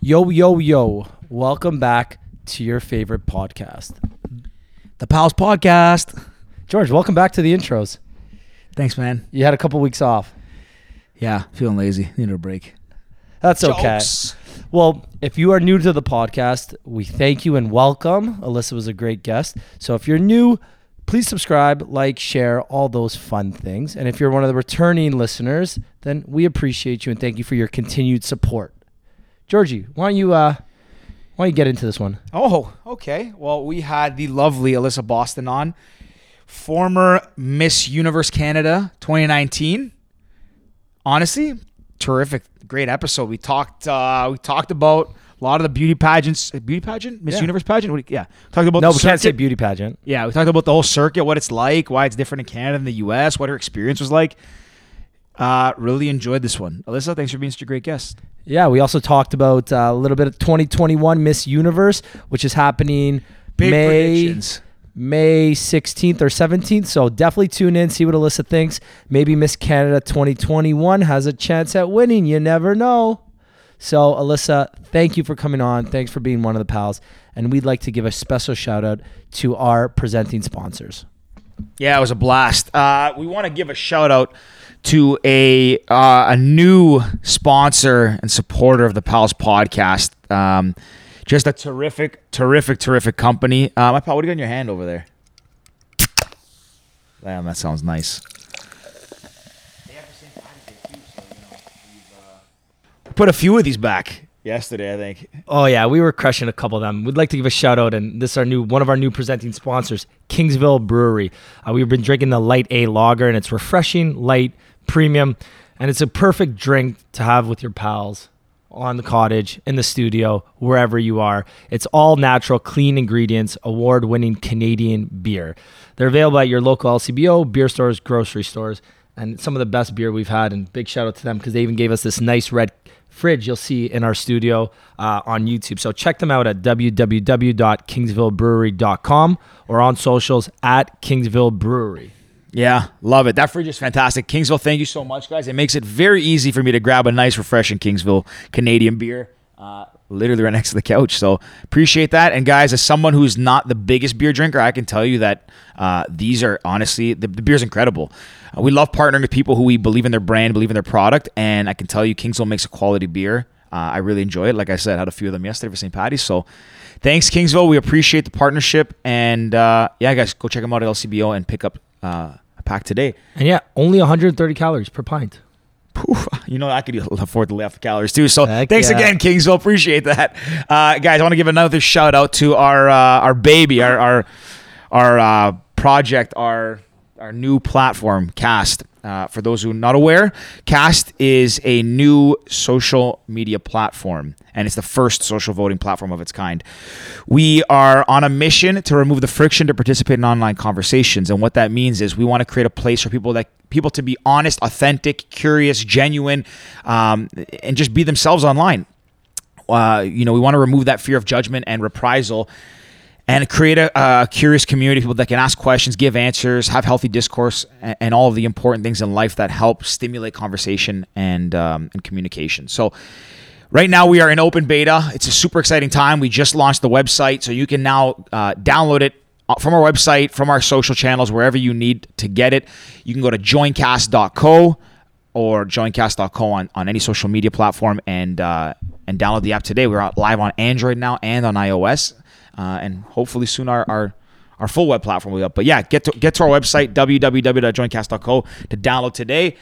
Yo, yo, yo. Welcome back to your favorite podcast. The Pals Podcast. George, welcome back to the intros. Thanks, man. You had a couple weeks off. Yeah, feeling lazy. Need a break. That's okay. Well, if you are new to the podcast, we thank you and welcome. Alyssa was a great guest. So if you're new, please subscribe, like, share, all those fun things. And if you're one of the returning listeners, then we appreciate you and thank you for your continued support. Georgie, why don't you uh why don't you get into this one? Oh, okay. Well, we had the lovely Alyssa Boston on, former Miss Universe Canada 2019. Honestly, terrific, great episode. We talked. Uh, we talked about a lot of the beauty pageants. Beauty pageant, Miss Yeah. Universe pageant. What do you- yeah, talked about No, the we can't say circuit. beauty pageant. Yeah, we talked about the whole circuit, what it's like, why it's different in Canada than the U.S., what her experience was like. Uh, really enjoyed this one, Alyssa. Thanks for being such a great guest. Yeah, we also talked about uh, a little bit of 2021 Miss Universe, which is happening Big May predictions. May 16th or 17th. So definitely tune in, see what Alyssa thinks. Maybe Miss Canada 2021 has a chance at winning. You never know. So Alyssa, thank you for coming on. Thanks for being one of the pals, and we'd like to give a special shout out to our presenting sponsors. Yeah, it was a blast. Uh, we want to give a shout out to a uh, a new sponsor and supporter of the Pals podcast. Um, just a terrific, terrific, terrific company. Uh, my pal, what do you got in your hand over there? Damn, that sounds nice. Put a few of these back yesterday, I think. Oh yeah, we were crushing a couple of them. We'd like to give a shout out, and this is our new one of our new presenting sponsors, Kingsville Brewery. Uh, we've been drinking the Light A Lager, and it's refreshing, light, premium, and it's a perfect drink to have with your pals on the cottage, in the studio, wherever you are. It's all natural, clean ingredients, award-winning Canadian beer. They're available at your local LCBO, beer stores, grocery stores, and some of the best beer we've had. And big shout out to them because they even gave us this nice red fridge you'll see in our studio uh, on YouTube. So check them out at www.kingsvillebrewery.com or on socials at Kingsville Brewery. Yeah, love it. That fridge is fantastic. Kingsville, thank you so much, guys. It makes it very easy for me to grab a nice, refreshing Kingsville Canadian beer, uh, literally right next to the couch. So appreciate that. And guys, as someone who's not the biggest beer drinker, I can tell you that uh, these are honestly the, the beer's incredible. Uh, we love partnering with people who we believe in their brand, believe in their product, and I can tell you, Kingsville makes a quality beer. Uh, I really enjoy it. Like I said, had a few of them yesterday for St. Patty's. So thanks, Kingsville. We appreciate the partnership. And uh, yeah, guys, go check them out at LCBO and pick up uh, a pack today. And yeah, only 130 calories per pint. Poof. You know, I could afford to lay off the calories too. So Heck thanks yeah. again, Kingsville. Appreciate that. Uh, guys, I want to give another shout out to our uh, our baby, our our, our uh, project, our our new platform, Cast. Uh, for those who are not aware, Cast is a new social media platform, and it's the first social voting platform of its kind. We are on a mission to remove the friction to participate in online conversations, and what that means is we want to create a place for people that people to be honest, authentic, curious, genuine, um, and just be themselves online. Uh, you know, we want to remove that fear of judgment and reprisal and create a, a curious community of people that can ask questions, give answers, have healthy discourse, and, and all of the important things in life that help stimulate conversation and, um, and communication. So, Right now, we are in open beta. It's a super exciting time. We just launched the website, so you can now uh, download it from our website, from our social channels, wherever you need to get it. You can go to joincast.co or joincast.co on, on any social media platform and uh, and download the app today. We're out live on Android now and on iOS, uh, and hopefully soon our, our our full web platform will be up. But yeah, get to get to our website www.joincast.co to download today.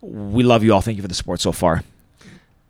We love you all. Thank you for the support so far.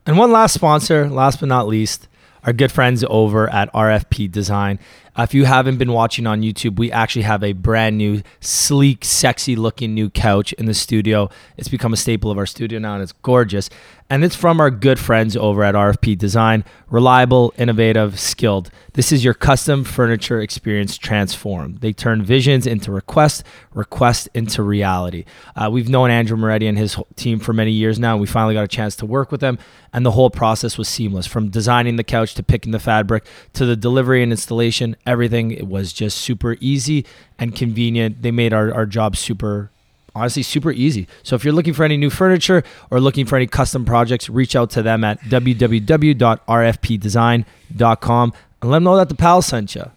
And one last sponsor, last but not least, our good friends over at RFP Design. Uh, If you haven't been watching on YouTube, we actually have a brand new, sleek, sexy looking new couch in the studio. It's become a staple of our studio now and it's gorgeous. And it's from our good friends over at RFP Design. Reliable, innovative, skilled. This is your custom furniture experience transformed. They turn visions into requests, requests into reality. Uh, we've known Andrew Moretti and his whole team for many years now, and we finally got a chance to work with them. And the whole process was seamless from designing the couch to picking the fabric to the delivery and installation. Everything it was just super easy and convenient. They made our, our job super honestly super easy. So if you're looking for any new furniture or looking for any custom projects, reach out to them at www.rfpdesign.com and let them know that the pal sent you.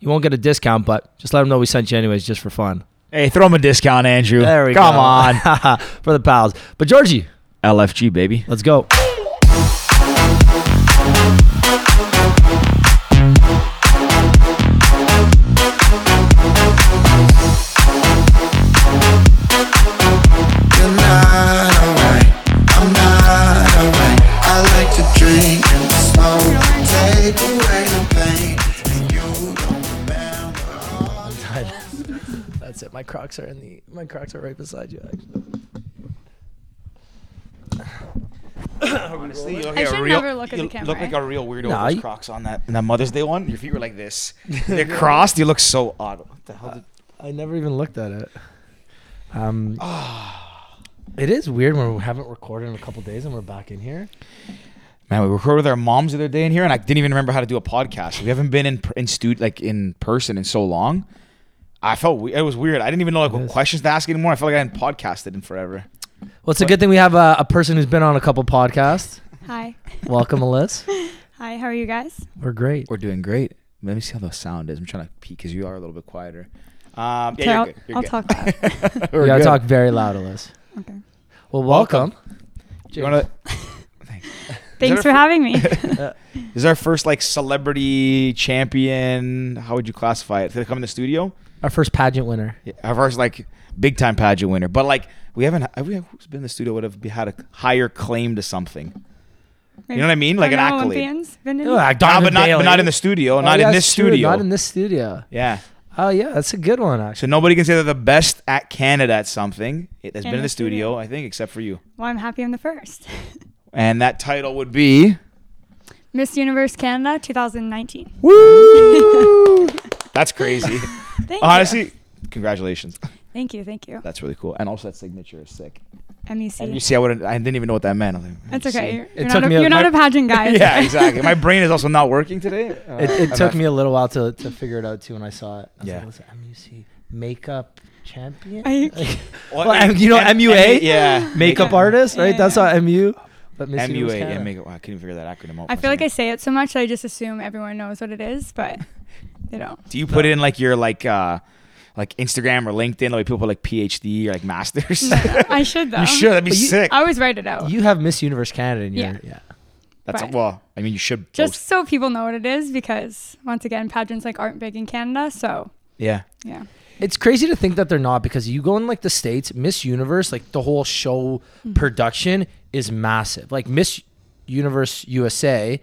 You won't get a discount, but just let them know we sent you anyways, just for fun. Hey, throw him a discount, Andrew. There we Come go. on. for the pals. But Georgie, LFG, baby. let's go. You're not alright. I'm not alright. I like to drink and smoke, take away the pain, and you don't remember all the That's it. My Crocs are in the. My Crocs are right beside you. Actually. Honestly, you look I like a should real- never look at you the camera. look like a real weirdo Nah, with you- those Crocs on that and that Mother's Day one. Your feet were like this. They're crossed. You look so odd. What the hell? Did, I never even looked at it. Um, it is weird when we haven't recorded in a couple days and we're back in here. man, we recorded with our moms the other day in here, and I didn't even remember how to do a podcast. We haven't been in per- in stu- like in person in so long. I felt we- it was weird. I didn't even know like what questions to ask anymore. I felt like I hadn't podcasted in forever. Well, it's a good thing we have a, a person who's been on a couple podcasts. Hi. Welcome, Alyssa. Hi, how are you guys? We're great. We're doing great. Let me see how the sound is. I'm trying to peek because you are a little bit quieter. Um, yeah, So you're I'll, good. You're I'll good. talk loud. We We're gotta good. talk very loud, Alyssa. Okay. Well, welcome. You wanna- Thanks a for fr- having me. This is our first like celebrity champion. How would you classify it? Did they come in the studio? Our first pageant winner. Yeah, our first like big time pageant winner. But like we haven't. Have we, who's been in the studio would have be- had a higher claim to something? You know what I mean? Like an Are no accolade. Oh, Olympians been in- Ugh, Nah, Donovan but not, but Bailey. not in the studio. Oh, not yeah, in this it's true, studio. Not in this studio. yeah. Oh yeah, that's a good one actually. So nobody can say they're the best at Canada at something it has been In in the the studio, studio. I think, except for you. Well, I'm happy I'm the first. And that title would be. Miss Universe Canada 2019. Woo! That's crazy. Thank you. Honestly, congratulations. Thank you, thank you. That's really cool. And also that E signature is sick. MEC. And you see, I wouldn't. I didn't even know what that meant. I was like, That's you okay. You're, It you're took not, a, me a- you're not my- a pageant guy. see. Yeah, exactly. My brain is also not working today. Uh, It, it I'm took not- me a little while to, to figure it out too when I saw it. I was Yeah. like, what's the MUC makeup champion? Are you- Like, well, M- you know M- MUA? yeah. makeup Yeah. artist, right? Yeah, That's yeah. not MU. But Miss Universe MUA. Yeah, Canada. makeup. I couldn't figure that acronym out. I feel like I myself. say it so much that I just assume everyone knows what it is, but they don't. Do you put in like your like uh like Instagram or LinkedIn? Like people put like PhD or like masters. No, I should though. you should. That'd be But you- sick. I always write it out. You have Miss Universe Canada in your Yeah. yeah. That's Right. well. I mean, you should just post. so people know what it is because once again pageants like aren't big in canada so Yeah. yeah It's crazy to think that they're not because you go in like the states, Miss Universe, like the whole show Mm. production is massive. Like Miss Universe USA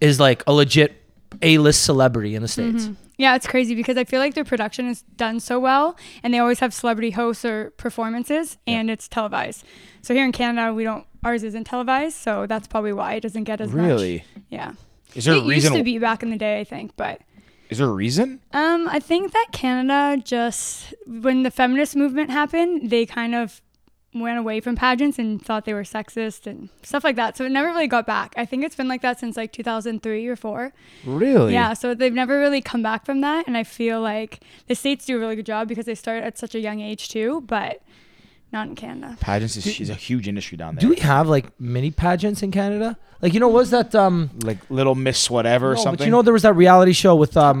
is like a legit A-list celebrity in the states. Mm-hmm. yeah it's crazy because i feel like their production is done so well and they always have celebrity hosts or performances and it's televised so here in canada we don't ours isn't televised so that's probably why it doesn't get as much Really? yeah Is there a it used reason? to be back in the day i think but Is there a reason? Um, I think that Canada just when the feminist movement happened, they kind of went away from pageants and thought they were sexist and stuff like that. So it never really got back. I think it's been like that since like 2003 or 4. Really? Yeah, so they've never really come back from that and I feel like the states do a really good job because they start at such a young age too, but not in Canada. Pageants is, is a huge industry down there. Do we have like mini pageants in Canada? Like you know, was that um like Little Miss whatever or No, something? But you know, there was that reality show with um,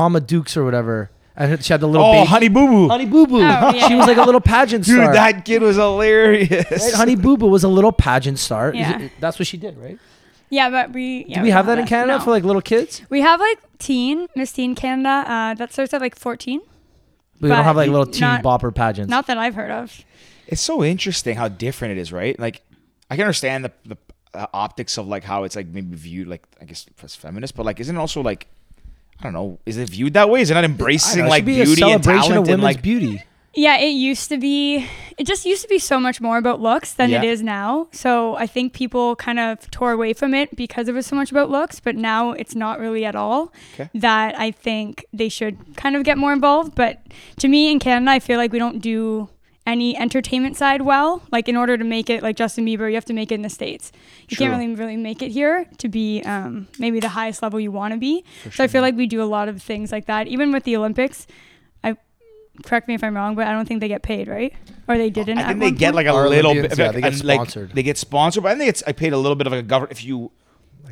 Mama Dukes or whatever, and she had the little oh, baby. Honey Boo Boo. Honey Boo Boo. Oh, yeah, She was like a yeah. little pageant Dude, star. that kid was hilarious. right? Honey Boo Boo was a little pageant star. Is Yeah. it- that's what she did, right? Yeah, but we yeah, Do we have that in Canada No. for like little kids? We have like teen Miss Teen Canada uh, that starts at like 14. But we don't But have like little teen not- bopper pageants. Not that I've heard of. It's so interesting how different it is, right? Like, I can understand the the uh, optics of like how it's like maybe viewed, like I guess as feminist, but like, isn't it also like, I don't know, is it viewed that way? Is it not I don't embracing know, it like should be a beauty and celebration of talent women's and like? beauty. Yeah, it used to be, it just used to be so much more about looks than it Yeah. is now. So I think people kind of tore away from it because it was so much about looks, but now it's not really at all. Okay. That I think they should kind of get more involved. But to me in Canada, I feel like we don't do any entertainment side well. Like in order to make it like Justin Bieber, you have to make it in the States. You can't True. really really make it here to be um, maybe the highest level you want to be. so I feel like we do a lot of things like that. Even with the Olympics, I correct me if I'm wrong, but I don't think they get paid, right? Or they didn't. I at think they one get point? like a Or little Olympians, bit. yeah, they get and, like, sponsored. They get sponsored, but I think it's I paid a little bit of like a government. If you,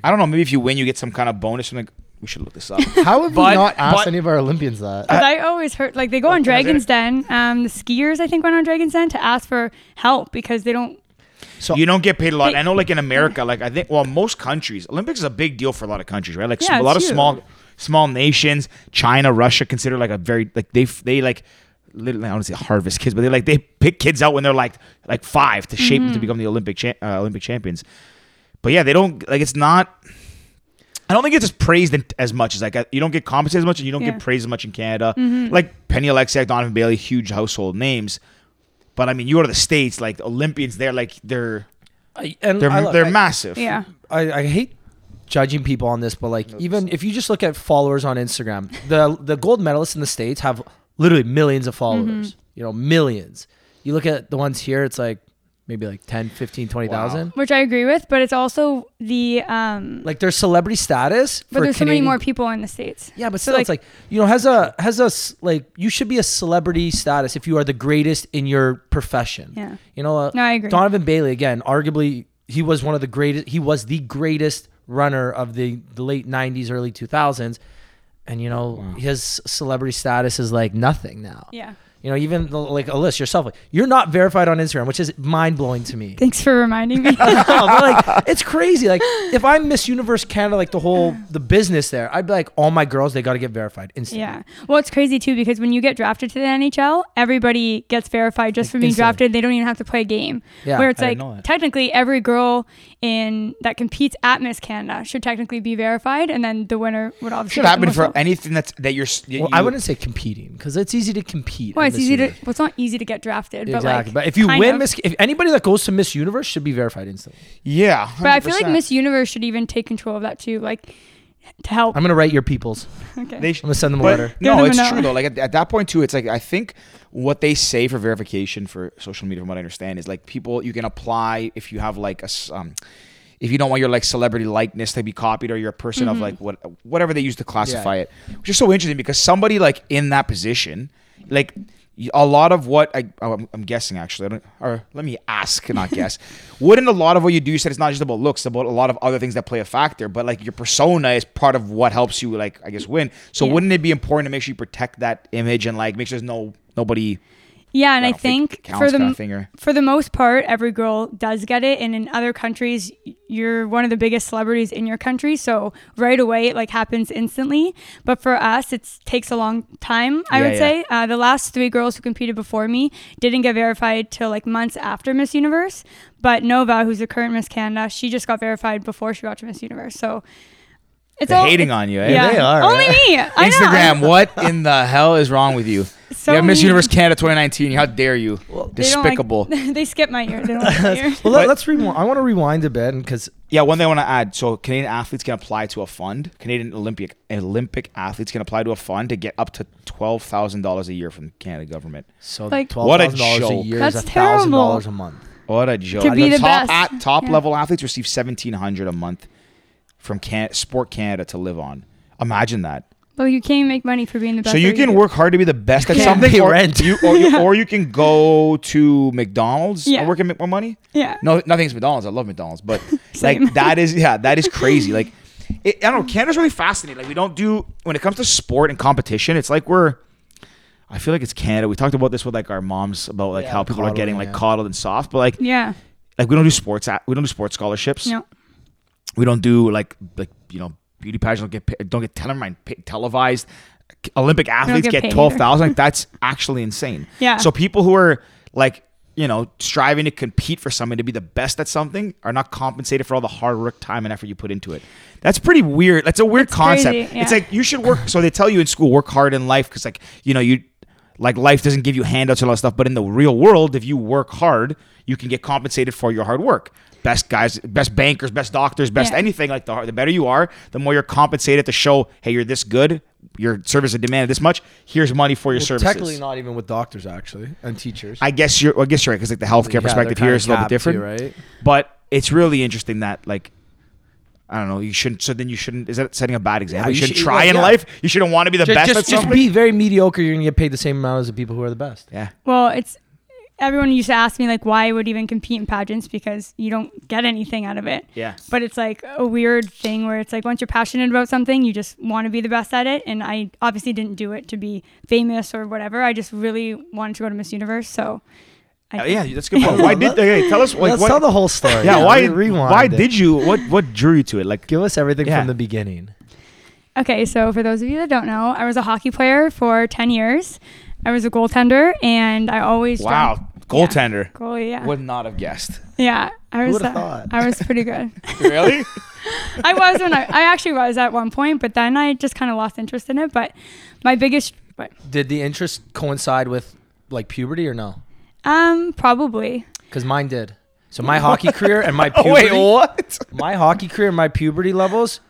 I don't know, maybe if you win, you get some kind of bonus. From like, we should look this up. How have But- we not asked but- any of our Olympians that? Because I always heard like they go uh, on can I say Dragon's Den. Um, the skiers I think went on Dragon's Den to ask for help because they don't. So you don't get paid a lot. They- I know, like in America, like I think, well, most countries, Olympics is a big deal for a lot of countries, right? Like Yeah, a lot of it's small, huge. small nations. China, Russia, consider like a very like they they like literally I don't wanna say harvest kids, but they like they pick kids out when they're like like five to shape Mm-hmm. them to become the Olympic cha- uh, Olympic champions. But yeah, they don't like it's not. I don't think it's as praised in- as much as like uh, you don't get compensated as much, and you don't Yeah. Mm-hmm. get praised as much in Canada. Like Penny Alexiak, Donovan Bailey, huge household names. But I mean, you go to the states, like the Olympians, they're like they're I, and they're I look, they're I- massive. Yeah. I, I hate judging people on this, but like even if you just look at followers on Instagram, the the gold medalists in the states have literally millions of followers. Mm-hmm. You know, millions. You look at the ones here, it's like maybe like 10, 15, 20,000. Which I agree with, but it's also the um. Like their celebrity status. But for there's Canadian- so many more people in the states. Yeah, but So, still, it's like you know, has a has a s- like you should be a celebrity status if you are the greatest in your profession. Yeah. you know. Uh, No, I agree. Donovan Bailey again, arguably he was one of the greatest. He was the greatest runner of the the late '90s, early 2000s, and you know his celebrity status is like nothing now. Yeah. You know, even the, like Alyssa yourself, like, you're not verified on Instagram, which is mind blowing to me. Thanks for reminding me. No, but like it's crazy. Like if I'm Miss Universe Canada, like the whole the business there, I'd be like, all my girls, they got to get verified instantly. yeah. Well, it's crazy too because when you get drafted to the NHL, everybody gets verified just for being instantly. drafted. They don't even have to play a game. Yeah, Where it's I like didn't know that. technically every girl in that competes at Miss Canada should technically be verified, and then the winner would Should obviously get the happen most for votes. anything that's that you're. s- Well, you- I wouldn't say competing because it's easy to compete. Well, in it's Miss easy to. Universe. Well, it's not easy to get drafted, exactly. but like. if you kind win of. Miss, if anybody that goes to Miss Universe should be verified instantly. Yeah, But I feel like 100%. Miss Universe should even take control of that too, like to help. I'm gonna write your peoples. okay. They I'm gonna send them a But letter. No, Give it's them a true no. though. Like at, at that point too, it's like I think what they say for verification for social media, from what I understand, is like people you can apply if you have like a s- um, if you don't want your like celebrity likeness to be copied or you're a person Mm-hmm. of like what whatever they use to classify it, which is so interesting because somebody like in that position, like y- a lot of what I oh, I'm, I'm guessing actually, I don't, or let me ask, not guess, wouldn't a lot of what you do you said it's not just about looks, it's about a lot of other things that play a factor, but like your persona is part of what helps you like I guess win. So Yeah. wouldn't it be important to make sure you protect that image and like make sure there's no nobody Yeah, and I I, don't think think it counts for the kinda m- thing, or- for the most part, every girl does get it, and in other countries, y- you're one of the biggest celebrities in your country, so right away it like happens instantly. But for us, it takes a long time. I Yeah, would yeah. say uh, the last three girls who competed before me didn't get verified till like months after Miss Universe. But Nova, who's the current Miss Canada, she just got verified before she got to Miss Universe. So it's They're all hating it's- on you, eh? Yeah, They are, only eh? me. I know. Instagram, what in the hell is wrong with you? So you have Miss mean. Universe Canada 2019. How dare you? They don't Despicable. Like, they skip my year. They don't like my year. Well, let, But- let's rewind. I want to rewind a bit because yeah, one thing I want to add. So Canadian athletes can apply to a fund. Canadian Olympic Olympic athletes can apply to a fund to get up to twelve thousand dollars a year from the Canada government. so Like- twelve What a thousand dollars a joke. year That's is thousand dollars terrible. a month. What a joke! To be the top best. at- top Yeah. level athletes receive seventeen hundred a month from Can- Sport Canada to live on. Imagine that. Well, you can't even make money for being the best. So at you what can do. work hard to be the best at Yeah. something, Pay or rent. you or, you or you can go to McDonald's Yeah. and work and make more money. Yeah. No, nothing's McDonald's. I love McDonald's, but Same. like that is yeah, that is crazy. Like it, I don't know, Canada's really fascinating. Like we don't do when it comes to sport and competition, it's like we're I feel like it's Canada. We talked about this with like our moms about like Yeah, how people are getting coddling, like yeah. coddled and soft, but like Yeah. like we don't do sports at, we don't do sports scholarships. No. We don't do like like you know beauty pageants don't get pa- don't get never mind, pa- televised. Olympic athletes get get, paid either. twelve thousand. Like that's actually insane. Yeah. So people who are like you know striving to compete for something to be the best at something are not compensated for all the hard work, time, and effort you put into it. That's pretty weird. That's a weird concept. crazy, It's yeah. like you should work. So they tell you in school work hard in life because like you know you. Like life doesn't give you handouts and all that stuff, but in the real world, if you work hard, you can get compensated for your hard work. Best guys, best bankers, best doctors, best Yeah. anything. Like the har- the better you are, the more you're compensated to show, hey, you're this good. Your service is demanded this much. Here's money for your Well, services. technically, not even with doctors actually and teachers. I guess you're. well, I guess you're right because like the healthcare Yeah, they're perspective kinda here is a little bit capped too, different, right? But it's really interesting that like I don't know. You shouldn't. So then you shouldn't. Is that setting a bad example? Yeah, you, you shouldn't should- try well, in yeah. life. You shouldn't want to be the Ju- best at just, just something. be very mediocre. You're gonna get paid the same amount as the people who are the best. yeah. Well, it's everyone used to ask me like why I would even compete in pageants because you don't get anything out of it. Yeah. But it's like a weird thing where it's like once you're passionate about something, you just want to be the best at it. And I obviously didn't do it to be famous or whatever. I just really wanted to go to Miss Universe. So I Uh, did. Yeah. That's a good. Point. Why did? Hey, tell us. Like, Let's what, tell the whole story. yeah. Why? re- rewind? Why it. did you? What? What drew you to it? Like. give us everything Yeah. from the beginning? Okay, so for those of you that don't know, I was a hockey player for 10 years. I was a goaltender and I always Wow. dreamt- Goaltender. Yeah, goalie, yeah. Would not have guessed. Yeah, I was would've uh, thought? I was pretty good. Really? I was when I, I actually was at one point, but then I just kind of lost interest in it. But my biggest, but, Did the interest coincide with like puberty or no? um, probably. Because mine did. So my hockey career and my oh puberty, wait, what? my hockey career and my puberty levels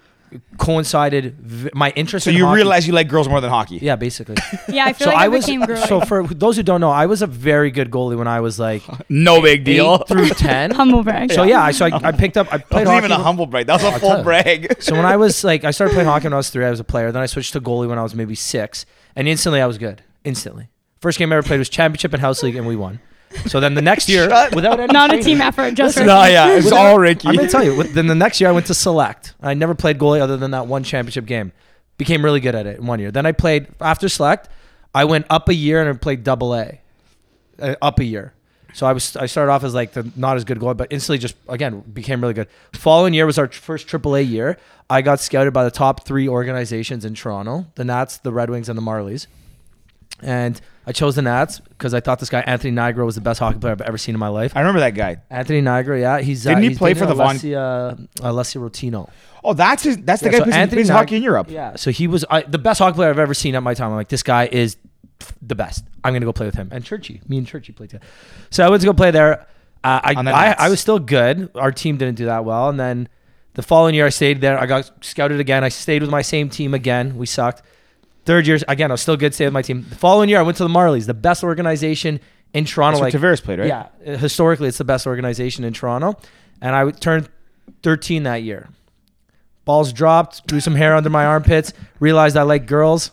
coincided. V- my interest. So in you hockey- realize you like girls more than hockey? Yeah, basically. Yeah, I feel so like I, I was. became girly. So for those who don't know, I was a very good goalie when I was like No big deal. eight through ten. humble brag. So yeah, I so I, I picked up. I That played wasn't hockey. even a humble brag. That was a I'll tell full you. brag. So when I was like, I started playing hockey when I was three. I was a player. Then I switched to goalie when I was maybe six, and instantly I was good. Instantly, first game I ever played was championship in house league, and we won. So then the next year, Shut without any Not a training- team effort, just Listen, for- No, oh, yeah, it's Without- all Ricky. I'm gonna tell you. with- Then the next year I went to select. I never played goalie other than that one championship game. Became really good at it in one year. Then I played after select. I went up a year and I played double A, uh, up a year. So I was I started off as like the not as good goalie, but instantly just again became really good. Following year was our tr- first Triple A year. I got scouted by the top three organizations in Toronto: the Nats, the Red Wings, and the Marlies. And I chose the Nats because I thought this guy Anthony Nigro was the best hockey player I've ever seen in my life. I remember that guy. Anthony Nigro, yeah, he's Didn't uh, he he's play dating for the Von- Alessia, uh, Alessia Rotino? Oh, that's his, that's the guy so who plays, Anthony plays Nag- hockey in Europe. Yeah, so he was I, the best hockey player I've ever seen at my time. I'm like, this guy is the best. I'm gonna go play with him. And Churchy, me and Churchy played together. So I went to go play there. Uh, I, On the I Nats. I was still good. Our team didn't do that well, and then the following year I stayed there. I got scouted again. I stayed with my same team again. We sucked. Third year again, I was still good. Stayed with my team. The following year I went to the Marlies, the best organization in Toronto. That's where like Tavares played, right? Yeah, uh, historically it's the best organization in Toronto. And I turned 13 that year. Balls dropped, grew some hair under my armpits, realized I like girls.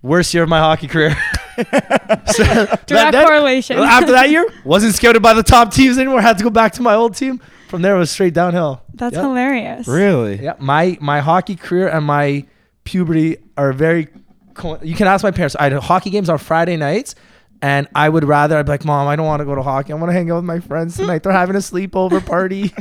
Worst year of my hockey career. So, that- Direct that- correlation. After that year, wasn't scouted by the top teams anymore. Had to go back to my old team. From there, it was straight downhill. That's Yep. hilarious. Really? Yeah, my my hockey career and my puberty are very. Co- you can ask my parents. I had hockey games on Friday nights, and I would rather I'd be like, "Mom, I don't want to go to hockey. I want to hang out with my friends tonight. They're having a sleepover party."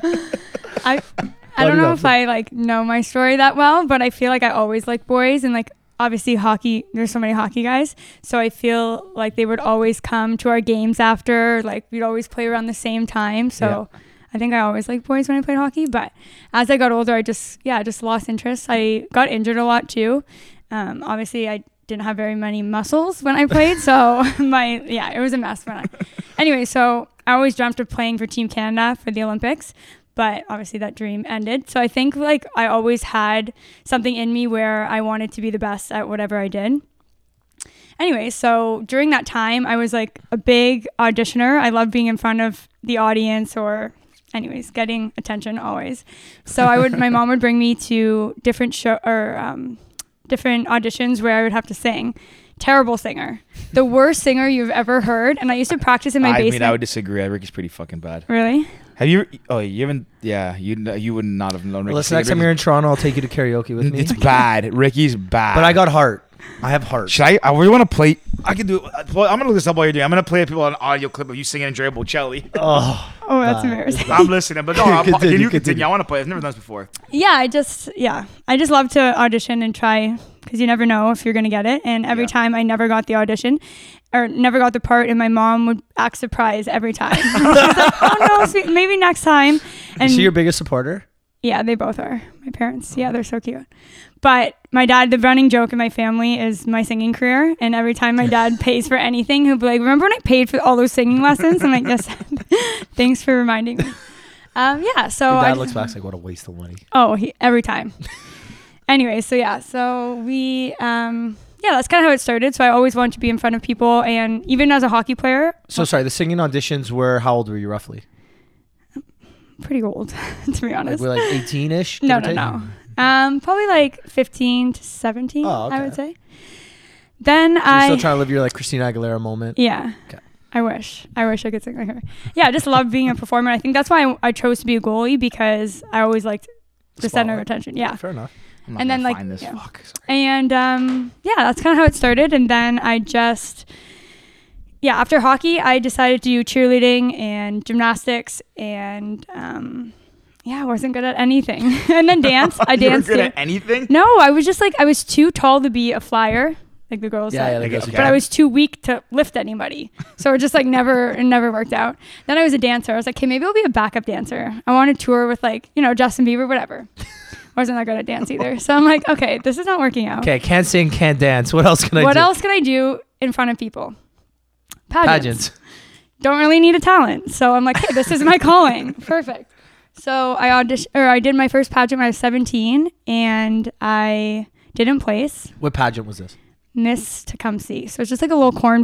I I don't Funny know enough. if I like know my story that well, but I feel like I always liked boys and like obviously hockey there's so many hockey guys. So I feel like they would always come to our games after, like we'd always play around the same time. So I think I always liked boys when I played hockey, but as I got older I just yeah, I just lost interest. I got injured a lot too. Um, obviously I didn't have very many muscles when I played, so my yeah, it was a mess when I anyway, so I always dreamt of playing for Team Canada for the Olympics, but obviously that dream ended. So I think like I always had something in me where I wanted to be the best at whatever I did. Anyway, so during that time, I was like a big auditioner. I loved being in front of the audience or anyways, getting attention always. So I would my mom would bring me to different show or um, different auditions where I would have to sing. Terrible singer. The worst singer you've ever heard. And I used to practice in my I basement. mean, I would disagree. I- Ricky's pretty fucking bad. Really? Have you? Oh, you haven't. Yeah, you kn- you would not have known. Ricky. Listen, next time you're in Toronto, I'll take you to karaoke with me. it's bad. Ricky's bad. but I got heart. I have heart. Should I? I really want to play. I can do. uh, Well, I'm gonna look this up while you're doing. it. I'm gonna play people an audio clip of you singing enjoyable jelly. Oh, Oh, that's Uh, Bye. embarrassing. I'm listening, but no, I'm, Continue, can you continue. continue. I want to play. I've never done this before. Yeah, I just yeah, I just love to audition and try because you never know if you're gonna get it. And every Yeah. time I never got the audition, or never got the part, and my mom would act surprised every time. She's like, "Oh no, sweet, maybe next time." And is she your biggest supporter? yeah, they both are my parents. Yeah, they're so cute. But my dad, the running joke in my family is my singing career. And every time my dad pays for anything, he'll be like, "Remember when I paid for all those singing lessons?" I'm like, "Yes, thanks for reminding me." Um, yeah, so Your I dad just- looks back he's like, what a waste of money. Oh, he, every time. anyway, so yeah, so we, um, yeah, that's kind of how it started. So I always wanted to be in front of people, and even as a hockey player, So sorry, the singing auditions were how old were you roughly? pretty old, to be honest. Like we're like 18 ish. no, no, no. Um, probably like 15 to 17, Oh, I okay. would say. Then You're I still trying to live your like Christina Aguilera moment. Yeah. Okay. I wish. I wish I could sing like her. Yeah, I just love being a performer. I think that's why I, I chose to be a goalie because I always liked the center of Spotlight. attention. Yeah. Fair enough. I'm not And gonna then, like, find this. yeah. Fuck. Sorry. And um, yeah, that's kind of how it started. And then I just, yeah, after hockey, I decided to do cheerleading and gymnastics and um, yeah, I wasn't good at anything. and then dance. I You were danced. good too. at anything. no, I was just like, I was too tall to be a flyer, like the girls Yeah, said. yeah, like, Okay, that's- okay. but I was too weak to lift anybody. So it just like never it never worked out. Then I was a dancer. I was like, okay, maybe I'll be a backup dancer. I want to tour with like, you know, Justin Bieber, whatever. Wasn't that good at dance either. So I'm like, okay, this is not working out. Okay, can't sing, can't dance. What else can I what do? else can I do in front of people? Pageants Pageants. don't really need a talent. So I'm like, hey, this is my calling. Perfect. So I auditioned, or I did my first pageant when I was 17, and I didn't place What pageant was this? Miss Tecumseh. So it's just like a little corn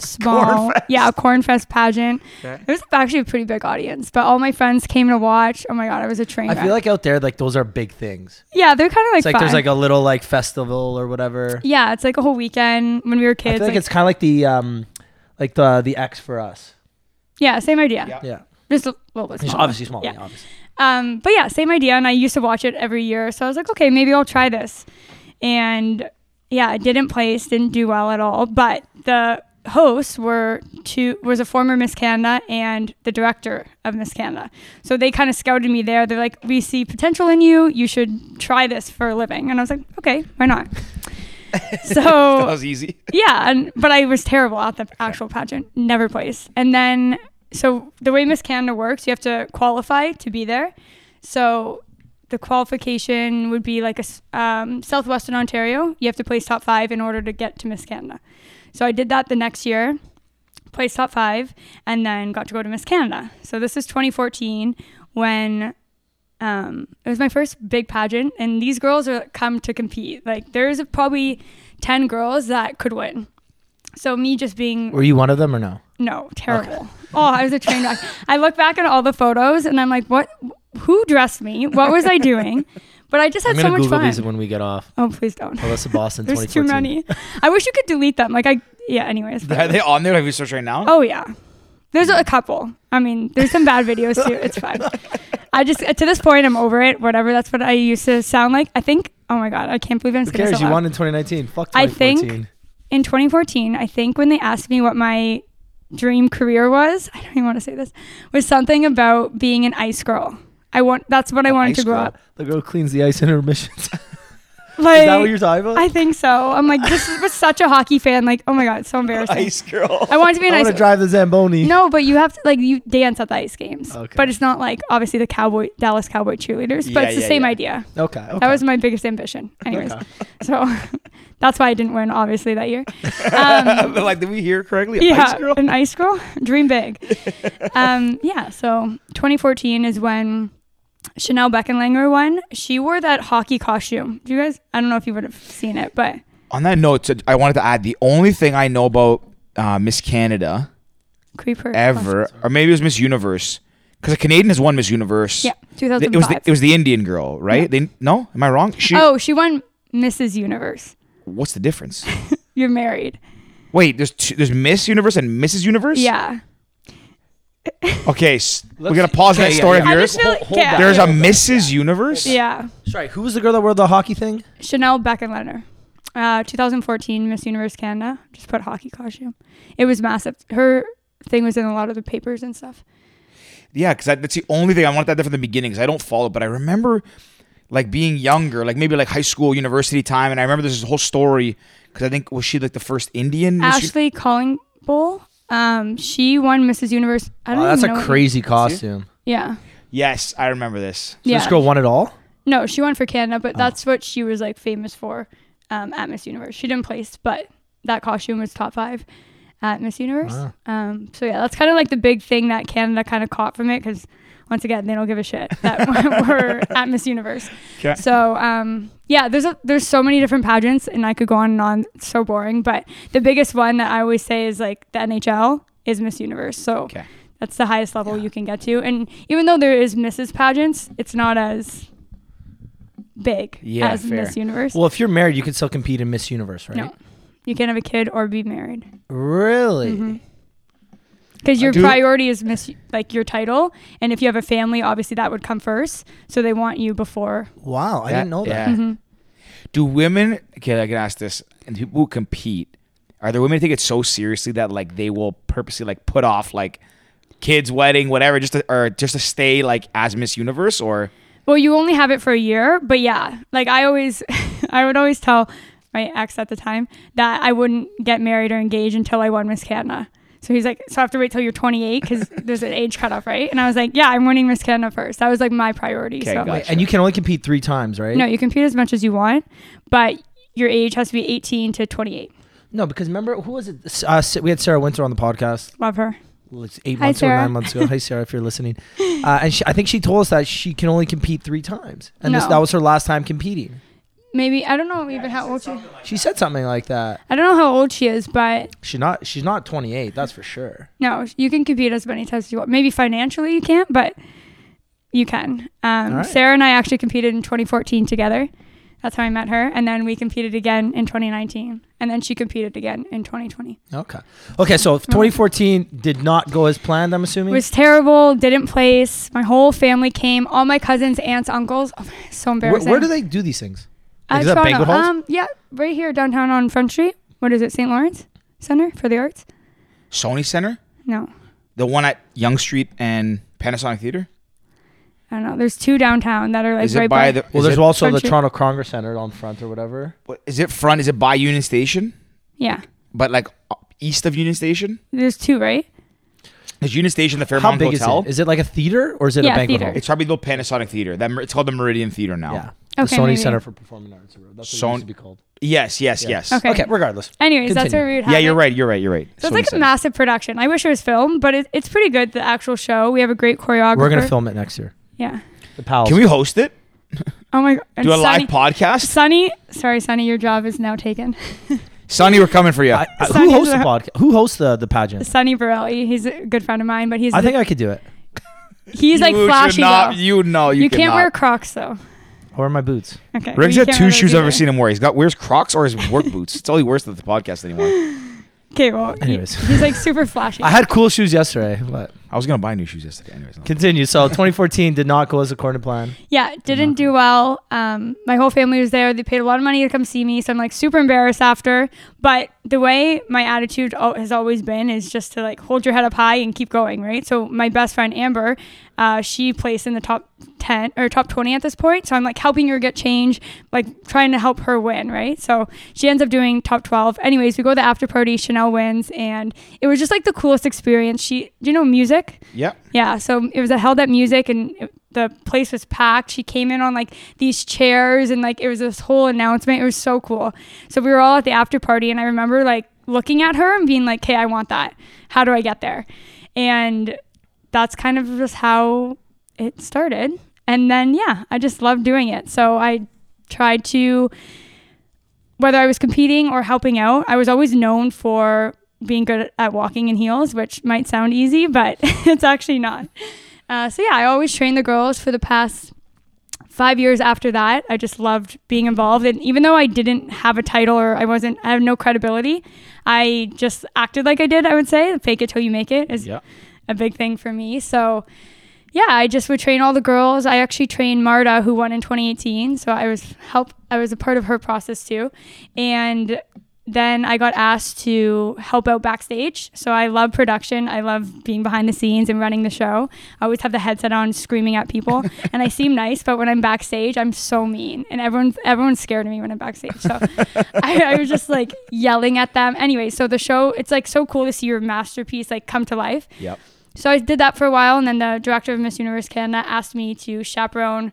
small, Corn fest. yeah, a corn fest pageant. Okay. It was actually a pretty big audience, but all my friends came to watch. Oh my god, I was a train I wreck. feel like out there, like those are big things. yeah, they're kind of like It's like fun. there's like a little like festival or whatever. yeah, it's like a whole weekend when we were I kids. feel like, it's kind of like the um, like the the X for us. yeah, same idea. Yeah. Yeah, Just a little bit. it's Smaller. obviously small. Yeah. Yeah, obviously. Um, but yeah, same idea. And I used to watch it every year. So I was like, okay, maybe I'll try this. And yeah, I didn't place, didn't do well at all. But the hosts were two was a former Miss Canada and the director of Miss Canada. So they kind of scouted me there. They're like, we see potential in you. You should try this for a living. And I was like, okay, why not? That So was easy. yeah, and but I was terrible at the actual pageant. Never placed. And then so the way Miss Canada works, you have to qualify to be there. So the qualification would be like a s- um, southwestern Ontario. You have to place top five in order to get to Miss Canada. So I did that the next year, placed top five, and then got to go to Miss Canada. So this is 2014 when um, it was my first big pageant, and these girls are come to compete. Like there's probably 10 girls that could win. So me just being Were you one of them or no? no, terrible. Oh, I was a train wreck. I look back at all the photos and I'm like, what? Who dressed me? What was I doing? But I just had I'm so gonna much Google fun. these when we get off. oh, please don't. Melissa Boston. There's too 2014. many. I wish you could delete them. Like I, yeah. Anyways. Are they on there? Have you searched right now? Oh yeah. There's a couple. I mean, there's some bad videos too. It's fine. I just to this point, I'm over it. Whatever. That's what I used to sound like. I think. Oh my god, I can't believe I'm Who saying this cares? out You loud. won in 2019. Fuck I think- 2014. in 2014, I think when they asked me what my dream career was, I don't even want to say this, was something about being an ice girl. I want that's what I wanted ice to grow girl? up. the girl cleans the ice in her missions. Is Like that what you're talking about? I think so. I'm like this was such a hockey fan. Like oh my god, it's so embarrassing. Ice girl. I wanted to be an I ice. want to drive the Zamboni. no, but you have to like you dance at the ice games. Okay. But it's not like obviously the cowboy Dallas Cowboy cheerleaders. But Yeah, it's the yeah, same yeah. idea. Okay. okay. That was my biggest ambition. Anyways, so that's why I didn't win obviously that year. Um, like, did we hear correctly? yeah, Ice girl. an ice girl. Dream big. um, yeah. So 2014 is when Chanel Beckenlanger won. She wore that hockey costume. Do you guys? I don't know if you would have seen it, but On that note, so I wanted to add the only thing I know about uh, Miss Canada creeper ever, or maybe it was Miss Universe, because a Canadian has won Miss Universe. Yeah, Th- 2005. It was the, it was the Indian girl, right? They no, am I wrong? She, oh, she won Mrs. Universe. what's the difference? You're married. Wait, there's two, there's Miss Universe and Mrs. Universe. Yeah. Okay, s- we're Let's- gonna pause okay, that yeah, story yeah. I of just yours. feel hold- hold yeah. back. There's a Mrs. Universe. yeah. Sorry. Who was the girl that wore the hockey thing? Chanel Beckenlander. Uh, 2014 Miss Universe Canada. Just put hockey costume. It was massive. Her thing was in a lot of the papers and stuff. Yeah, because that's the only thing I wanted that there from the beginning. Because I don't follow, but I remember like being younger, like maybe like high school, university time, and I remember there's this whole story. Because I think was she like the first Indian? Miss Uni- Ashley Calling Bowl. Um, she won Mrs. Universe. I don't Oh, even that's know a what- crazy costume. Yeah. yes, I remember this. So yeah. This girl Oh. won it all. No, she won for Canada, but that's what she was like famous for um, at Miss Universe. She didn't place, but that costume was top five at Miss Universe. Wow. Um, so yeah, that's kind of like the big thing that Canada kind of caught from it because once again, they don't give a shit that we're at Miss Universe. 'Kay. So um, yeah, there's a, there's so many different pageants, and I could go on and on. It's so boring, but the biggest one that I always say is like the NHL is Miss Universe. So 'Kay. That's the highest level you can get to. And even though there is Mrs. Pageants, it's not as big Yeah, as fair. Miss Universe. Well, if you're married, you can still compete in Miss Universe, right? no. You can't have a kid or be married. Really? Mm-hmm. Because your do- priority is miss like your title, and if you have a family, obviously that would come first. So they want you before. Mm-hmm. Wow, I didn't know that. yeah. Do women? Okay, I can ask this. And people who compete, are there women who take it so seriously that like they will purposely like put off like kids' wedding, whatever, just to, or just to stay like as Miss Universe or Well, you only have it for a year, but yeah, like I always, I would always tell my ex at the time that I wouldn't get married or engaged until I won Miss Canada. So he's like, so I have to wait till you're 28 because there's an age cutoff, right? And I was like, yeah, I'm winning Miss Canada first. That was like my priority. Okay, so got it. And you can only compete three times, right? no, you compete as much as you want, but your age has to be 18 to 28. No, because remember who was it? S- Uh, S- we had Sarah Winter on the podcast Love her. like eight Hi, months ago, Sarah. nine months ago. Hey Sarah, if you're listening, uh, and she, I think she told us that she can only compete three times, and this, No. that was her last time competing. Maybe I don't know even how old she. She said something like that. I don't know how old she is, but She's not. She's not 28. That's for sure. no, you can compete as many times as you want. Maybe financially you can't, but you can. Um, All right. Sarah and I actually competed in 2014 together. That's how I met her, and then we competed again in 2019, and then she competed again in 2020. Okay. Okay. So Mm. 2014 did not go as planned. I'm It assuming. was terrible. Didn't place. My whole family came. All my cousins, aunts, uncles. Oh, my- so where, embarrassing. where do they do these things? Uh, Is that Toronto. banquet halls? Um, yeah, right here downtown on Front Street. What is it? St. Lawrence Center for the Arts? Sony Center, No, the one at Young Street and Panasonic Theater? I don't know. There's two downtown that are like Is right it by the? well, is there's it- also Front the Street. Toronto Congress Center on front or whatever. what- Is it front? Is it by Union Station? yeah. But like uh, east of Union Station? There's two, right? Is Union Station the How Fairmont big Hotel? is it? Is it like a theater or is it a Yeah, banquet theater. hall? It's probably the Panasonic Theater. That Mer- it's called the Meridian Theater now. yeah. Okay, the Sony maybe. Center for Performing Arts. or whatever. That's what it Son- used to be called. Yes. Yes. Yeah. Yes. Okay. Okay. regardless. Anyways, that's Continue. where we would have Yeah, it. you're right. You're right. You're right. So it's Sony like a Center. massive production. I wish it was filmed, but it, it's pretty good. The actual show, we have a great choreographer. We're gonna film it next year. Yeah. The Pals. Can we host it? Oh my god. Do a live Sunny, podcast? Sunny, sorry, Sunny, your job is now taken. Sonny, we're coming for you. I, I- Sunny who hosts the Zah- podcast? Who hosts the the pageant? Sunny Borelli, he's a good friend of mine, but he's I the- think I could do it. he's like You should flashy. not- though. you know you, You can't wear cannot. Crocs though. Or my boots. Okay. well, Riggs you had can't two wear shoes those I've ever either. seen him wear. He's got wears Crocs or his work boots. It's only worse than the podcast anymore. Okay, well, Anyways. Anyways. he's like super flashy. I had cool shoes yesterday, but I was gonna buy new shoes yesterday. Anyways, no. continue. So 2014 did not go as according to plan. Yeah, didn't do well. Um, my whole family was there. They paid a lot of money to come see me, so I'm like super embarrassed after. But the way my attitude al- has always been is just to like hold your head up high and keep going, right? So my best friend Amber, uh, she placed in the top ten or top twenty at this point. So I'm like helping her get change, like trying to help her win, right? So she ends up doing top twelve. Anyways, we go to the after party. Chanel wins, and it was just like the coolest experience. She, do you know, music. Yep. Yeah, so it was a held up music and it- the place was packed. She came in on like these chairs and like it was this whole announcement. It was so cool. So we were all at the after party and I remember like looking at her and being like, "Hey, I want that. How do I get there?" And that's kind of just how it started. And then yeah, I just loved doing it. So I tried to whether I was competing or helping out, I was always known for being good at walking in heels, which might sound easy, but it's actually not. Uh, so yeah, I always trained the girls for the past five years after that. I just loved being involved, and even though I didn't have a title or I wasn't, I have no credibility. I just acted like I did. I would say, fake it till you make it is Yeah. a big thing for me. So. Yeah, I just would train all the girls. I actually trained Marta, who won in 2018. So I was help. I was a part of her process too, and then I got asked to help out backstage. So I love production. I love being behind the scenes and running the show. I always have the headset on, screaming at people, and I seem nice, but when I'm backstage, I'm so mean, and everyone's everyone's scared of me when I'm backstage. So I, I was just like yelling at them. Anyway, so the show, it's like so cool to see your masterpiece like come to life. Yep. So I did that for a while, and then the director of Miss Universe Canada asked me to chaperone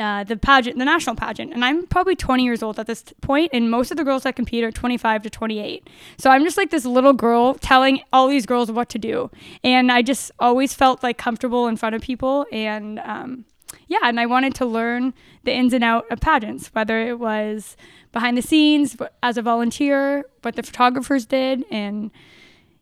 uh, the pageant, the national pageant. And I'm probably 20 years old at this t- point, and most of the girls that compete are 25 to 28. So I'm just like this little girl telling all these girls what to do, and I just always felt like comfortable in front of people, and um, yeah, and I wanted to learn the ins and out of pageants, whether it was behind the scenes wh- as a volunteer, what the photographers did, and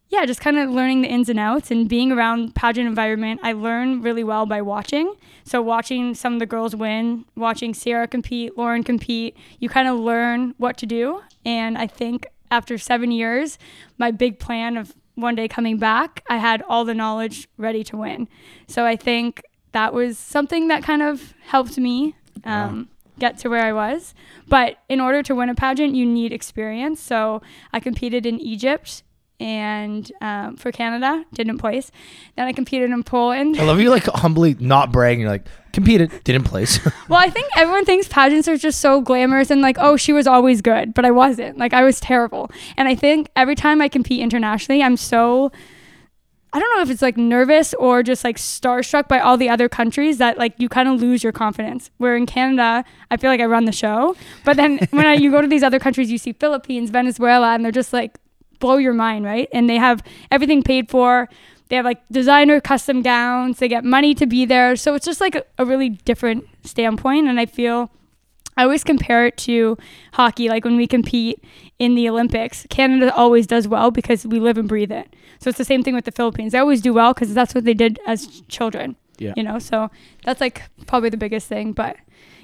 yeah, just kind of learning the ins and outs and being around pageant environment. I learn really well by watching. So watching some of the girls win, watching Sierra compete, Lauren compete, you kind of learn what to do. And I think after seven years, my big plan of one day coming back, I had all the knowledge ready to win. So I think that was something that kind of helped me um, get to where I was. But in order to win a pageant, you need experience. So I competed in Egypt and um, for Canada, didn't place. Then I competed in Poland. I love you, like humbly not bragging. You're like competed, didn't place. Well, I think everyone thinks pageants are just so glamorous and like, oh, she was always good, but I wasn't. Like, I was terrible. And I think every time I compete internationally, I'm so. I don't know if it's like nervous or just like starstruck by all the other countries that like you kind of lose your confidence. Where in Canada, I feel like I run the show, but then when I, you go to these other countries, you see Philippines, Venezuela, and they're just like blow your mind, right? And they have everything paid for. They have like designer custom gowns. They get money to be there. So it's just like a, a really different standpoint. And I feel I always compare it to hockey. Like when we compete in the Olympics, Canada always does well because we live and breathe it. So it's the same thing with the Philippines. They always do well because that's what they did as ch- children. Yeah. You know, so that's like probably the biggest thing. But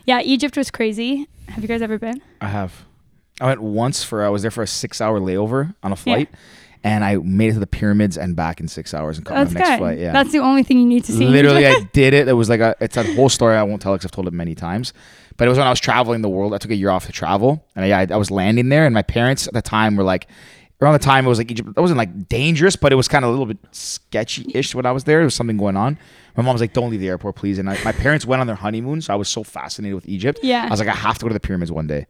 yeah, Egypt was crazy. Have you guys ever been? I have. I went once for I was there for a six hour layover on a flight, and I made it to the pyramids and back in six hours and caught my That's next good. flight. Yeah, That's the only thing you need to see. in literally Egypt. I did it. It was like a it's a whole story I won't tell because I've told it many times. But it was when I was traveling the world. I took a year off to travel, and I I was landing there, and my parents at the time were like. Around the time it was like Egypt, it wasn't like dangerous, but it was kind of a little bit sketchy-ish when I was there. There was something going on. My mom was like, "Don't leave the airport, please." And I, my parents went on their honeymoon, so I was so fascinated with Egypt. Yeah. I was like, "I have to go to the pyramids one day."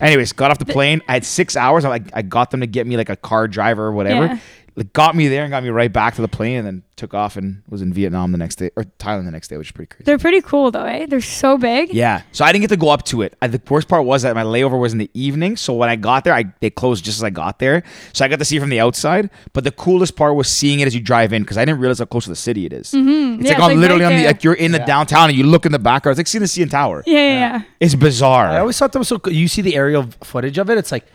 Anyways, got off the plane. I had six hours. I like I got them to get me like a car driver or whatever. Yeah. Like got me there and got me right back to the plane, and then took off and was in Vietnam the next day or Thailand the next day, which is pretty crazy. They're pretty cool though, eh? They're so big. yeah. So I didn't get to go up to it. I, the worst part was that my layover was in the evening. So when I got there, I they closed just as I got there. So I got to see it from the outside. But the coolest part was seeing it as you drive in because I didn't realize how close to the city it is. It's Mm-hmm. Yeah, like it's on like literally right on the there. like you're in the downtown and you look in the background. It's like seeing the CN Tower. Yeah, yeah, yeah. It's bizarre. I always thought that was so. cool. You see the aerial footage of it. It's like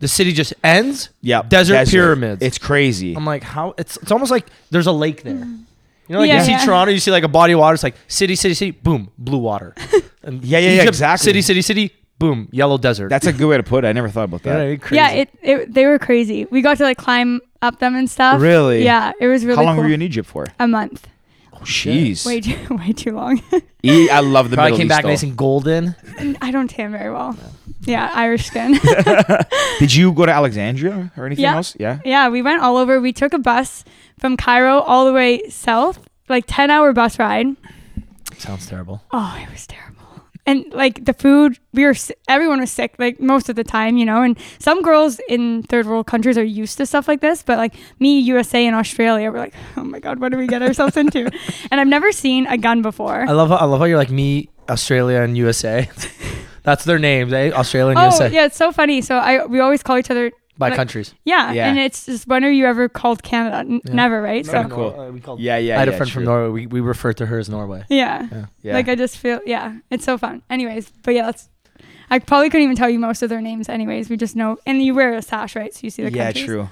the city just ends. yeah. desert, pyramids. Oh It's crazy. I'm like, how? It's it's almost like there's a lake there. You know, like Yeah, you see Mm-hmm. yeah. Toronto, you see like a body of water. It's like city, city, city, boom, blue water. And Yeah, yeah, yeah, Egypt, exactly. City, city, city, boom, yellow desert. That's a good way to put it. I never thought about You know that. what I mean? Crazy. Yeah, it, it they were crazy. We got to like climb up them and stuff. Really? Yeah, it was really. How long cool. were you in Egypt for? A month. Oh, jeez. Way too way too long. E- I love the Probably Middle came East, back though. nice and golden. I don't tan very well. Yeah, Irish skin. Did you go to Alexandria or anything Yeah. else? Yeah. yeah, we went all over. We took a bus from Cairo all the way south, like ten hour bus ride. Sounds terrible. Oh, it was terrible. And like the food, we were s- everyone was sick like most of the time, you know. And some girls in third world countries are used to stuff like this, but like me, USA and Australia, we're like, oh my god, what do we get ourselves into? And I've never seen a gun before. I love how I love how you're like me, Australia and USA. That's their names, eh? Australia and oh USA yeah, it's so funny. So I we always call each other by like- countries. yeah, Yeah. and it's just when are you ever called Canada? N- Yeah. Never, right? Kinda So cool. Uh, we called- Yeah, yeah. I had a yeah, friend true. from Norway. We, we referred to her as Norway. yeah. Yeah. like I just feel yeah, it's so fun. Anyways, but yeah, that's. I probably couldn't even tell you most of their names, anyways. We just know, and you wear a sash, right? So you see the yeah, countries. true.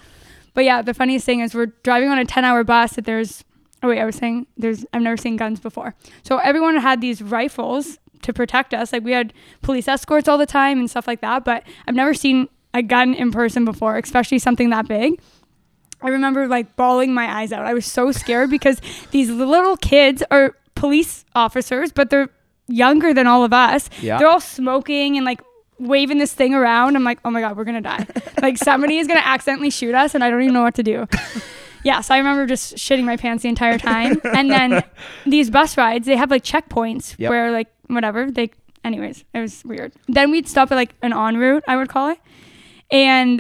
But yeah, the funniest thing is we're driving on a 10 hour bus that there's, oh wait, I was saying there's, I've never seen guns before. So everyone had these rifles to protect us. Like we had police escorts all the time and stuff like that. But I've never seen a gun in person before, especially something that big. I remember like bawling my eyes out. I was so scared because these little kids are police officers, but they're younger than all of us. Yeah. They're all smoking and like waving this thing around. I'm like, oh my God, we're going to die. like somebody is going to accidentally shoot us and I don't even know what to do. yeah. So I remember just shitting my pants the entire time. And then these bus rides, they have like checkpoints Yep. where like whatever they, anyways, it was weird. Then we'd stop at like an en route, I would call it. And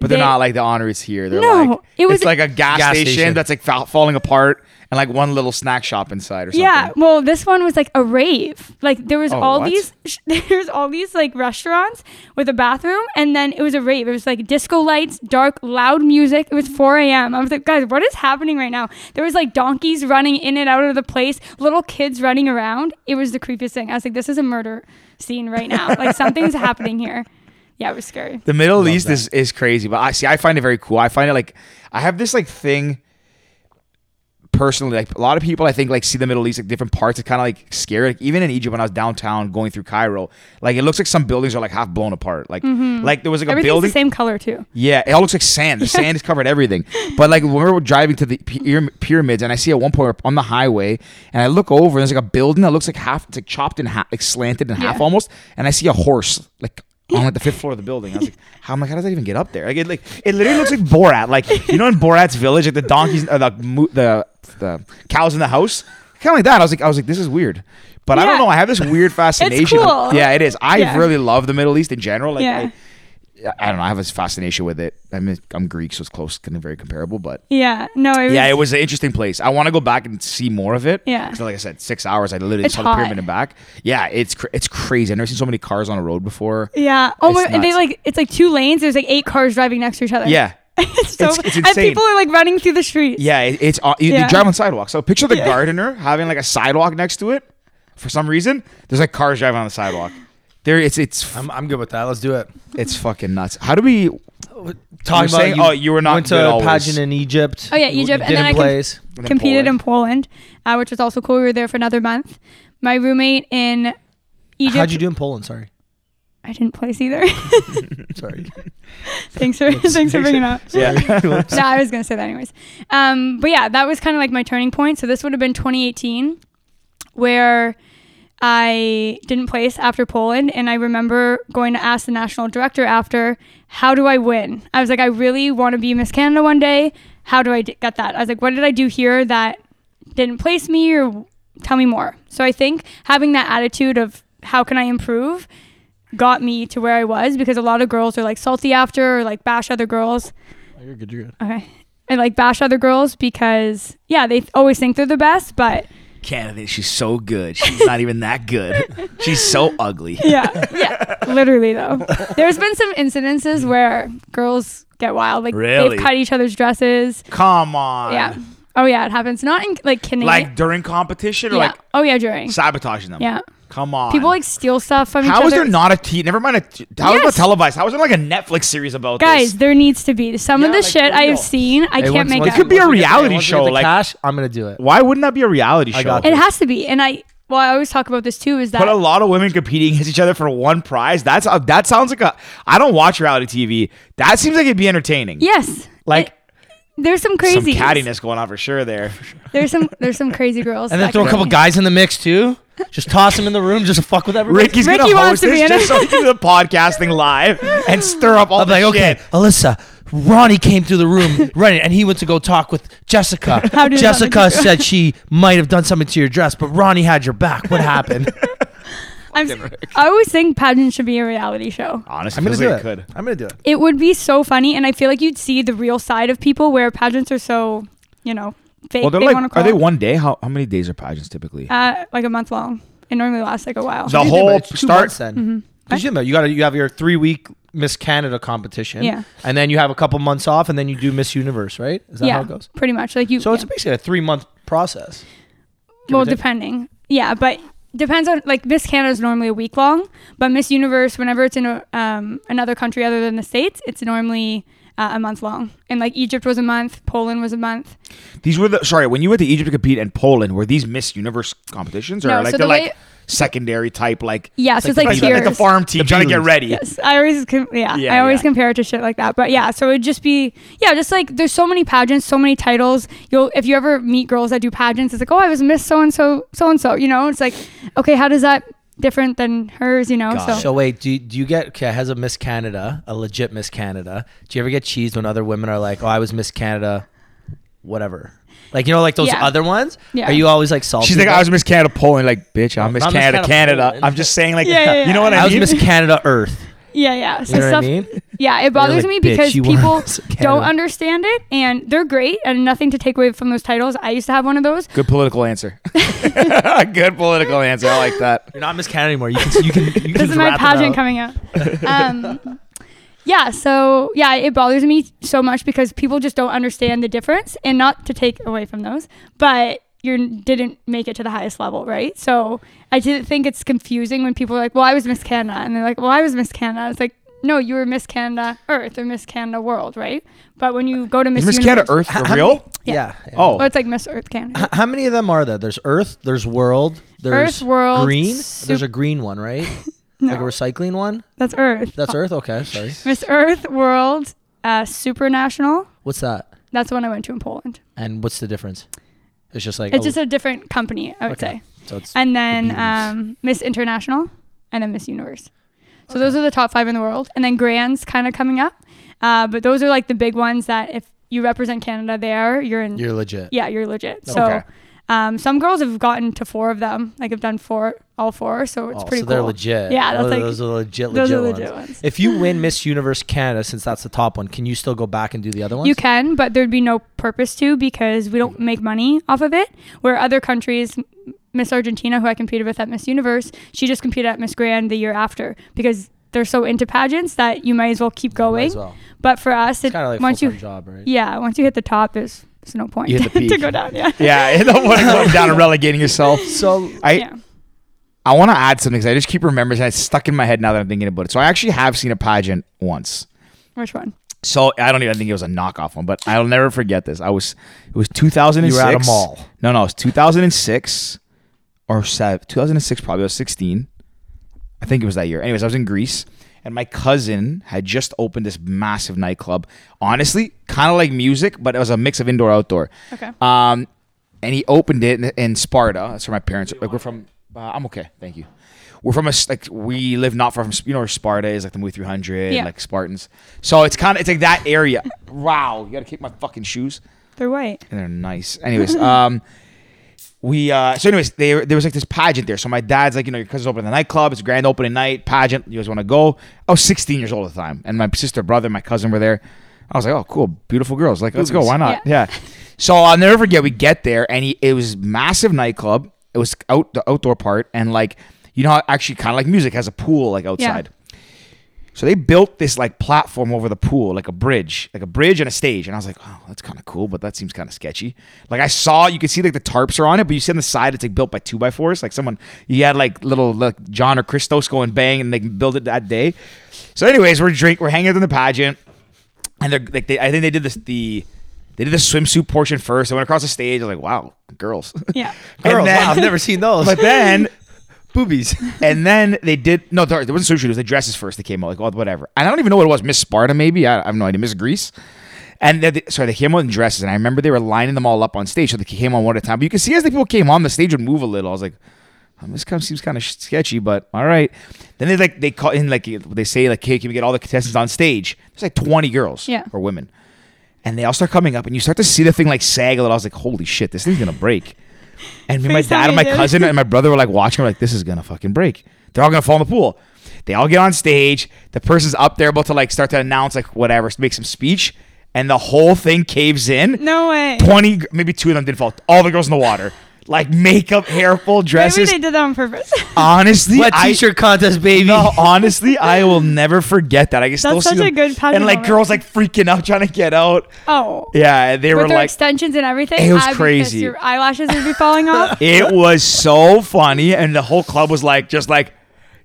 But they're they- not like the honorees here. They're No, like it was- it's like a gas, Gas station, station. that's like fa- falling apart and like one little snack shop inside or something. Yeah, well, this one was like a rave. Like there was Oh, all what? these, sh- there's all these like restaurants with a bathroom, and then it was a rave. It was like disco lights, dark, loud music. It was 4 a.m. I was like, guys, what is happening right now? There was like donkeys running in and out of the place, little kids running around. It was the creepiest thing. I was like, this is a murder scene right now. like something's happening here. Yeah, it was scary. The Middle Love East that. is is crazy, but I see. I find it very cool. I find it like I have this like thing personally. Like a lot of people, I think like see the Middle East like different parts. It's kind of like scary. Like even in Egypt, when I was downtown going through Cairo, like it looks like some buildings are like half blown apart. Like like there was like a Mm-hmm. Everything's building. the same color too. Yeah, it all looks like sand. The sand has covered everything. But like when we were driving to the pyram- pyramids, and I see at one point we're on the highway, and I look over, and there's like a building that looks like half, it's like chopped in half, like slanted in half Yeah. almost, and I see a horse like on like the fifth floor of the building. I was like, how am I? How does that even get up there? Like it, like it literally looks like Borat. Like you know in Borat's village, like the donkeys, uh, the mo- the the cows in the house, kind of like that. I was like, I was like, this is weird. But I don't Yeah. know. I have this weird fascination. cool. Yeah, it is. I Yeah. really love the Middle East in general. Like, Yeah. I, I don't know. I have a fascination with it. I mean, I'm Greek, so it's close, kind of very comparable. But Yeah. No, it was, yeah, it was an interesting place. I want to go back and see more of it. Yeah. 'Cause like I said, six hours. I literally It's saw the pyramid hot. and back. Yeah, it's cr- it's crazy. I've never seen so many cars on a road before. Yeah. Oh It's my! and They nuts. like it's like two lanes. There's like eight cars driving next to each other. Yeah. it's so. it's- it's and insane. people are like running through the streets. Yeah, it, it's uh, you, Yeah. they drive on sidewalks. So picture the gardener having like a sidewalk next to it. For some reason, there's like cars driving on the sidewalk. There, it's it's I'm, I'm good with that. Let's do it. it's fucking nuts. How do we? Talking saying- about oh, you were not went good to always. pageant in Egypt. Oh, yeah, You- you Egypt, and did then in I can- plays. competed in Poland, uh, which was also cool. We were there for another month. My roommate in Egypt. How'd you do in Poland? Sorry, I didn't place either. sorry. thanks for thanks for bringing it up. Yeah. Yeah, I was gonna say that anyways. Um, but yeah, that was kind of like my turning point. So this would have been 2018, where I didn't place after Poland, and I remember going to ask the national director after, "How do I win?" I was like, "I really want to be Miss Canada one day. How do I d- get that?" I was like, "What did I do here that didn't place me, or tell me more?" So I think having that attitude of how can I improve got me to where I was because a lot of girls are like salty after or like bash other girls. Oh, You're good. You're good. Okay. I like bash other girls because yeah, they always think they're the best, but candidate. She's so good. She's not even that good. She's so ugly. yeah, yeah, literally though. There's been some incidences where girls get wild, like Really? they've cut each other's dresses. Come on. yeah. Oh yeah, it happens. Not in like kidnapping. Like during competition or yeah. like oh yeah, during. sabotaging them. Yeah. Come on. People like steal stuff from each How other. is there not a T? Never mind. A t- how is it Yes. televised? How is there like a Netflix series about Guys, this? there needs to be some of Yeah, the like, shit for I real. have seen. I can't make once up. It could be a once we get- reality once we get show, the like- cash, I'm gonna do it. Why wouldn't that be a reality show? I got it has to be, and I. Well, I always talk about this too. Is that But a lot of women competing against each other for one prize. That's uh, that sounds like a. I don't watch reality TV. That seems like it'd be entertaining. yes? Like There's some some crazy. cattiness going on for sure there. There's some there's some crazy girls. And then that throw a could couple be- guys in the mix too. Just toss them in the room. Just fuck with everybody. Ricky's Ricky gonna host wants to be this in just it. so he can do the podcasting live and stir up all I'm the like, shit. okay, Alyssa, Ronnie came through the room running, and he went to go talk with Jessica. How did Jessica Ronnie do? said she might have done something to your dress, but Ronnie had your back. What happened? I'm, I always think pageant should be a reality show. Honestly, I'm gonna feels do like it. could. I'm gonna do it. It would be so funny, and I feel like you'd see the real side of people where pageants are so, you know, fake. Well, they're they like, want to are call they it. one day? How how many days are pageants typically? Uh, like a month long. It normally lasts like a while. The whole start- then. Mm-hmm. Because you, know, you got you have your three week Miss Canada competition, Yeah. and then you have a couple months off, and then you do Miss Universe, right? Is that yeah, how it goes? pretty much. Like you. So it's yeah. basically a three month process. give or well, take. depending. Yeah, but depends on like Miss Canada is normally a week long, but Miss Universe, whenever it's in a, um, another country other than the states, it's normally uh, a month long. And like Egypt was a month, Poland was a month. These were the sorry when you went to Egypt to compete and Poland were these Miss Universe competitions or No, like so they're the like way- secondary type like Yeah, so it's like, like, tiers. like the farm team The trying to get Beatles. ready. Yes, I always com- yeah, Yeah, I always yeah. compare it to shit like that. But yeah, so it'd just be yeah, just like there's so many pageants, so many titles. You'll if you ever meet girls that do pageants, it's like oh I was Miss so and so so and so. You know, it's like okay, how does that different than hers? You know, Oh, so So wait, do do you get okay? Has a Miss Canada, a legit Miss Canada? Do you ever get cheesed when other women are like, "Oh, I was Miss Canada, whatever"? Like you know, like those Yeah. other ones. Yeah. Are you always like salty? She's like, about- I was Miss Canada Poland. Like, bitch, I'm Miss not Miss Canada, Canada, Canada. Poland. I'm just saying, like, Yeah, yeah, yeah. you know what I, I was mean? Miss Canada Earth. yeah, yeah. You So know what I stuff mean? Yeah, it bothers like, me "Bitch, because you were people Miss don't Canada." understand it, and they're great, and nothing to take away from those titles. I used to have one of those. Good political answer. Good political answer. I like that. You're not Miss Canada anymore. You can you can. You this can is my rat them pageant out. coming up. Um, yeah, so yeah, it bothers me so much because people just don't understand the difference, and not to take away from those, but you didn't make it to the highest level, right? So I didn't think it's confusing when people are like, "Well, I was Miss Canada," and they're like, "Well, I was Miss Canada." It's like, No, you were Miss Canada Earth or Miss Canada World, right? But when you go to Miss, Is Miss Universe- Canada Earth How- for how real? many- Yeah. Yeah. yeah. Oh, Oh, it's like Miss Earth Canada. H- how many of them are there? There's Earth. There's World. There's Earth, World, Green. Sup- there's a green one, right? No, Like a recycling one. that's Earth. That's Earth. Okay, sorry. Miss Earth World uh, Supernational. What's that? That's the one I went to in Poland. And what's the difference? It's just like It's oh, just a different company, I would Okay. say. so it's And then beauties. um, Miss International and then Miss Universe. So those are the top five in the world. And then Grand's kind of coming up. Uh, but those are like the big ones that if you represent Canada there, you're in. you're legit. yeah, you're legit. So Okay. um, some girls have gotten to four of them. Like have done four, all four. So it's Oh, pretty so cool. they're legit. Yeah, that's those, like- those are legit, those legit, are legit ones. ones. If you win Miss Universe Canada, since that's the top one, can you still go back and do the other ones? You can, but there'd be no purpose to because we don't make money off of it. Where other countries, M- Miss Argentina, who I competed with at Miss Universe, she just competed at Miss Grand the year after because they're so into pageants that you might as well keep Might going. as well. But for us, it, It's kind of like once you, full-time job, right? yeah, once you hit the top, there's, there's no point You hit the to peak. go down. Yeah. yeah. You don't want to go down and relegating yourself. So I yeah. I want to add something because I just keep remembering. It's stuck in my head now that I'm thinking about it. So I actually have seen a pageant once. Which one? So I don't even think it was a knockoff one, but I'll never forget this. I was it was 2006. You were at a mall. No, no, it was 2006 or seven, 2006 probably. I was 16. I think it was that year. Anyways, I was in Greece and my cousin had just opened this massive nightclub. Honestly, kind of like music, but it was a mix of indoor outdoor. Okay. Um, and he opened it in, in Sparta. That's where my parents. Like we're from. Uh, I'm okay. Thank you. We're from a s- like we live not far from you know where Sparta is like the movie 300 Yeah. like Spartans. So it's kind of it's like that area. wow, you gotta kick my fucking shoes They're white. and they're nice. Anyways, um, we uh, so anyways, they, there was like this pageant there. So my dad's like, you know, your cousin's opening the nightclub. It's a grand opening night pageant. You guys want to go? I was 16 years old at the time, and my sister, brother, my cousin were there. I was like, oh, cool, beautiful girls. Like, let's go. Why not? Yeah. Yeah. So I'll never forget. We get there, and he, it was massive nightclub. It was out the outdoor part, and like, you know, how actually kind of like music has a pool like outside. So they built this like platform over the pool, like a bridge, like a bridge and a stage. And I was like, oh, that's kind of cool, but that seems kind of sketchy. Like I saw, you could see like the tarps are on it, but you see on the side it's like built by two by fours. Like someone, you had like little like John or Christos go and bang and they build it that day. So, anyways, we're drink, we're hanging out in the pageant, and they're like, they, I think they did this the. They did the swimsuit portion first. They went across the stage. I was like, "Wow, girls!" Yeah. And girls, then- wow, I've never seen those. But then boobies. and then they did no, there, there wasn't sushi. It was the dresses first. They came out like well, whatever. And I don't even know what it was. Miss Sparta, maybe. I, I have no idea. Miss Greece. And they, they, sorry, they came out in dresses, and I remember they were lining them all up on stage, so they came on one at a time. But you could see as the people came on, the stage would move a little. I was like, oh, this kind of seems kind of sketchy, but all right. Then they like they call in like they say like, hey, can we get all the contestants on stage? There's like 20 girls Yeah. or women, and they all start coming up, and you start to see the thing like sag a little. I was like, holy shit, this thing's gonna break. And me and my Please tell dad and my me it did. cousin and my brother were like watching. We're like, this is gonna fucking break. They're all gonna fall in the pool. They all get on stage. The person's up there about to like start to announce like whatever, make some speech, and the whole thing caves in. No way. Twenty, gr- maybe two of them did fall. All the girls in the water, like makeup, hair full, Maybe dresses. they did that on purpose. honestly, What I t-shirt contest, baby? no, honestly, I will never forget that. I can still see such a them. good pageant and like moment. girls like freaking out trying to get out. oh. Yeah, they With were their like extensions and everything. It was I'd be pissed crazy. Your eyelashes would be falling off. It was so funny, and the whole club was like, just like,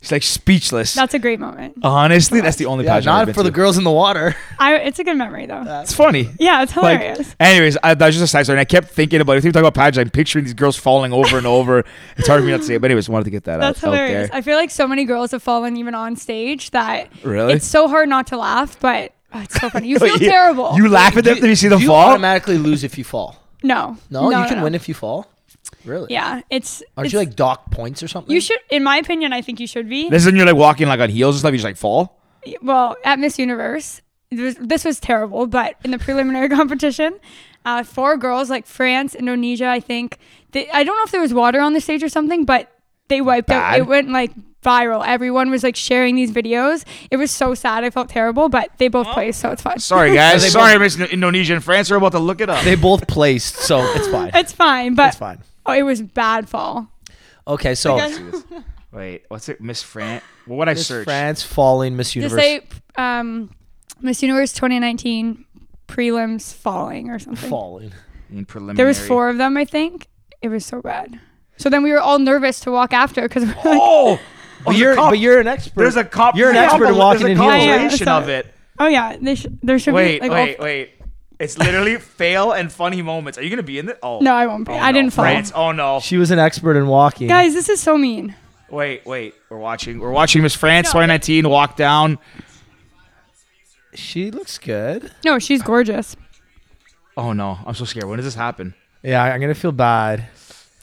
it's like speechless. That's a great moment. Oh. Honestly, that's the only Yeah, pageant. I've not been for the to. girls in the water. I, it's a good memory though. It's funny. yeah, it's Like, hilarious. anyways, I, that was just a side story, and I kept thinking about it. If you talk about pageant, I'm picturing these girls falling over and over. It's hard for me not to say it, but anyways, wanted to get that That's out, out hilarious. there. I feel like so many girls have fallen even on stage that Really? it's so hard not to laugh, but oh, it's so funny. You feel But terrible. You laugh at them, then you see them do fall. You automatically lose if you fall. no, No, you can win if you fall. Really? Yeah, it's. Aren't it's- you like dock points or something? You should, in my opinion, I think you should be. this is when you're like walking like on heels and stuff. You just like fall. well, at Miss Universe, this, this was terrible, but in the preliminary competition, uh, four girls like France, Indonesia, I think. They, I don't know if there was water on the stage or something, but they wiped Bad. out. It went like viral. Everyone was like sharing these videos. It was so sad. I felt terrible, but they both placed, so it's fine. Sorry they guys. Sorry, Miss Indonesia and France. We're about to look it up. They both placed, so it's fine. It's fine, but It's fine. Oh, it was bad fall. Okay, so Wait, what's it? Miss France. What would I Miss search? France falling Miss Just Universe. say um, Miss Universe 2019 prelims falling or something. falling. Oh, In preliminary. There was four of them, I think. It was so bad. So then we were all nervous to walk after because we're like, Oh, But you're, cop- but you're an expert. There's a cop. You're an expert in walking in there's a heels. compilation Yeah, of it. Oh yeah, they sh- there should Wait, be. Like, wait, all- wait. It's literally fail and funny moments. Are you gonna be in it? Oh No, I won't be. Oh, I no. didn't fall. France. Oh no. She was an expert in walking. Guys, this is so mean. Wait, wait. We're watching. We're watching Miss France No, 2019 walk down. she looks good. No, she's gorgeous. Oh no, I'm so scared. When does this happen? Yeah, I'm gonna feel bad.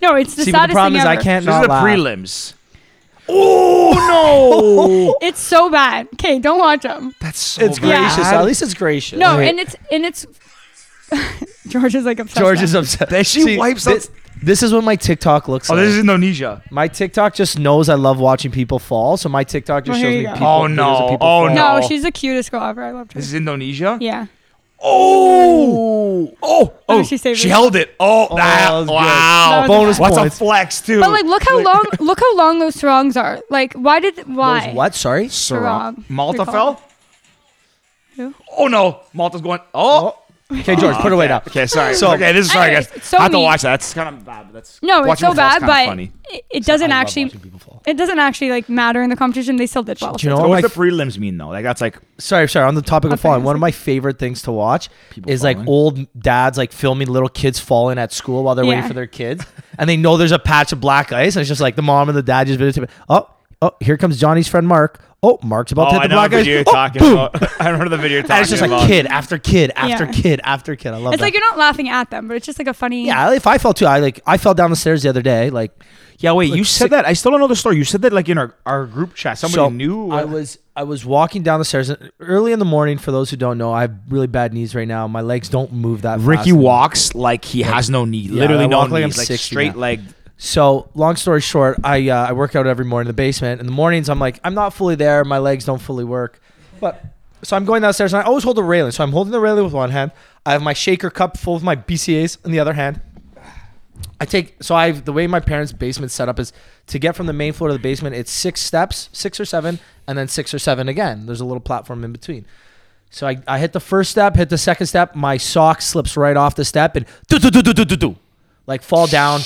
No, it's the See, but saddest the problem thing is I ever. can't This is not the laugh. prelims. Oh no! It's so bad. Okay, don't watch them. That's so It's bad. gracious. At least it's gracious. No, and it's and it's. George is like obsessed. George now. is upset. Then she wipes up- this, This is what my TikTok looks Oh, like. this is Indonesia. my TikTok just knows I love watching people fall, so my TikTok just Well, shows here me you go. people. Oh, videos no. of people Oh, fall. No, No. she's the cutest girl ever. I loved her. This is Indonesia. Yeah. Oh! Oh! Oh! she She, saved it. held it. Oh! that, that was good. wow! That was Bonus What's points. a flex too? But like, look how long, look how long those sarongs are. Like, why did why? Those what? Sorry. Sarong. Malta They're fell. called- Who? Oh no! Malta's going. Oh. Okay, George, put it away now. Okay, sorry. So- okay, this is sorry, Anyways, guys. it's so I have to mean. watch that. That's kind of bad. But that's No, it's watching so them fall is bad, kinda but funny. it, it doesn't I love actually, watching people fall. it doesn't actually like matter in the competition. They still did well. Do you know So what my what's the prelims mean though? Like that's like sorry, sorry. On the topic of Okay, falling, it's one of like- my favorite things to watch People is like falling. old dads like filming little kids falling at school while they're Yeah. waiting for their kids, and they know there's a patch of black ice, and it's just like the mom and the dad just videotape. it. Oh, oh, here comes Johnny's friend Mark. Oh, Mark's oh, about to hit I the know the black ice. video you're Oh, talking boom. about. I remember the video you're talking And it's just about. like kid after kid after Yeah. kid after kid. I love It's that. like you're not laughing at them, but it's just like a funny. yeah, if I fell too, I like I fell down the stairs the other day. Like Yeah, wait. you Like said sick- that. I still don't know the story. You said that like in our, our group chat. Somebody so knew. I was I was walking down the stairs and early in the morning. For those who don't know, I have really bad knees right now. My legs don't move that. Ricky fast. walks like he has no knee. Literally I no walk like knee. I'm Like 60 straight now. leg. So long story short, I uh, I work out every morning in the basement. In the mornings, I'm like I'm not fully there. My legs don't fully work, but so I'm going downstairs and I always hold the railing. So I'm holding the railing with one hand. I have my shaker cup full of my BCAs in the other hand. I take so I the way my parents' basement set up is to get from the main floor to the basement. It's six steps, six or seven, and then six or seven again. There's a little platform in between. So I, I hit the first step, hit the second step. My sock slips right off the step and do do do do do do do, like fall down.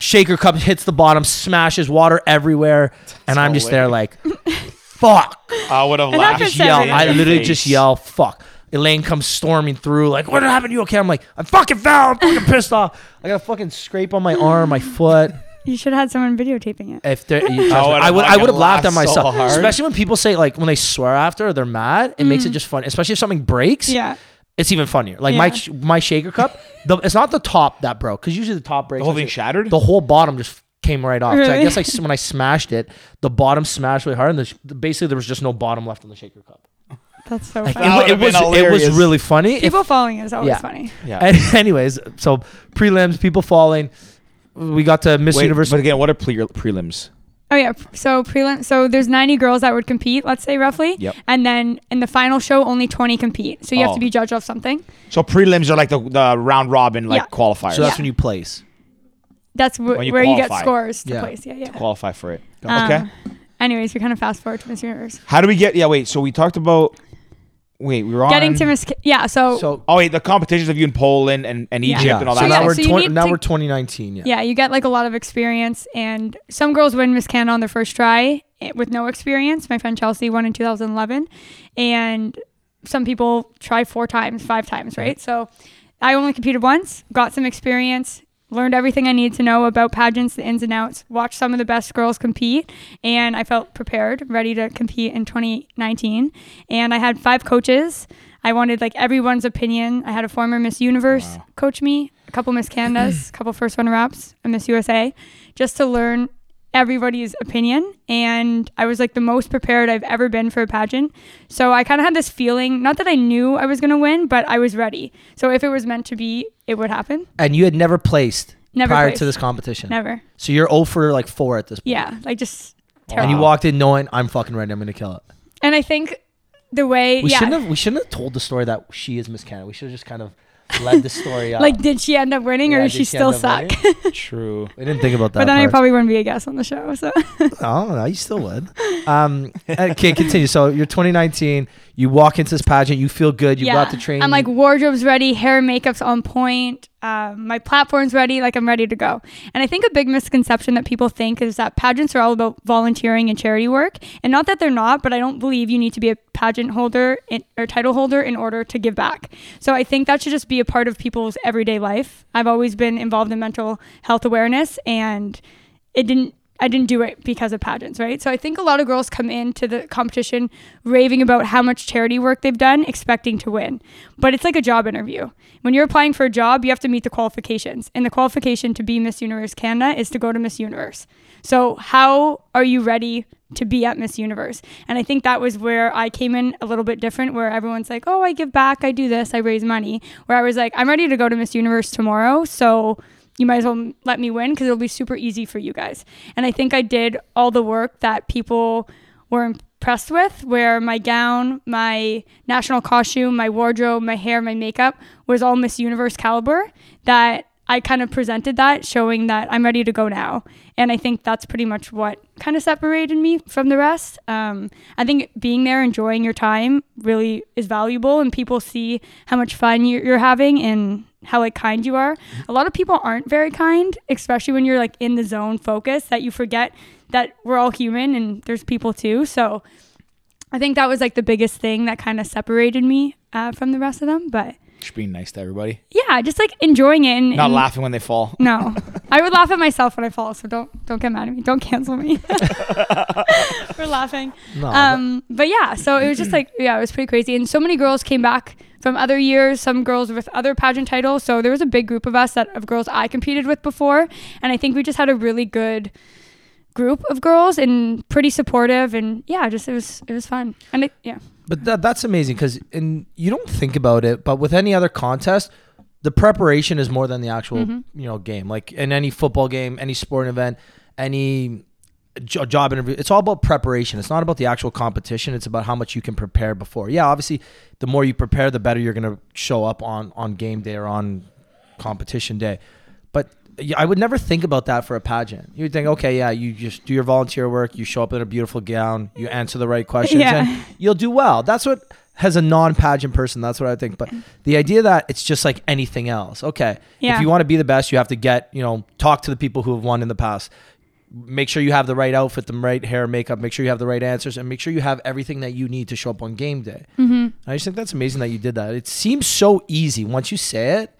Shaker cup hits the bottom, smashes water everywhere, and I'm just there like, fuck. I would have And laughed. that's Just Just yell. everything. I literally just yell, fuck. Elaine comes storming through, like, what happened? You okay? I'm like, I fucking fell. I'm fucking pissed off. I got a fucking scrape on my arm, my foot. You should have had someone videotaping it. If there, you, trust me, would've I would, I fucking would have laughed at laughed so myself, hard. especially when people say like when they swear after or they're mad. It makes it just funny, especially if something breaks Mm. Yeah. it's even funnier. Like my Yeah. sh- my shaker cup, the, it's not the top that broke because usually the top breaks. The whole thing Actually, shattered? The whole bottom just came right off. So I Really? guess I s when I smashed it, the bottom smashed really hard, and the sh- basically there was just no bottom left on the shaker cup. That's so Like, funny. it, wa- would've it was been it was hilarious. really funny. If- People falling is always Yeah. funny. Yeah. and anyways, so prelims, people falling. We got to Miss Wait, Universe. But again, what are pre- prelims? Oh yeah. So prelim. So there's 90 girls that would compete, let's say roughly. Yep. And then in the final show, only 20 compete. So you have Oh. to be judged off something. So prelims are like the, the round robin like Yeah. qualifiers. so that's Yeah. when you place. That's wh- When you where you get qualify. scores to Yeah. place. Yeah, yeah. qualify for it. Um, okay. Anyways, we kind of fast forward to Miss Universe. How do we get? Yeah. Wait. So we talked about. Wait. We were on Getting to Miss. Ca- yeah. So, So Oh wait, the competitions of you in Poland and, and Yeah. Egypt yeah, and all so that. yeah, now we're so you twen- need now to- we're 2019. Yeah. yeah, you get like a lot of experience, and some girls win Miss Canada on their first try eh, with no experience. My friend Chelsea won in 2011, and some people try four times, five times, right? So, I only competed once, got some experience. Learned everything I need to know about pageants, the ins and outs, watched some of the best girls compete, and I felt prepared, ready to compete in 2019. And I had five coaches. I wanted like everyone's opinion. I had a former Miss Universe coach me, a couple Miss Canada's, a couple first runner ups, a Miss USA, just to learn everybody's opinion and I was like the most prepared I've ever been for a pageant. So I kind of had this feeling, not that I knew I was going to win, but I was ready. So if it was meant to be, it would happen. And you had never placed Never prior placed. to this competition. Never. So you're 0 for like four at this point. Yeah, like just terrible. And you walked in knowing I'm fucking ready. I'm gonna kill it. And I think the way We yeah. shouldn't have. We shouldn't have told the story that she is Miss Canada. We should have just kind of led the story up. like did she end up winning Yeah, or did is she, she still end up suck? True. we didn't think about that. but then I part. probably wouldn't be a guest on the show. So Oh no, you still would. Um, okay, continue. So you're 2019. You walk into this pageant. You feel good. You got the training. I'm like wardrobe's ready, hair and makeup's on point. um, my platform's ready, like I'm ready to go. And I think a big misconception that people think is that pageants are all about volunteering and charity work. And not that they're not, but I don't believe you need to be a pageant holder in, or title holder in order to give back. So I think that should just be a part of people's everyday life. I've always been involved in mental health awareness and it didn't I didn't do it because of pageants, right? So I think a lot of girls come into the competition raving about how much charity work they've done, expecting to win. But it's like a job interview. When you're applying for a job, you have to meet the qualifications. And the qualification to be Miss Universe Canada is to go to Miss Universe. So how are you ready to be at Miss Universe? And I think that was where I came in a little bit different, where everyone's like, oh, I give back, I do this, I raise money. Where I was like, I'm ready to go to Miss Universe tomorrow. So you might as well let me win because it'll be super easy for you guys. And I think I did all the work that people were impressed with, where my gown, my national costume, my wardrobe, my hair, my makeup was all Miss Universe caliber. That I kind of presented that, showing that I'm ready to go now. And I think that's pretty much what kind of separated me from the rest. Um, I think being there, enjoying your time, really is valuable, and people see how much fun you- you're having and how like kind you are. A lot of people aren't very kind, especially when you're like in the zone focus that you forget that we're all human and there's people too. So I think that was like the biggest thing that kind of separated me uh, from the rest of them. But Just being nice to everybody. yeah, just like enjoying it. And, Not and- laughing when they fall. No, I would laugh at myself when I fall. So don't don't get mad at me. Don't cancel me. We're laughing. No, Um, but yeah, so it was just like yeah, it was pretty crazy, and so many girls came back from other years. Some girls with other pageant titles. So there was a big group of us that of girls I competed with before, and I think we just had a really good group of girls and pretty supportive, and yeah, just it was it was fun, and it, yeah, But that, that's amazing because and you don't think about it, but with any other contest, the preparation is more than the actual you know game. Like in any football game, any sporting event, any jo- job interview, it's all about preparation. It's not about the actual competition. It's about how much you can prepare before. Yeah, obviously, the more you prepare, the better you're going to show up on on game day or on competition day. But yeah, I would never think about that for a pageant. You'd think, okay, yeah, you just do your volunteer work, you show up in a beautiful gown, you answer the right questions, Yeah. and you'll do well. That's what as a non-pageant person, that's what I think. But the idea that it's just like anything else. Okay, Yeah. if you want to be the best, you have to get you know talk to the people who have won in the past. Make sure you have the right outfit, the right hair, makeup. Make sure you have the right answers, and make sure you have everything that you need to show up on game day. And I just think that's amazing that you did that. It seems so easy once you say it.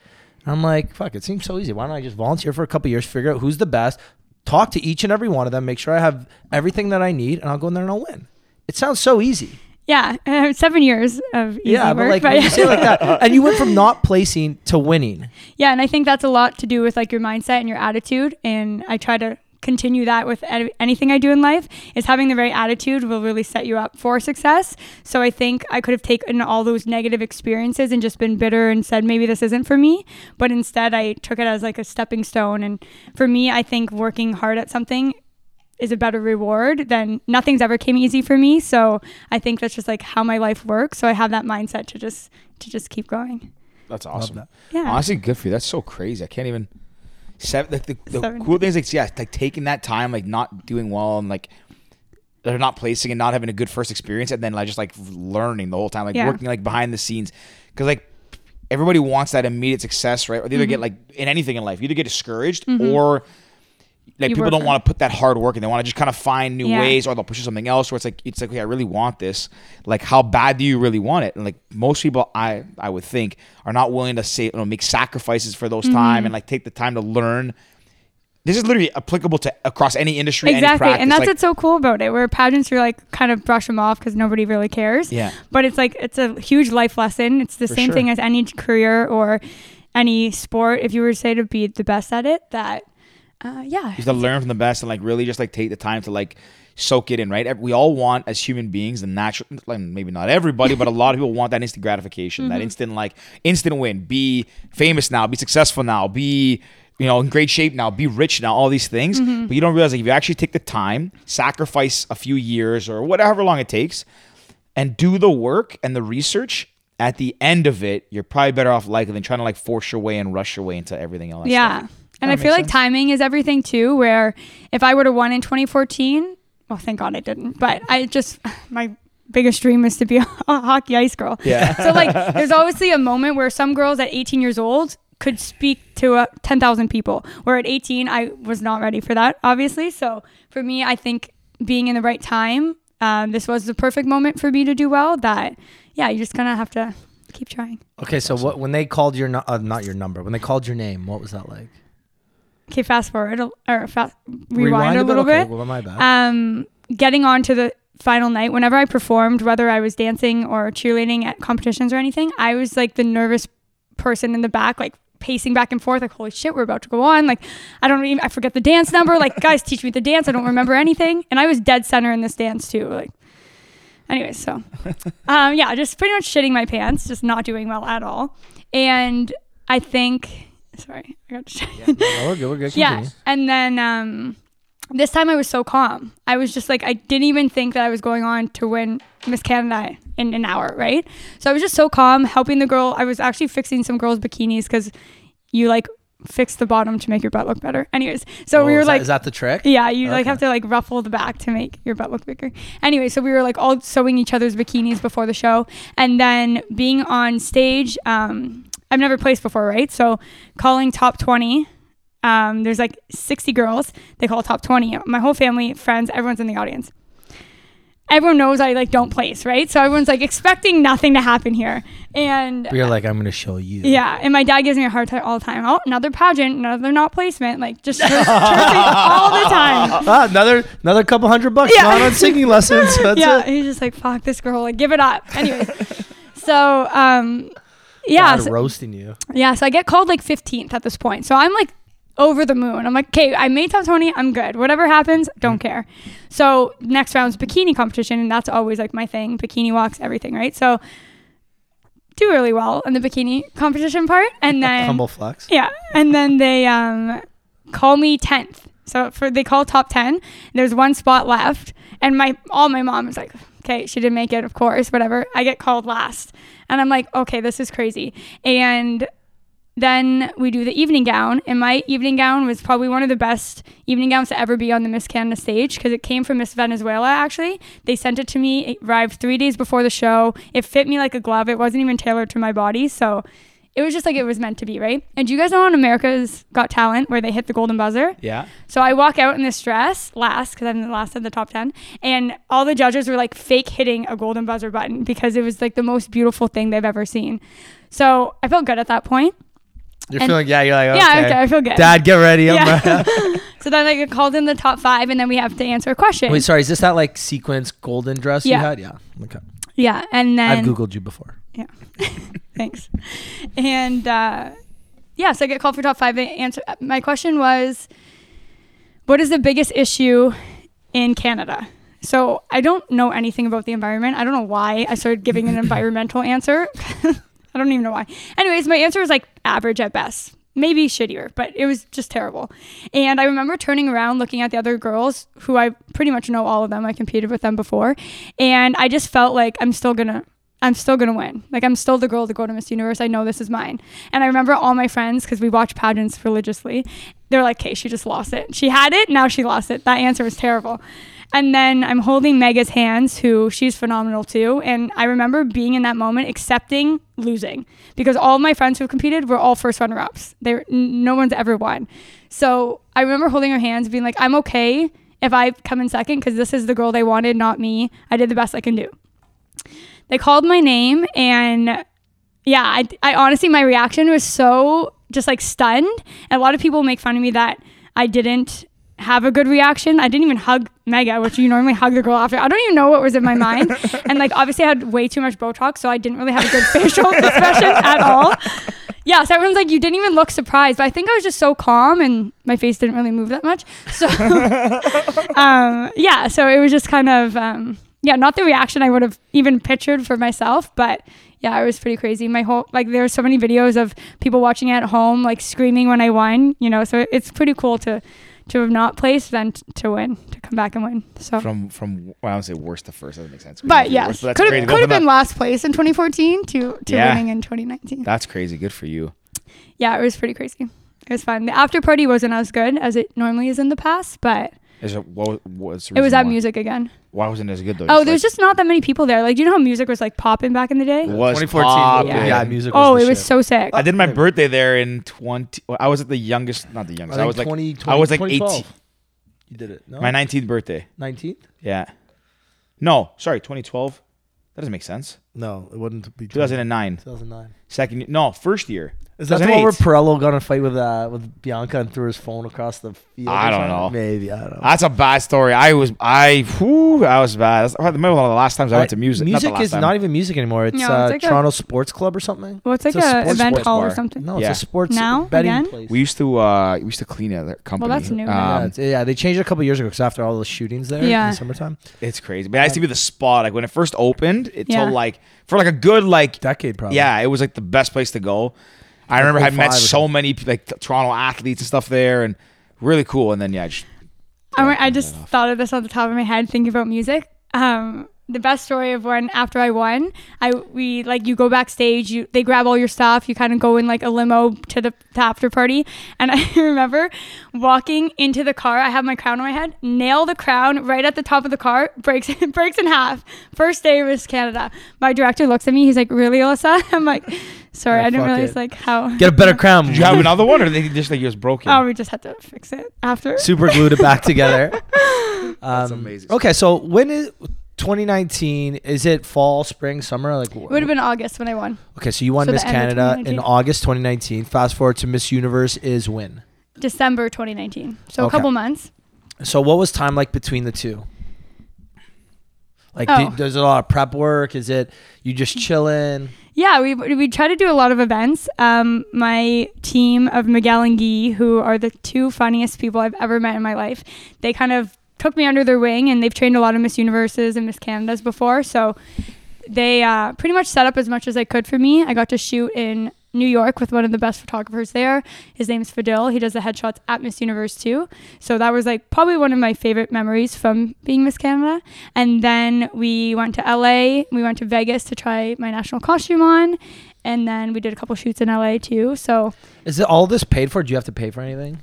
I'm like, fuck, it seems so easy. Why don't I just volunteer for a couple years, figure out who's the best, talk to each and every one of them, make sure I have everything that I need, and I'll go in there and I'll win. It sounds so easy. yeah, uh, seven years of easy yeah, work, but like when you say it like that, and you went from not placing to winning. yeah and i think that's a lot to do with like your mindset and your attitude and i try to continue that with a- anything i do in life is having the right attitude will really set you up for success so i think i could have taken all those negative experiences and just been bitter and said maybe this isn't for me but instead i took it as like a stepping stone and for me i think working hard at something is a better reward than nothing's ever came easy for me so i think that's just like how my life works so i have that mindset to just to just keep going That's awesome. yeah Honestly, good for you. That's so crazy. I can't even. Seven, like the, the Seven. cool thing is like yeah, like taking that time, like not doing well, and like they're not placing and not having a good first experience, and then like just like learning the whole time, like Yeah. working like behind the scenes, because like everybody wants that immediate success, right? Or they either Mm-hmm. get like in anything in life, you either get discouraged or like You people work don't for want to put that hard work in. They want to just kind of find new Yeah. ways, or they'll pursue something else. Where it's like it's like, okay, I really want this. Like, how bad do you really want it? And like most people, I I would think are not willing to say, you know, make sacrifices for those Mm-hmm. time and like take the time to learn. This is literally applicable to across any industry, Any Exactly, practice. and that's like, what's so cool about it. Where pageants, you're like kind of brush them off because nobody really cares. Yeah. But it's like it's a huge life lesson. It's the same sure. thing as any career or any sport. If you were to say to be the best at it, that uh, yeah, is to learn from the best and like really just like take the time to like soak it in, right? Ev- We all want as human beings the natural, like maybe not everybody, but a lot of people want that instant gratification, that instant like instant win, be famous now, be successful now, be you know in great shape now, be rich now, all these things. But you don't realize like if you actually take the time, sacrifice a few years or whatever long it takes, and do the work and the research. At the end of it, you're probably better off likely than trying to like force your way and rush your way into everything else. yeah. And I that feel makes like sense. timing is everything too. Where if I would have won in 2014, well, thank God I didn't. But I just my biggest dream is to be a hockey ice girl. Yeah. So like, there's obviously a moment where some girls at 18 years old could speak to uh, 10,000 people. Where at 18, I was not ready for that, obviously. So for me, I think being in the right time, um, this was the perfect moment for me to do well. That, yeah, you just kind of have to keep trying. Okay, so what when they called your nu- uh, not your number when they called your name, what was that like? Okay, fast forward a- or fast, rewind, a little Okay, bit. well, my bad. um, getting on to the final night, whenever I performed, whether I was dancing or cheerleading at competitions or anything, I was like the nervous person in the back, like pacing back and forth, like, holy shit, we're about to go on. Like, I don't even, I forget the dance number. Like, guys, teach me the dance. I don't remember anything. And I was dead center in this dance too. Like, anyway, so um, yeah, just pretty much shitting my pants, just not doing well at all. And I think, sorry, I got distracted. No, we're good. We're good. Yeah. continue. And then um, this time I was so calm. I was just like, I didn't even think that I was going on to win Miss Canada in an hour, right? So I was just so calm, helping the girl. I was actually fixing some girls' bikinis because you like fix the bottom to make your butt look better. Anyways, so Oh, we were is that- like, is that the trick? yeah, you like Okay. have to like ruffle the back to make your butt look bigger. Anyway, so we were like all sewing each other's bikinis before the show, and then being on stage. Um, I've never placed before, right? So calling top twenty. Um, there's like 60 girls. They call top 20. My whole family, friends, everyone's in the audience. Everyone knows I like don't place, right? So everyone's like expecting nothing to happen here. And But You're like I'm gonna show you. yeah, and my dad gives me a hard time all the time. Oh, another pageant, another not placement, like just tur- turfing all the time. Ah, another another couple hundred bucks Yeah. not on singing lessons. That's yeah, it. he's just like, fuck this girl, like give it up. Anyways, so um, yeah, God, so- roasting you. yeah. So I get called like 15th at this point. So I'm like over the moon. I'm like, okay, I made top 20. I'm good. Whatever happens, don't care. So next round's bikini competition, and that's always like my thing. Bikini walks, everything, right? So do really well in the bikini competition part, and then Humble flex. yeah, and then they um, call me tenth. So for they call top ten. There's one spot left, and my all my mom is like, okay, she didn't make it, of course, whatever. I get called last, and I'm like, okay, this is crazy. And then we do the evening gown, and my evening gown was probably one of the best evening gowns to ever be on the Miss Canada stage because it came from Miss Venezuela. Actually, they sent it to me. It arrived three days before the show. It fit me like a glove. It wasn't even tailored to my body, so it was just like it was meant to be, right? And do you guys know on America's Got Talent where they hit the golden buzzer? Yeah. So I walk out in this dress last because I'm the last of the top 10. And all the judges were like fake hitting a golden buzzer button because it was like the most beautiful thing they've ever seen. So I felt good at that point. You're And- feeling. Yeah. You're like. Okay. Yeah, okay, I feel good. Dad, get ready. I'm Yeah. so then I get called in the top five and then we have to answer a question. Wait, sorry. Is this that like sequence golden dress Yeah. you had? Yeah. Okay. yeah. And then I've googled you before. Thanks. And uh, yeah, so I get called for top five. I Answer. My question was, what is the biggest issue in Canada? So I don't know anything about the environment. I don't know why I started giving an environmental answer. I don't even know why. Anyways, my answer was like average at best, maybe shittier, but it was just terrible. And I remember turning around looking at the other girls who I pretty much know all of them. I competed with them before, and I just felt like I'm still gonna. I'm still gonna win. Like I'm still the girl to go to Miss Universe. I know this is mine. And I remember all my friends because we watch pageants religiously. They're like, "Okay, she just lost it. She had it. Now she lost it." That answer was terrible. And then I'm holding Mega's hands, who she's phenomenal too. And I remember being in that moment, accepting losing because all of my friends who competed were all first runner ups. They were- n- no one's ever won. So I remember holding her hands, being like, "I'm okay if I come in second because this is the girl they wanted, not me. I did the best I can do." They called my name, and yeah, I, I honestly, my reaction was so just like stunned. And a lot of people make fun of me that I didn't have a good reaction. I didn't even hug Mega, which you normally hug the girl after. I don't even know what was in my mind. and like, obviously, I had way too much Botox, so I didn't really have a good facial expression at all. Yeah, so everyone's like, you didn't even look surprised. But I think I was just so calm and my face didn't really move that much. So, um, yeah, so it was just kind of, um, yeah, not the reaction I would have even pictured for myself, but yeah, it was pretty crazy. My whole like there were so many videos of people watching at home like screaming when I won, you know. So it's pretty cool to to have not placed then t- to win to come back and win. So, From from well, I don't say worst to first. That doesn't make sense. but yeah, yes, could have could have been last place in 2014 to to Yeah. winning in 2019. That's crazy. Good for you. Yeah, it was pretty crazy. It was fun. The after party wasn't as good as it normally is in the past, but Is it what was? the it was reason at why? music again. Why wasn't it as good though? Oh, there's just not that many people there. Like, do you know how music was like popping back in the day? was 2014. popping. Yeah. Yeah, music. Oh, was it the was shit. so sick. I did my birthday there in 20. well, I was at the youngest, not the youngest. I, think was like 20, I was like 2012. 18. You did it. No, My 19th birthday. 19th? Yeah. No, sorry, 2012. That doesn't make sense. No, it wouldn't be 2009. 2009. Second, no, first year. Is that the 2008. one where Perello got in a fight with uh, with Bianca and threw his phone across the field? or I don't something? know. Maybe I don't know. That's a bad story. I was I whew, I was bad. That's probably one of the last times I went to music. not the Music last is time. not even music anymore. It's, No, it's uh, like a- Toronto Sports Club or something. Well, it's like It's a a, sports- event sports hall bar. or something. No, Yeah. it's a sports Now? betting Again? place. We used to uh we used to clean at that company. that's new. yeah, Um, it's- yeah, they changed it a couple years ago because after all the shootings there in Yeah. the summertime, it's crazy. But I used to be the spot like when it first opened until Yeah. like for like a good like decade probably. yeah, it oh, was like the best place to go. I remember I 05 met or so something. many like t- Toronto athletes and stuff there and really cool and then yeah, I just I, re- I just thought of this on the top of my head thinking about music. Um, the best story of when after I won, I we like you go backstage, you they grab all your stuff, you kind of go in like a limo to the, the after party, and I remember walking into the car. I have my crown on my head, nail the crown right at the top of the car, breaks breaks in half. First day was Canada. My director looks at me, he's like, "Really, Alyssa?" I'm like, "Sorry, Yeah, I didn't fuck realize it. like how." Get a better crown. Did you have another one or they just like it was broken? oh, we just had to fix it after. super glued it back together. Um, amazing. Okay, so when is 2019? Is it fall, spring, summer? Like It would have been August when I won, okay, so you won So the Miss end of Canada in 2019. August 2019. Fast forward to Miss Universe is when. December 2019, so a Okay. couple months. So what was time like between the two? Like, Oh. did, does it a lot of prep work? Is it you just chilling? Yeah, we, we try to do a lot of events. Um, my team of Miguel and Guy, who are the two funniest people I've ever met in my life, they kind of took me under their wing and they've trained a lot of Miss Universes and Miss Canadas before. So they uh, pretty much set up as much as they could for me. I got to shoot in New York with one of the best photographers there. His name's Fadil. He does the headshots at Miss Universe too. So that was like probably one of my favorite memories from being Miss Canada. And then we went to LA. We went to Vegas to try my national costume on. And then we did a couple shoots in LA too. So Is it all this paid for? Do you have to pay for anything?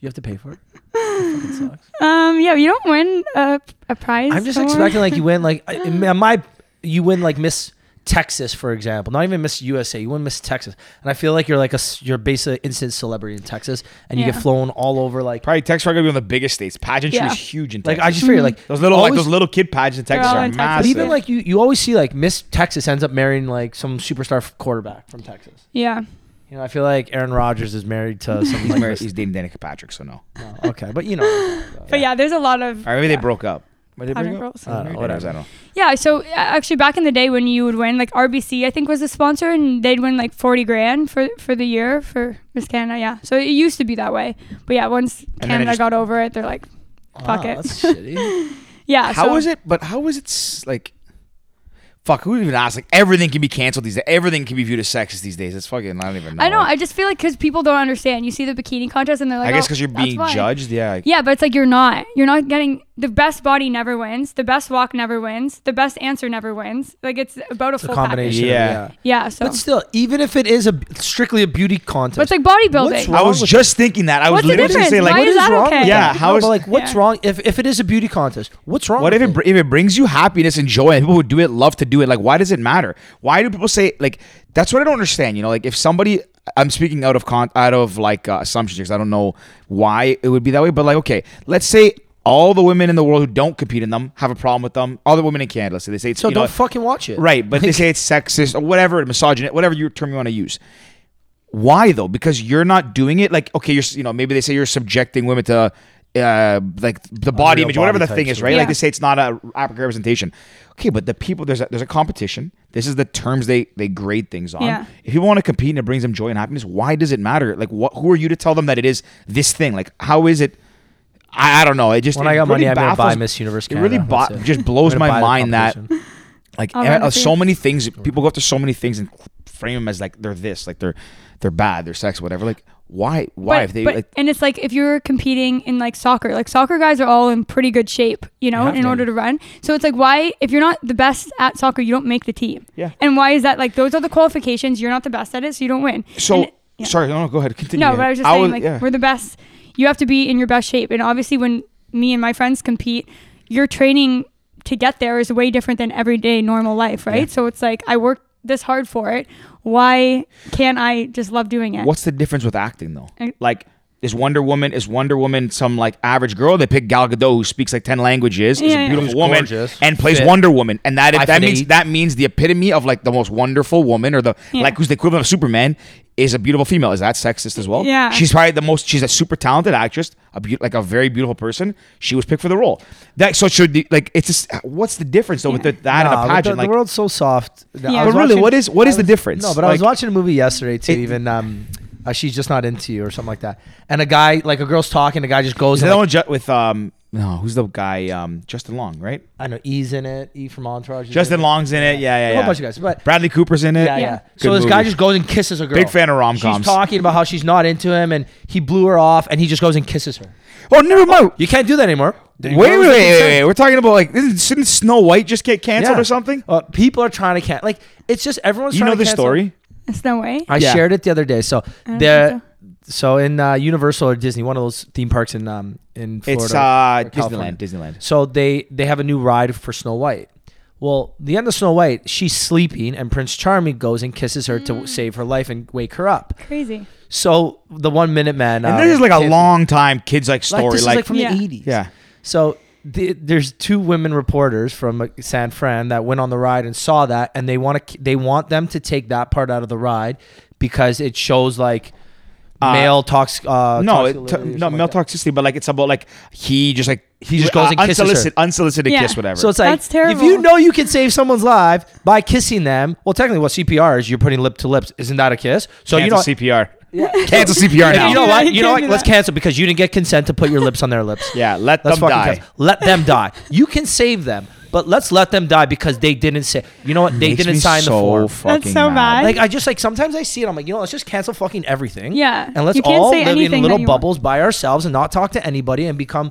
You have to pay for it. That fucking sucks. um, yeah, you don't win a, a prize. I'm just award. expecting like you win like I- in my you win like Miss Texas for example, not even Miss USA, you win Miss Texas, and I feel like you're like a s- you're basically an instant celebrity in Texas, and you Yeah. get flown all over like Probably Texas are gonna be one of the biggest states. Pageantry Yeah. is huge in Texas. like I just feel like those little like always- those little kid pageants in Texas all are in Texas. Mm-hmm. massive. But even like you, you always see like Miss Texas ends up marrying like some superstar f- quarterback from Texas. Yeah. You know, I feel like Aaron Rodgers is married to something He's like married. this. He's dating Danica Patrick, so no. No, okay, but you know, But yeah, there's a lot of. Or maybe they broke Uh. up. Were they Pageant broke up? girls. I don't know, whatever. I don't know. Yeah, so uh, actually back in the day when you would win, like RBC I think was the sponsor, and they'd win like forty grand for for the year for Miss Canada. Yeah, so it used to be that way, but yeah, once And then it Canada just- got over it, they're like, Wow, fuck it. Ah, that's shitty. yeah. How so, is it? But how is it s- like? Fuck, who even asked? Like everything can be canceled these days. Everything can be viewed as sexist these days. It's fucking. I don't even know. I know. I just feel like because people don't understand. You see the bikini contest, and they're like, I guess "Oh, because you're that's being why." judged. Yeah. like- Yeah, but it's like you're not. You're not getting the best body never wins. The best walk never wins. The best answer never wins. Like it's about a It's a full combination. of- Yeah. yeah. Package. Yeah. So, But still, even if it is a strictly a beauty contest, but it's like bodybuilding. I wrong was with just thinking that. I was What's the literally difference? saying like, Why what is is that wrong? okay? with Yeah. No, How but, is like what's Yeah. wrong if, if it is a beauty contest? What's wrong? What if with it br- if it brings you happiness and joy and people who do it love to do it? Like, why does it matter? Why do people say like that's what I don't understand? You know, like if somebody I'm speaking out of con out of like uh, assumptions because I don't know why it would be that way. But like, okay, let's say all the women in the world who don't compete in them have a problem with them. All the women in Canada, let's say they say it's So you don't know, fucking watch it. right, but they say it's sexist or whatever, misogynist, whatever your term you want to use. Why though? Because you're not doing it. Like, okay, you're s- you know maybe they say you're subjecting women to uh like the body Unreal image, whatever body the thing types, is, right? yeah. Like they say it's not a accurate representation. Okay, but the people there's a, there's a competition. This is the terms they they grade things on. Yeah. If people want to compete and it brings them joy and happiness, why does it matter? Like, what? Who are you to tell them that it is this thing? Like, how is it? I, I don't know. It just When it I got really money, I'm gonna buy baffles- Miss Universe. It Canada. really bo- That's it. just blows I'm my gonna buy the mind that competition. like I'll e- run uh, with you. so many things people go after so many things and frame them as like they're this like they're they're bad they're sex whatever like why why But- if they but- like and it's like if you're competing in like soccer, like soccer guys are all in pretty good shape, you know, have in to. order to run. So it's like why if you're not the best at soccer, you don't make the team. Yeah. And why is that? Like those are the qualifications. You're not the best at it, so you don't win. so And- yeah. sorry no, no go ahead continue No, but I was just saying like yeah. we're the best. You have to be in your best shape, and obviously when me and my friends compete, you're training to get there is way different than everyday normal life, right? So it's like I worked this hard for it. Why can't I just love doing it? What's the difference with acting though? I- Like, is Wonder Woman is Wonder Woman some like average girl? They pick Gal Gadot who speaks like ten languages, is Yeah, a yeah. beautiful Who's woman, gorgeous. and plays Fit. Wonder Woman, and that Five that foot means eight. that means the epitome of like the most wonderful woman or the Yeah. like who's the equivalent of Superman is a beautiful female. Is that sexist as well? Yeah. she's probably the most. She's a super talented actress, a beau- like a very beautiful person. She was picked for the role. That so should the- like it's just what's the difference though with the, that and Nah, but a pageant The, like. the world's so soft. I Yeah. but was really, watching- what is what I is the was- difference? No, but I was Like, watching a movie yesterday too. It- even um, uh, she's just not into you or something like that. And a guy, like a girl's talking, a guy just goes. Is that And, the like, one ju- with um? No, who's the guy? Um, Justin Long, right? I know E's in it. E from Entourage. is Justin in it. Long's in it. Yeah, yeah, A yeah. whole bunch of guys, but Bradley Cooper's in it. yeah, yeah. Good So this movie. guy just goes and kisses a girl. Big fan of rom-coms. She's talking about how she's not into him, and he blew her off, and he just goes and kisses her. Oh, never mind. You can't do that anymore. Wait, wait, wait, wait, wait. We're talking about like, this, shouldn't Snow White just get canceled Yeah. or something? Uh, people are trying to can like it's just everyone's. You trying know to this cancel. story? It's no way. I Yeah. shared it the other day. So don't there, think so in uh, Universal or Disney, one of those theme parks in um in Florida, It's uh, or California. Disneyland. Disneyland. So they they have a new ride for Snow White. Well, the end of Snow White, she's sleeping, and Prince Charming goes and kisses her Mm. to save her life and wake her up. Crazy. So the One Minute Man, And um, this is like a kid- long time kids Uh, like like, story. this is Like, like from Yeah. the eighties. yeah. So the, there's two women reporters from uh, San Fran that went on the ride and saw that, and they want to they want them to take that part out of the ride because it shows like Uh, male talks. Uh, No, toxicity it, or t- something no, like male that. toxicity, but like it's about like he just like He just goes and kisses her. unsolicited, unsolicited Yeah. kiss, whatever. So it's like That's terrible. if you know you can save someone's life by kissing them. Well, technically, what CPR is you're putting lip to lips. Isn't that a kiss? cancel So you know. CPR. Cancel CPR Hey, now. you know Yeah, what? you You know can't what? do Let's that. cancel because you didn't get consent to put your lips on their lips. yeah, let them Let's fucking die. cancel. Let them die. You can save them, but let's let them die because they didn't say. You know what? They Makes didn't me sign so the form. fucking That's so mad. bad. like I just like sometimes I see it. I'm like, you know, let's just cancel fucking everything. Yeah. And let's You can't all say live anything in that little you want. bubbles by ourselves and not talk to anybody and become.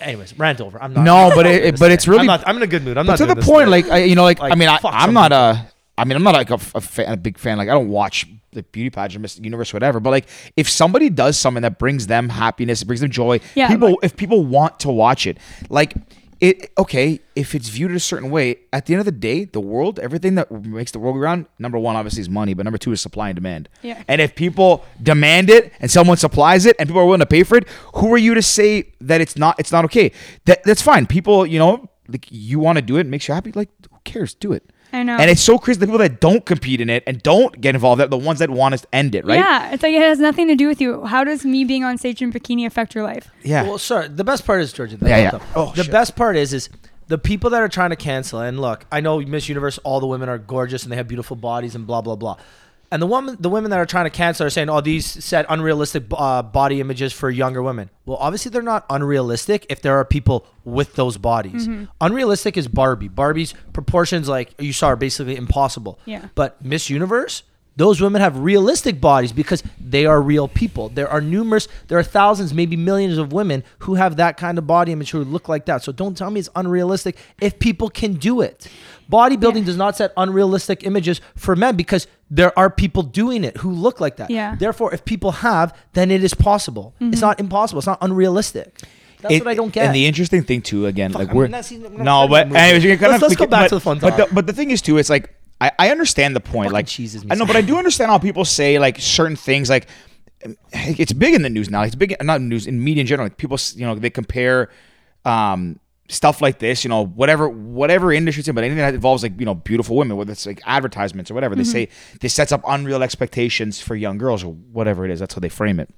Anyways, rant over. I'm not. No, but it, it- but it's really I'm, not, I'm in a good mood. I'm not to doing the this point, like today. I, you know, like, I Like, mean, I, fuck I'm some not a, I mean, I'm not like a, f- a fan, a big fan. Like I don't watch the beauty pageant, Miss Universe, whatever. But like, if somebody does something that brings them happiness, it brings them joy. Yeah, people, like- if people want to watch it, like it. Okay, if it's viewed a certain way, at the end of the day, the world, everything that makes the world go round, number one obviously is money, but number two is supply and demand. Yeah. And if people demand it and someone supplies it and people are willing to pay for it, who are you to say that it's not it's not okay? That that's fine. People, you know, like you want to do it, it makes you happy. Like who cares? Do it. I know. And it's so crazy the people that don't compete in it and don't get involved, that the ones that want us to end it, right? Yeah, it's like it has nothing to do with you. How does me being on stage in bikini affect your life? Yeah. Well, sir, the best part is Georgia. Yeah, yeah. Oh, Oh, the shit. best part is is the people that are trying to cancel. And look, I know Miss Universe, all the women are gorgeous and they have beautiful bodies and blah blah blah. And the woman, the women that are trying to cancel are saying, "Oh, these set unrealistic uh, body images for younger women." Well, obviously they're not unrealistic if there are people with those bodies. Mm-hmm. Unrealistic is Barbie. Barbie's proportions, like you saw, are basically impossible. Yeah. But Miss Universe, those women have realistic bodies because they are real people. There are numerous, there are thousands, maybe millions of women who have that kind of body image who look like that. So don't tell me it's unrealistic if people can do it. Bodybuilding does not set unrealistic images for men because there are people doing it who look like that. Yeah. Therefore, if people have, then it is possible. It's not impossible. It's not unrealistic. That's It- what I don't get. And the interesting thing too, again, like I'm we're not seeing- I'm not no, talking but about movies. anyways, you're kind Let's- of, let's go back to the fun But the, topic. but the thing is too, it's like I, I understand the point. Fucking Like cheeses me I know, but I do understand how people say like certain things. Like eh, it's big in the news now. It's big, not in news in media in general. Like people, s- you know, they compare. um Stuff like this, you know, whatever, whatever industry it's in, but anything that involves like you know beautiful women, whether it's like advertisements or whatever, Mm-hmm. they say this sets up unreal expectations for young girls or whatever it is. That's how they frame it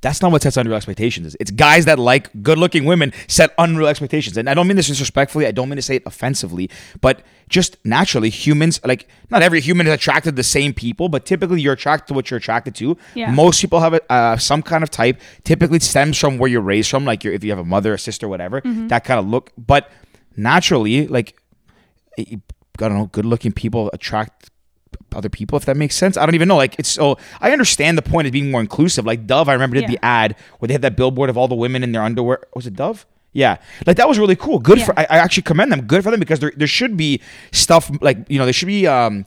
that's not what sets unreal expectations is. It's guys that like good looking women set unreal expectations. And I don't mean this disrespectfully, I don't mean to say it offensively, but just naturally, humans like not every human is attracted to the same people, but typically you're attracted to what you're attracted to. Yeah. Most people have a, uh, some kind of type, typically stems from where you're raised from, like your if you have a mother, a sister, whatever, that kind of look. But naturally, like I don't know, good looking people attract other people, if that makes sense. I don't even know. Like it's so I understand the point of being more inclusive. Like Dove, I remember did Yeah. the ad where they had that billboard of all the women in their underwear. Oh, Was it Dove? Yeah, like that was really cool. Good for I, I actually commend them. Good for them because there there should be stuff like you know there should be um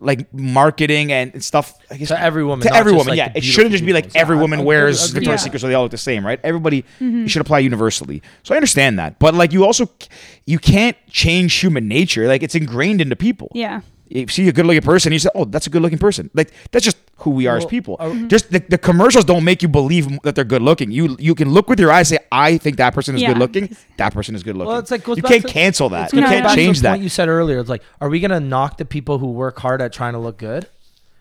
like marketing and stuff I guess, To every woman, To not every just, woman, like, yeah. the It beautiful shouldn't just be like ones. Yeah, every I- woman I wears agree- I agree. Victoria's Yeah. Secret, so they all look the same, right? Everybody Mm-hmm. it should apply universally. So I understand that, but like you also c- you can't change human nature. Like it's ingrained into people. Yeah. You see a good looking person, you say, "Oh, that's a good looking person." Like that's just who we are as Well, people. are- Mhm. just the, the commercials don't make you believe m- that they're good looking. You you can look with your eyes, say, "I think that person is Yeah. good looking." That person is good looking. Well, it's like goes you back can't to- cancel that. it's You goes can't back to change the that. Point you said earlier, it's like, are we gonna knock the people who work hard at trying to look good?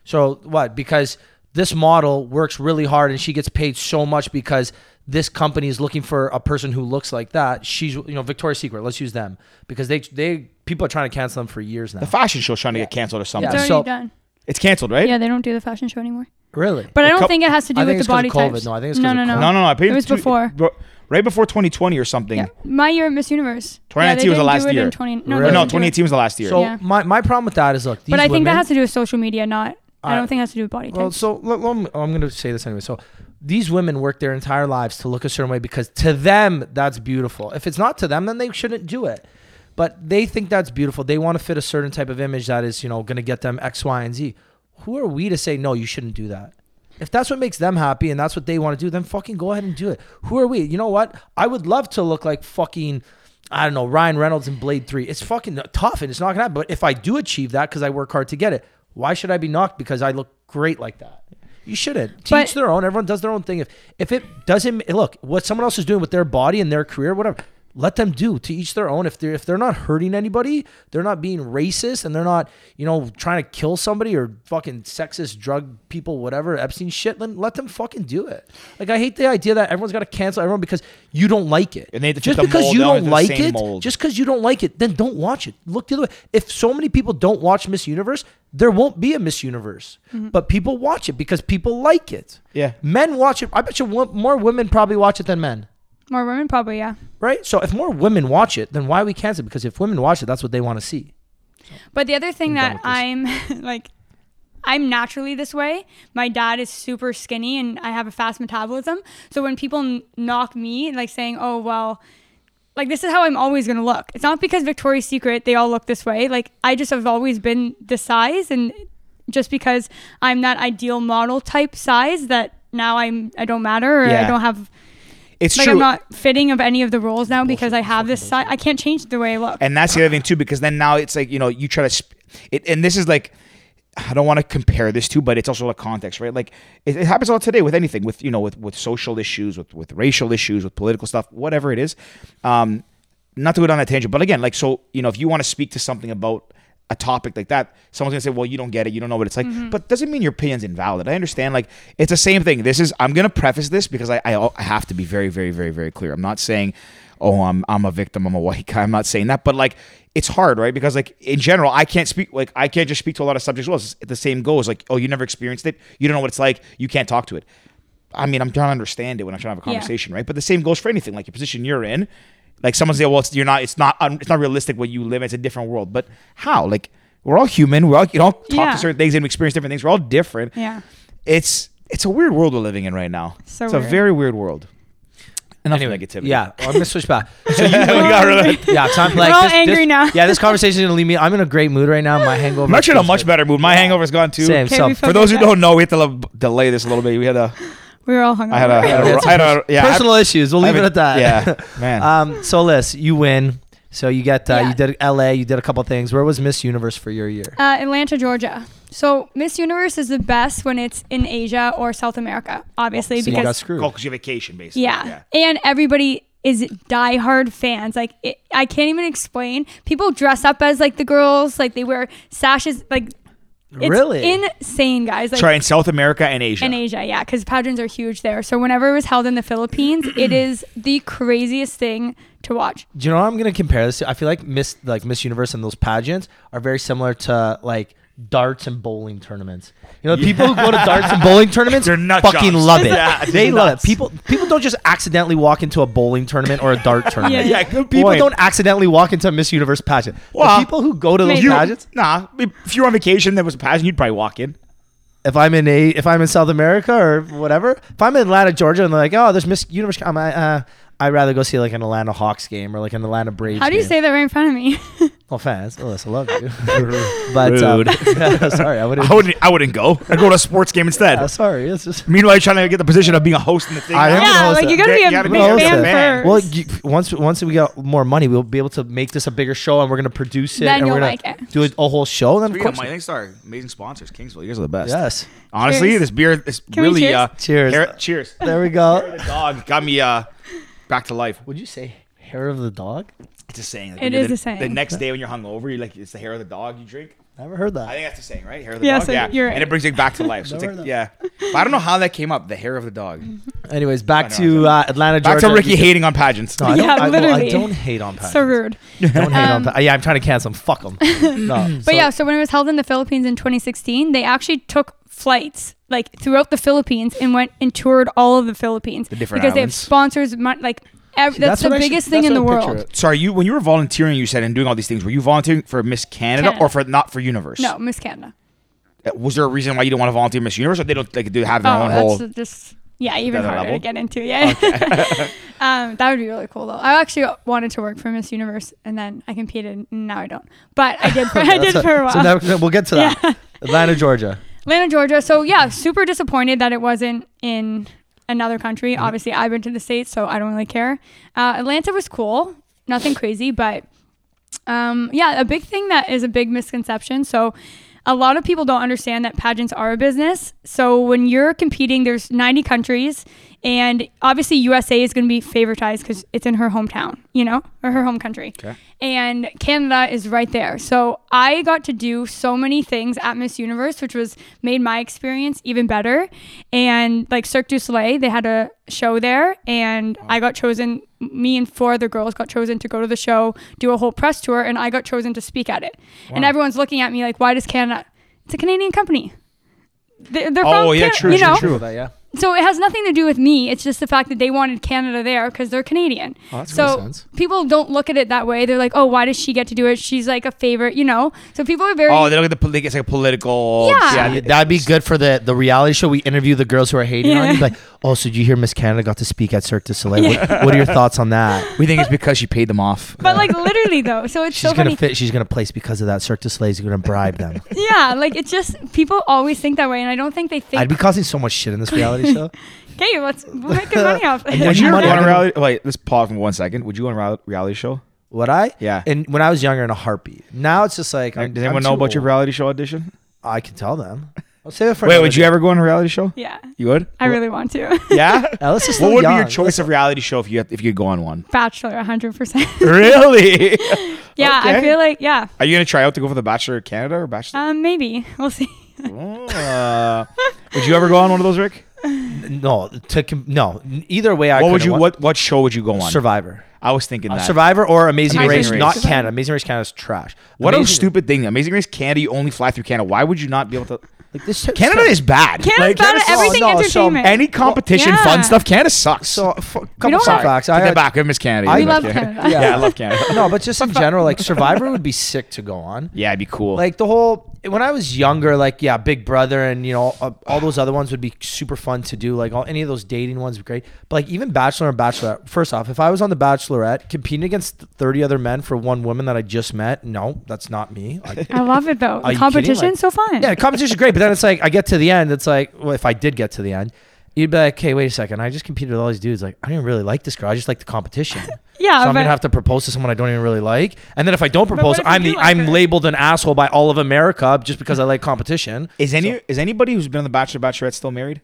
So what? Because this model works really hard and she gets paid so much because this company is looking for a person who looks like that. She's you know Victoria's Secret. Let's use them because they they people are trying to cancel them for years now. the fashion show's trying to get canceled or something. It's already so- done. It's canceled, right? Yeah, they don't do the fashion show anymore. really? But I don't cou- think it has to do I with think the it's 'cause body of types. COVID. No, I think it's no, 'cause no, of no. COVID. No, no, no. I paid It was two- before. ro- right before 2020 or something. Yeah. My year at Miss Universe. yeah, 2019 they was the didn't last do it year. In 20, no, Really? they No, didn't do it. 2018 was the last year. So Yeah. my, my problem with that is look, these But I think women- that has to do with social media, not. I I- don't think it has to do with body types. Well, so let- let me- oh, I'm going to say this anyway. So these women work their entire lives to look a certain way because to them that's beautiful. If it's not to them, then they shouldn't do it. But they think that's beautiful. They want to fit a certain type of image that is, you know, going to get them X, Y, and Z. Who are we to say no? You shouldn't do that. If that's what makes them happy and that's what they want to do, then fucking go ahead and do it. Who are we? You know what? I would love to look like fucking. I don't know Ryan Reynolds in Blade Three. It's fucking tough and it's not gonna happen. But if I do achieve that because I work hard to get it, why should I be knocked because I look great like that? You shouldn't. Teach But- their own. Everyone does their own thing. If if it doesn't look what someone else is doing with their body and their career, whatever, let them do. To each their own. If they're if they're not hurting anybody, they're not being racist and they're not you know trying to kill somebody or fucking sexist drug people, whatever Epstein shit. Then let them fucking do it. Like I hate the idea that everyone's got to cancel everyone because you don't like it. And they have to fit just the because mold you down don't into the like same it, mold. just because you don't like it, then don't watch it. Look the other way. If so many people don't watch Miss Universe, there won't be a Miss Universe. Mm-hmm. But people watch it because people like it. Yeah. men watch it. I bet you wo- more women probably watch it than men. More women, probably, yeah. Right. So if more women watch it, then why we cancel? it? Because if women watch it, that's what they want to see. But the other thing I'm that done I'm like, I'm naturally this way. My dad is super skinny and I have a fast metabolism. So when people n- knock me, like saying, oh, well, like this is how I'm always going to look. It's not because Victoria's Secret, they all look this way. Like I just have always been this size. And just because I'm that ideal model type size that now I'm, I don't matter or Yeah. I don't have, It's like true. I'm not fitting of any of the roles now because I have this size. I can't change the way I look. and that's the other thing too, because then now it's like you know you try to, sp- it, and this is like, I don't want to compare this to, but it's also a context, right? Like it, it happens all today with anything, with you know, with with social issues, with with racial issues, with political stuff, whatever it is. Um, not to go down that tangent, but again, like so, you know, if you want to speak to something about a topic like that, someone's gonna say, "Well, you don't get it. You don't know what it's like." But doesn't mean your opinion's invalid. I understand. Like it's the same thing. This is I'm gonna preface this because I I, al- I have to be very very very very clear. I'm not saying, "Oh, I'm I'm a victim. I'm a white guy." I'm not saying that. But like it's hard, right? Because like in general, I can't speak. Like I can't just speak to a lot of subjects. Well, it's, the same goes. Like, oh, you never experienced it. You don't know what it's like. You can't talk to it. I mean, I'm trying to understand it when I'm trying to have a Yeah. conversation, right? But the same goes for anything, like your position you're in. Like someone say, well, it's, you're not, it's not, un, it's not realistic what you live. in. It's a different world. But how? Like we're all human. We're all, you know, talk Yeah. to certain things and we experience different things. We're all different. yeah. It's, it's a weird world we're living in right now. So it's a weird. very weird world. Enough negativity. Yeah, I'm gonna switch back. So you got rid of that. Yeah, time like We're all this, angry this- now. Yeah, this conversation is gonna leave me. I'm in a great mood right now. My hangover. I'm actually in a feels much good. better mood. My hangover's gone too. Same. Okay, so we for For those who forget that. don't know, we have to lo- delay this a little bit. We had a, We were all hung I had a, I had a, I had a yeah, I- Personal issues. We'll I leave it have at a- that. Yeah, man. um, so Liz, you win. So you get uh, Yeah. you did LA, you did a couple things. Where was Miss Universe for your year? Uh, Atlanta, Georgia. So Miss Universe is the best when it's in Asia or South America, obviously, so you got because screwed. Well, 'cause you vacation, basically. yeah. and everybody is diehard fans. Like it, I can't even explain. People dress up as like the girls, like they wear sashes, like it's Really? insane, guys. Like Sorry, in South America and Asia. in Asia, yeah, because pageants are huge there. So whenever it was held in the Philippines, it is the craziest thing to watch. Do you know what I'm gonna compare this to? I feel like Miss like Miss Universe and those pageants are very similar to like darts and bowling tournaments. You know, the people who go to darts and bowling tournaments They're nut fucking jobs. love it. Yeah, they they're love nuts. it. People people don't just accidentally walk into a bowling tournament or a dart tournament. Yeah, good people point. don't accidentally walk into a Miss Universe pageant. Well, the people who go to those maybe. You- pageants, Nah, if you were on vacation, there was a pageant, you'd probably walk in. if I'm in a, if I'm in South America or whatever, if I'm in Atlanta, Georgia, and they're like, oh, there's Miss Universe, I'm, uh, I'd rather go see like an Atlanta Hawks game or like an Atlanta Braves. How do you game. say that right in front of me? No offense, Alyssa, love you. but um, sorry, I wouldn't. I wouldn't. I wouldn't go. I'd go to a sports game instead. Yeah, sorry, it's just. Meanwhile, you're trying to get the position of being a host in the thing. I am. yeah, host like it. you gotta Yeah, be you gotta a be fan, a host it. first. Well, you, once once we got more money, we'll be able to make this a bigger show, and we're gonna produce it, Then and you'll we're gonna like it. do a, a whole show. Then of Speaking of course, money, thanks to our amazing sponsors, Kingsville. You guys are the best. yes, Honestly, Cheers. this beer is Can we really cheers? uh Cheers. hair- cheers. there we go. the dog got me uh back to life. Would you say hair of the dog? It's a saying. Like It when you're is the, a saying. The next day when you're hungover, you like it's the hair of the dog you drink. Never heard I that. think that's the saying, right? Hair of the Yes, dog. Yeah, you're right. and it brings it back to life. So it's Never like, yeah. But I don't know how that came up. The hair of the dog. Anyways, back I know, to uh, Atlanta, Back Georgia. to Ricky hating on pageants. No, I don't, Yeah, I, well, I literally. don't hate on Pat. so rude. Don't hate on Um, Pat. uh, Yeah, I'm trying to cancel him. Fuck him. No, But yeah, so when it was held in the Philippines in 2016, they actually took flights like throughout the Philippines and went and toured all of the Philippines different because they have islands. sponsors. mon- Like ev- that's, what the I should- biggest that's thing in the what I picture world. it. Sorry, you when you were volunteering, you said and doing all these things. Were you volunteering for Miss Canada, Canada. or for not for Universe? No, Miss Canada. Uh, Was there a reason why you didn't want to volunteer Miss Universe, or they don't like do have their Oh, own whole? that's just yeah, even Another harder level? to get into. Yeah, um, that would be really cool though. I actually wanted to work for Miss Universe and then I competed. and Now I don't, but I did. For, I did That's for a while. So now, no, we'll get to that. Atlanta, Georgia. Atlanta, Georgia. So yeah, super disappointed that it wasn't in another country. Obviously, I've been to the states, so I don't really care. Uh, Atlanta was cool, nothing crazy, but um, yeah, a big thing that is a big misconception. So a lot of people don't understand that pageants are a business. So when you're competing, there's 90 countries, and obviously USA is going to be favoritized because it's in her hometown, you know, or her home country. And Canada is right there. So I got to do so many things at Miss Universe, which was made my experience even better. And like Cirque du Soleil, they had a show there, and I got chosen. Me and four other girls got chosen to go to the show, do a whole press tour, and I got chosen to speak at it. And everyone's looking at me like, "Why does Canada? It's a Canadian company. They're, they're Oh, from yeah, Can- true, you true, know? true. That, yeah. so it has nothing to do with me. It's just the fact that they wanted Canada there because they're Canadian. Oh, that so makes sense. people don't look at it that way. They're like, oh, why does she get to do it? She's like a favorite, you know. So people are very. Oh, they don't get the poli- it's like a political. Yeah. Yeah, that'd be good for the, the reality show. We interview the girls who are hating on Yeah. you. Like, oh, so did you hear Miss Canada got to speak at Cirque du Soleil? What, what are your thoughts on that? We think it's because she paid them off. but like literally though, so it's She's so gonna funny. fit. She's gonna place because of that. Cirque du Soleil is gonna bribe them. Yeah, like it's just people always think that way, and I don't think they think. I'd be causing so much shit in this reality show. okay, let's we'll make good money off. And Would Would you you want money- a reality? Wait, let's pause for one second. Would you want a reali- reality show? Would I? Yeah. And when I was younger, in a heartbeat. Now it's just like, I'm, Does anyone I'm know too about your old. reality show audition? I can tell them. I'll save it for. Wait, another would you day. ever go on a reality show? yeah, You would? I really want to. Yeah. Alice is what still would be your young. choice of reality show if you had, if you could go on one? Bachelor, hundred percent. really? Yeah, I Okay. feel like yeah, Are you gonna try out to go for the Bachelor of Canada or Bachelor? um, maybe we'll see. Uh, would you ever go on one of those, Rick? No, to com- no. Either way, I what would couldn't you? wa- What what show would you go on? Survivor, I was thinking Uh, that. Survivor, or Amazing, Amazing Race, Race. Not Survivor. Canada. Amazing Race Canada's trash. What a Amazing- stupid thing! Amazing Race Canada, you only fly through Canada. Why would you not be able to? Like this shit- Canada is bad. Canada's Like, bad at Canada's- everything no, so entertainment. Any competition, Yeah. fun stuff. Canada sucks. So, f- We couple don't fun have- facts. Take I, that back. I miss Canada. I we Yeah. love Okay. Canada. Yeah. Yeah, I love Canada. no, but just in general, like Survivor would be sick to go on. Yeah, it'd be cool. Like the whole when I was younger, like yeah, Big Brother and you know uh, all those other ones would be super fun to do. Like all any of those dating ones would be great. But like even Bachelor and Bachelorette. First off, if I was on the Bachelorette competing against thirty other men for one woman that I just met, no, that's not me. I, I love it though. Are The you kidding? competition's Like- so fun. yeah, competition's great, but then it's like I get to the end. It's like well, if I did get to the end. You'd be like, hey, wait a second. I just competed with all these dudes. Like, I didn't really like this girl. I just like the competition. so Yeah, I'm but- gonna have to propose to someone I don't even really like. And then if I don't propose, what if you I'm do the like I'm her? labeled an asshole by all of America just because I like competition. is any is anybody who's been on the Bachelor Bachelorette still married?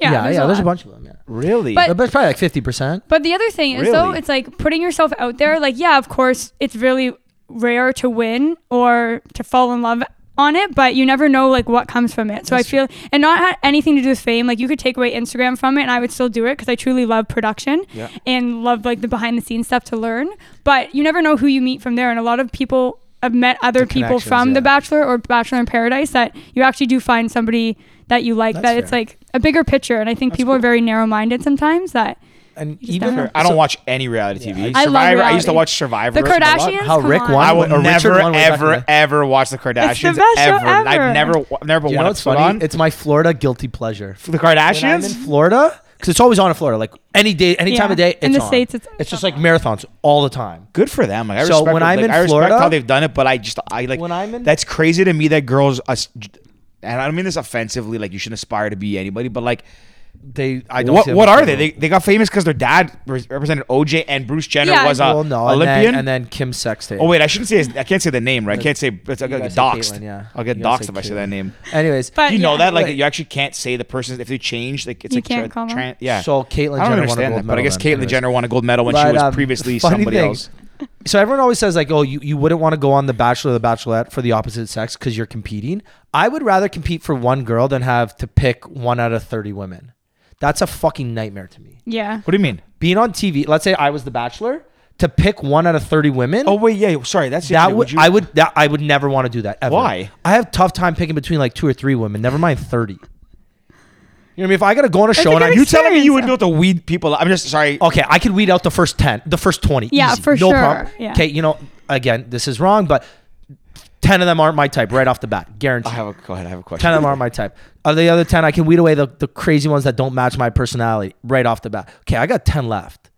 yeah, there's, a, lot. bunch of them. Yeah, Really? But- but it's probably like fifty percent. But the other thing is though, Really? it's like putting yourself out there. Like, yeah, of course, it's really rare to win or to fall in love on it, but you never know like what comes from it. So I feel and not had anything to do with fame. Like you could take away Instagram from it, and I would still do it because I truly love production Yeah. and love like the behind the scenes stuff to learn. But you never know who you meet from there, and a lot of people. I've met other people connections, from yeah. The Bachelor or Bachelor in Paradise that you actually do find somebody that you like. That's that it's fair. like a bigger picture, and I think people are very narrow-minded sometimes. That And just even don't know. I don't watch any reality TV. I Survivor. love I used to reality. watch Survivor. the Kardashians. how come Rick on. won I will Or Richard never, one way back in ever, the- ever watch the Kardashians. It's the best show ever. And I've ever. never, wa- never you one know what's episode funny? on. It's my Florida guilty pleasure. the When I'm in Kardashians. Florida, because it's always on in Florida. Like any day, any time Yeah. of day, it's In the on. States, it's- it's just like marathons all the time. Good for them. Like, I So respect when it. I'm Like, in I respect Florida- how they've done it, but I just I like When I'm in- that's crazy to me that girls. Us, and I don't mean this offensively. Like you shouldn't aspire to be anybody, but like They, I don't. what see them what in are they? Florida. they? They got famous because their dad re- represented OJ and Bruce Jenner Yeah. was a well, no, and then- uh, Olympian. and then, Kim Sexton. oh wait, I shouldn't say. His, I can't say the name, right? I can't say. I'll get You guys say doxed. Caitlyn, yeah. I'll get You guys doxed say if I say Caitlyn. that name. Anyways, But- Do you know yeah. that? Like, Right. you actually can't say the person if they change. Like, it's You like can't tran- call them? tran- yeah. So Caitlyn I Jenner don't won a understand gold that, but I medal guess then, Caitlyn anyways. Jenner won a gold medal when she But, was um, previously funny somebody thing- else. So everyone always says like, oh, you, you wouldn't want to go on the Bachelor or the Bachelorette for the opposite sex because you're competing. I would rather compete for one girl than have to pick one out of thirty women. That's a fucking nightmare to me. Yeah. What do you mean? Being on TV, let's say I was the Bachelor, to pick one out of thirty women. Oh wait, yeah. Sorry, that's that you- would, you- I would that I would never want to do that. Ever. Why? I have tough time picking between like two or three women. Never mind thirty. You know what I mean? If I gotta go on a show a and I, good You telling me Serious. you would be able to weed people? out? I'm just sorry. okay, I could weed out the first ten, the first twenty. Yeah, easy, for no sure, problem. yeah. Okay, you know, again, this is wrong, but ten of them aren't my type right off the bat, guaranteed. I have a go ahead. I have a question. ten of them aren't my type. Of the other ten, I can weed away the, the crazy ones that don't match my personality right off the bat. Okay, I got ten left.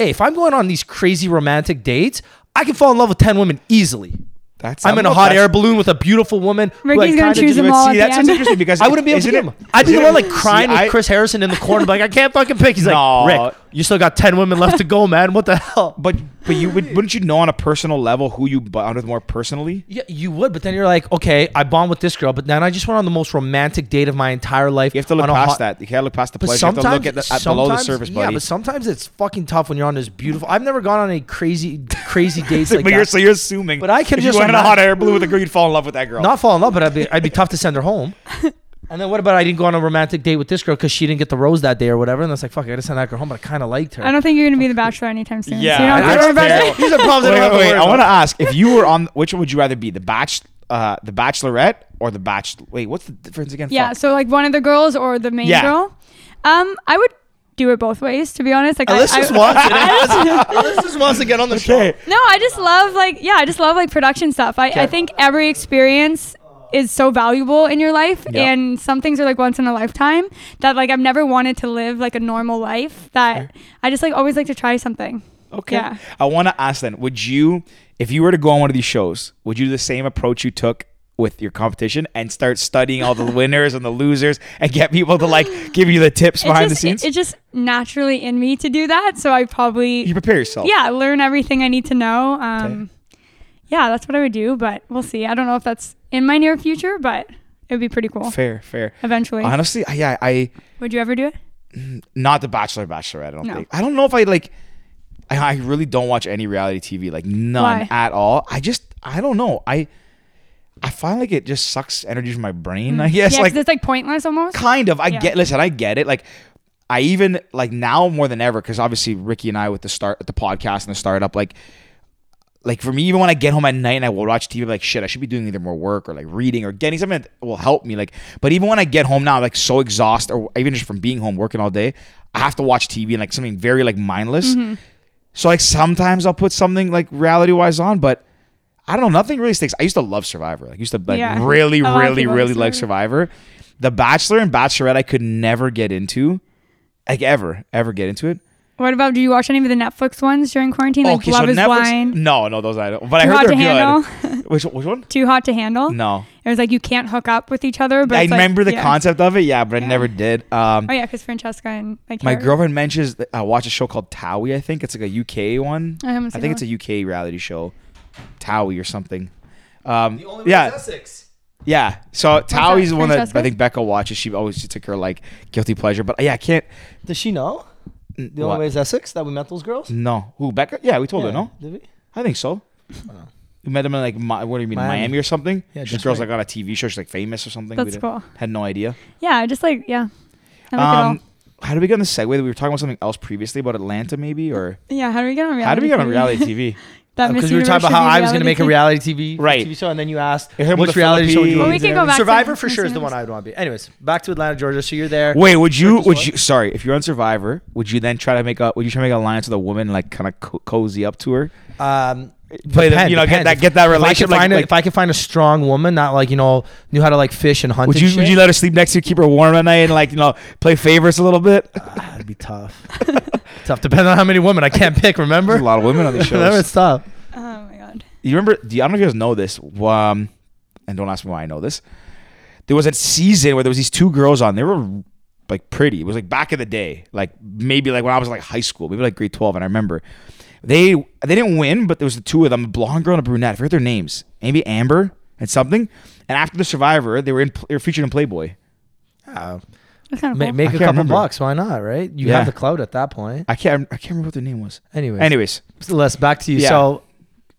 Hey, if I'm going on these crazy romantic dates, I can fall in love with ten women easily. That's, I'm in a hot air balloon with a beautiful woman. who I Ricky's gonna kinda choose do- them all See, at the that's end. interesting because I wouldn't be able to isn't get it- him. I'd be the isn't one it- like crying see, with I- Chris Harrison in the corner, like I can't fucking pick. He's like, No. Rick, you still got ten women left to go, man. What the hell? But but you would wouldn't you know on a personal level who you bond with more personally? yeah, you would, but then you're like, okay, I bond with this girl, but then I just went on the most romantic date of my entire life. You have to look on a past hot- that. You can't look past the But pleasure. You have sometimes, to look at, the, at below the sometimes- surface, yeah, buddy. but sometimes it's fucking tough when you're on this beautiful. I've never gone on any crazy, crazy dates like but that. you're so you're assuming. But I can if just you went in a imagine- hot air balloon with a girl, you'd fall in love with that girl. not fall in love, but I'd be, I'd be tough to send her home. And then what about I didn't go on a romantic date with this girl because she didn't get the rose that day or whatever? And that's like, fuck, I gotta send that girl home, but I kind of liked her. I don't think you're gonna be the bachelor anytime soon. Yeah, So you don't I have to worry don't about care. it. These are problems wait, I don't have wait, to wait, worry I about. want to ask if you were on which one would you rather be the batch, uh, the Bachelorette or the Batch? Wait, what's the difference again? Yeah, Fuck. so like one of the girls or the main Yeah. girl. Um, I would do it both ways, to be honest. Like I- I, Alyssa's wants it. Alyssa's wants to get on the show. No, I just love like yeah, I just love like production stuff. I, I think every experience is so valuable in your life Yeah. and some things are like once in a lifetime that like I've never wanted to live like a normal life that I just like always like to try something. Okay. Yeah. I want to ask then, would you, if you were to go on one of these shows, would you do the same approach you took with your competition and start studying all the winners and the losers and get people to like give you the tips It's behind just, the scenes? It, it's just naturally in me to do that, so I probably you prepare yourself. yeah, learn everything I need to know. Um Yeah, that's what I would do, but we'll see. I don't know if that's in my near future, but it would be pretty cool Fair, fair. eventually. Honestly, I- yeah, I Would you ever do it? not the Bachelor, Bachelorette. I don't No. think. I don't know if I like. I, I really don't watch any reality TV, like none Why? at all. I just, I don't know. I, I find like it just sucks energy from my brain. I guess yeah, 'cause like it's like pointless almost. kind of. I Yeah. get. Listen, I get it. Like, I even like now more than ever because obviously Ricky and I with the start the podcast and the startup like. Like for me, even when I get home at night and I will watch TV, I'm like shit, I should be doing either more work or like reading or getting something that will help me. Like, but even when I get home now, I'm like so exhausted, or even just from being home working all day, I have to watch TV and like something very like mindless. Mm-hmm. So like sometimes I'll put something like reality wise on, but I don't know. Nothing really sticks. I used to love Survivor. Like used to like Yeah. really, A lot of really, people love really like Survivor. The Bachelor and Bachelorette I could never get into, like ever, ever get into it. What about? Do you watch any of the Netflix ones during quarantine? Like Love Is Blind, No, no, those I don't. But I Too heard Hot they're to good. which which one? Too Hot to Handle. No, it was like you can't hook up with each other. But I it's like- remember the yeah. concept of it. Yeah, but I never did. Um, Oh yeah, because Francesca and like my Harry. girlfriend mentions that I watch a show called Towie. I think it's like a UK one. I haven't seen think that it's one. a UK reality show, Towie or something. Um, yeah, Essex. Yeah. So Towie's the one that I Francesca's? think Becca watches. She always she took her like guilty pleasure. But uh, yeah, I can't. Does she know? Mm, The what? only way is Essex that we met those girls. No. Who Becca? Yeah, we told Yeah, her. No, Did we? I think so. We met them in like Mi- what do you mean Miami, Uh-huh. Miami. or something? Yeah, She's just girls right. like on a TV show. She's like famous or something. That's didn't- cool. Had no idea. Yeah, just like yeah. I like it Um, how did we get on the segue? That we were talking about something else previously about Atlanta, maybe, or all. Yeah, how do we get on reality? how did we get on TV? reality Uh, TV? that Miss Because Uh, we were talking Universe about how should be I was going to make a TV. reality TV, Right. TV show, and then you asked Yeah, with which the reality show would Philippines. you want Well, me we to can do? go back to Survivor for Miss sure is the Universe. one I would want to be. Anyways, back to Atlanta, Georgia. So you're there. Wait, would you? Circus Would what? you? Sorry, if you're on Survivor, would you then try to make a? Would you try to make an alliance with a woman, like kind of co- cozy up to her? Um, play the, Depend- you know get depends. that get that If I can relationship like, find a- like if I can find a strong woman, not like you know knew how to like fish and hunt. would and you shit, would you let her sleep next to you keep her warm at night and like you know play favorites a little bit Ah, that'd be tough. tough. Depending on how many women I can't pick. Remember, There's a lot of women on these shows remember it's tough. Oh my god. you remember do you- I don't know if you guys know this um and don't ask me why I know this there was a season where there was these two girls on they were like pretty it was like back in the day like maybe like when I was like high school maybe like grade 12 and I remember they they didn't win but there was the two of them a blonde girl and a brunette I forget their names maybe Amber and something and after the survivor they were in they were featured in Playboy Yeah. That's kind of Ma- cool. I make a can't couple remember. bucks. Why not? Right? You Yeah. have the clout at that point. I can't. I can't remember what their name was. Anyways, Anyways, Les, back to you. Yeah. So,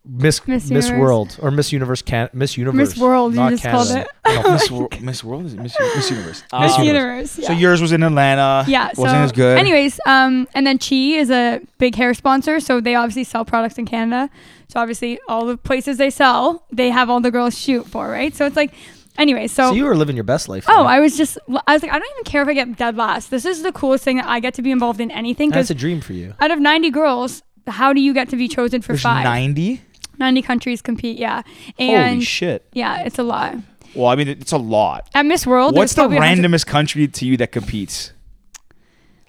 Miss Miss, Miss Universe. World or Miss Universe can Miss Universe World, you not just called it. I don't know. Miss, Wor- Miss World is it Miss, U- Miss Universe. Oh Miss Um, Universe. So yeah. yours was in Atlanta. Yeah. So, wasn't as good. anyways, um, and then Chi is a big hair sponsor, so they obviously sell products in Canada. So obviously, all the places they sell, they have all the girls shoot for, right? So it's like, anyway, so. So you were living your best life. Oh, man. I was just, I was like, I don't even care if I get dead last. This is the coolest thing that I get to be involved in anything. that's Because a dream for you. out of 90 girls, how do you get to be chosen for There's five? 90. 90 countries compete, yeah. And Holy shit. Yeah, it's a lot. Well, I mean, it's a lot. At Miss World, What's the there's probably a hundred- randomest country to you that competes?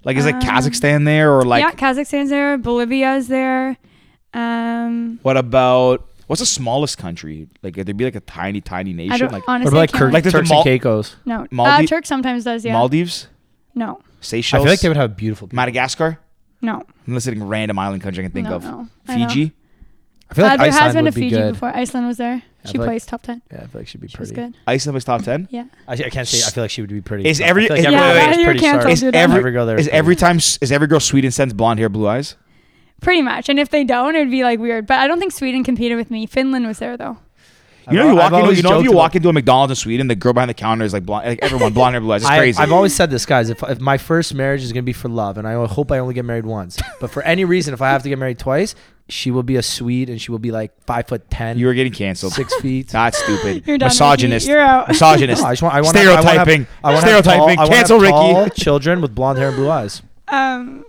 Like, is like Um, Kazakhstan there, or like, yeah, Kazakhstan's there, Bolivia's there. Um, what about what's the smallest country? Like, there'd be like a tiny, tiny nation, I don't like honestly Or like, can't Tur- Like like the- Turks the and Caicos. No, Maldi- uh, Turk sometimes does. Yeah. Maldives, no, Seychelles. I feel like they would have beautiful. People. Madagascar. no. I'm listing random island country I can think No, of. no. I know. Fiji. I feel uh, like there Iceland has been a would be Fiji good. before. Iceland was there. Yeah, she but- placed top ten. Yeah, I feel like she'd be She pretty. was good. Iceland was top ten. Yeah. I, I can't say. I feel like she would be pretty. Is but I every- feel like is- every Yeah, girl yeah, is you're pretty canceled, sorry. dude. Every- Every girl there Is pretty. every time is every girl Sweden sends blonde hair, blue eyes? Pretty much. And if they don't, it'd be like weird. But I don't think Sweden competed with me. Finland was there though. You know, I've- you walk I've into, always you know, if joked you about- walk into a McDonald's in Sweden, the girl behind the counter is like blonde, like everyone blonde hair, blue eyes. It's I, crazy. I've always said this, guys. If, if my first marriage is gonna be for love, and I hope I only get married once, but for any reason, if I have to get married twice, she will be a Swede, and she will be like five foot ten, you were getting canceled. six feet. That's stupid. You're done, Misogynist. Ricky. You're out. Misogynist. No, I just want, I want Stereotyping. I want Stereotyping. I wanna have Cancel tall Ricky. Children with blonde hair and blue eyes. Um,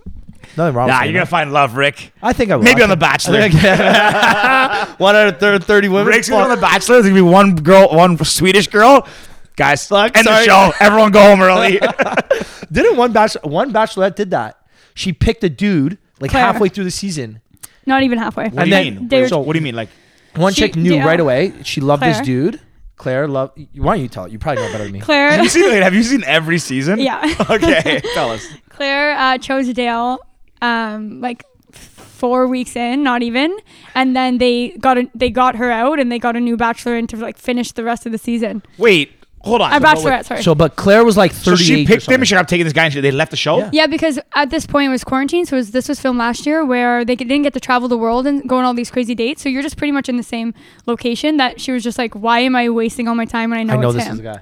Nothing wrong. Nah, with you're gonna that. find love, Rick. I think I will. Maybe I on The think- I Bachelor. think I can- One out of thir- thirty women. Rick's gonna be on the Bachelor. There's gonna be one girl, one Swedish girl. Guys, Fuck, end sorry. the show. Everyone go home early. Didn't one bachelor one bachelorette did that? She picked a dude like Claire. halfway through the season. not even halfway. what do you then- mean? they were- so what do you mean? Like, One She- chick knew yeah. right away she loved this Claire. dude. Claire loved. Why don't you tell it? You probably know better than me. have Claire. you seen? Wait, have you seen every season? yeah. Okay, tell us. Claire uh, chose Dale um, like four weeks in, not even, and then they got a, they got her out and they got a new bachelor in to like finish the rest of the season. Wait, hold on. A bachelorette, sorry. So, but Claire was like So thirty. she picked him and she said, I'm taking this guy and she- they left the show? Yeah. yeah, because at this point it was quarantine, so it was, this was filmed last year where they didn't get to travel the world and go on all these crazy dates. So you're just pretty much in the same location that she was just like, why am I wasting all my time when I know, I know it's this him? is the guy.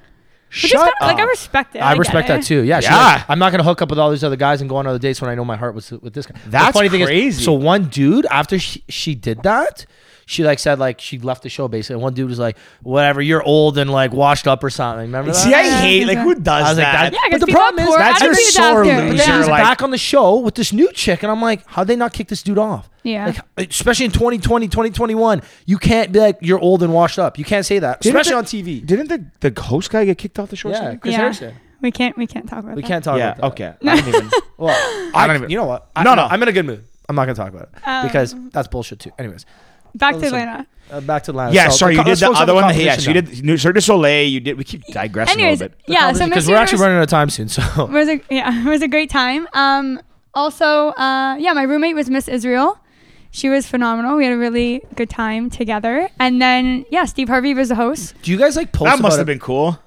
Which is Shut kinda- Like I up. respect it. I, get respect it. that too. Yeah, she's Yeah. like, I'm not gonna hook up with all these other guys and go on other dates when I know my heart was with this guy. The That's funny thing is, crazy. so one dude after she, she did that, she like said like she left the show basically. And one dude was like, whatever, you're old and like washed up or something. Remember that? See, I Yeah, hate yeah, like yeah. who does I was like, that? that, Yeah, 'cause but the people problem are is poor. that's I your agree with that sore too. loser. But then- She's like- back on the show with this new chick, and I'm like, how'd they not kick this dude off? Yeah. Like, especially in 2020, 2021, you can't be like you're old and washed up. You can't say that, Didn't especially the- on TV. Didn't the, the host guy get kicked off the show? or Yeah, Oh, something? Chris Yeah. Harrison. We can't. We can't talk about We that. can't talk Yeah. about that. Okay. I don't even. Well, I I don't even- You know what? I, No, no. I'm in a good mood. I'm not gonna talk about it Um, because that's bullshit too. Anyways, Back to Listen. Atlanta. uh, back to Atlanta. Yeah, So, sorry, you co- did let's the focus on other one. competition Yes, you now. did you- Cirque du Soleil. You did. We keep digressing Anyways, a little bit. yeah. So Miss because we're actually Universe- running out of time soon. So It was a yeah, it was a great time. Um, also, uh, yeah, my roommate was Miss Israel. She was phenomenal. We had a really good time together. And then yeah, Steve Harvey was the host. do you guys like post That about must have it- been cool.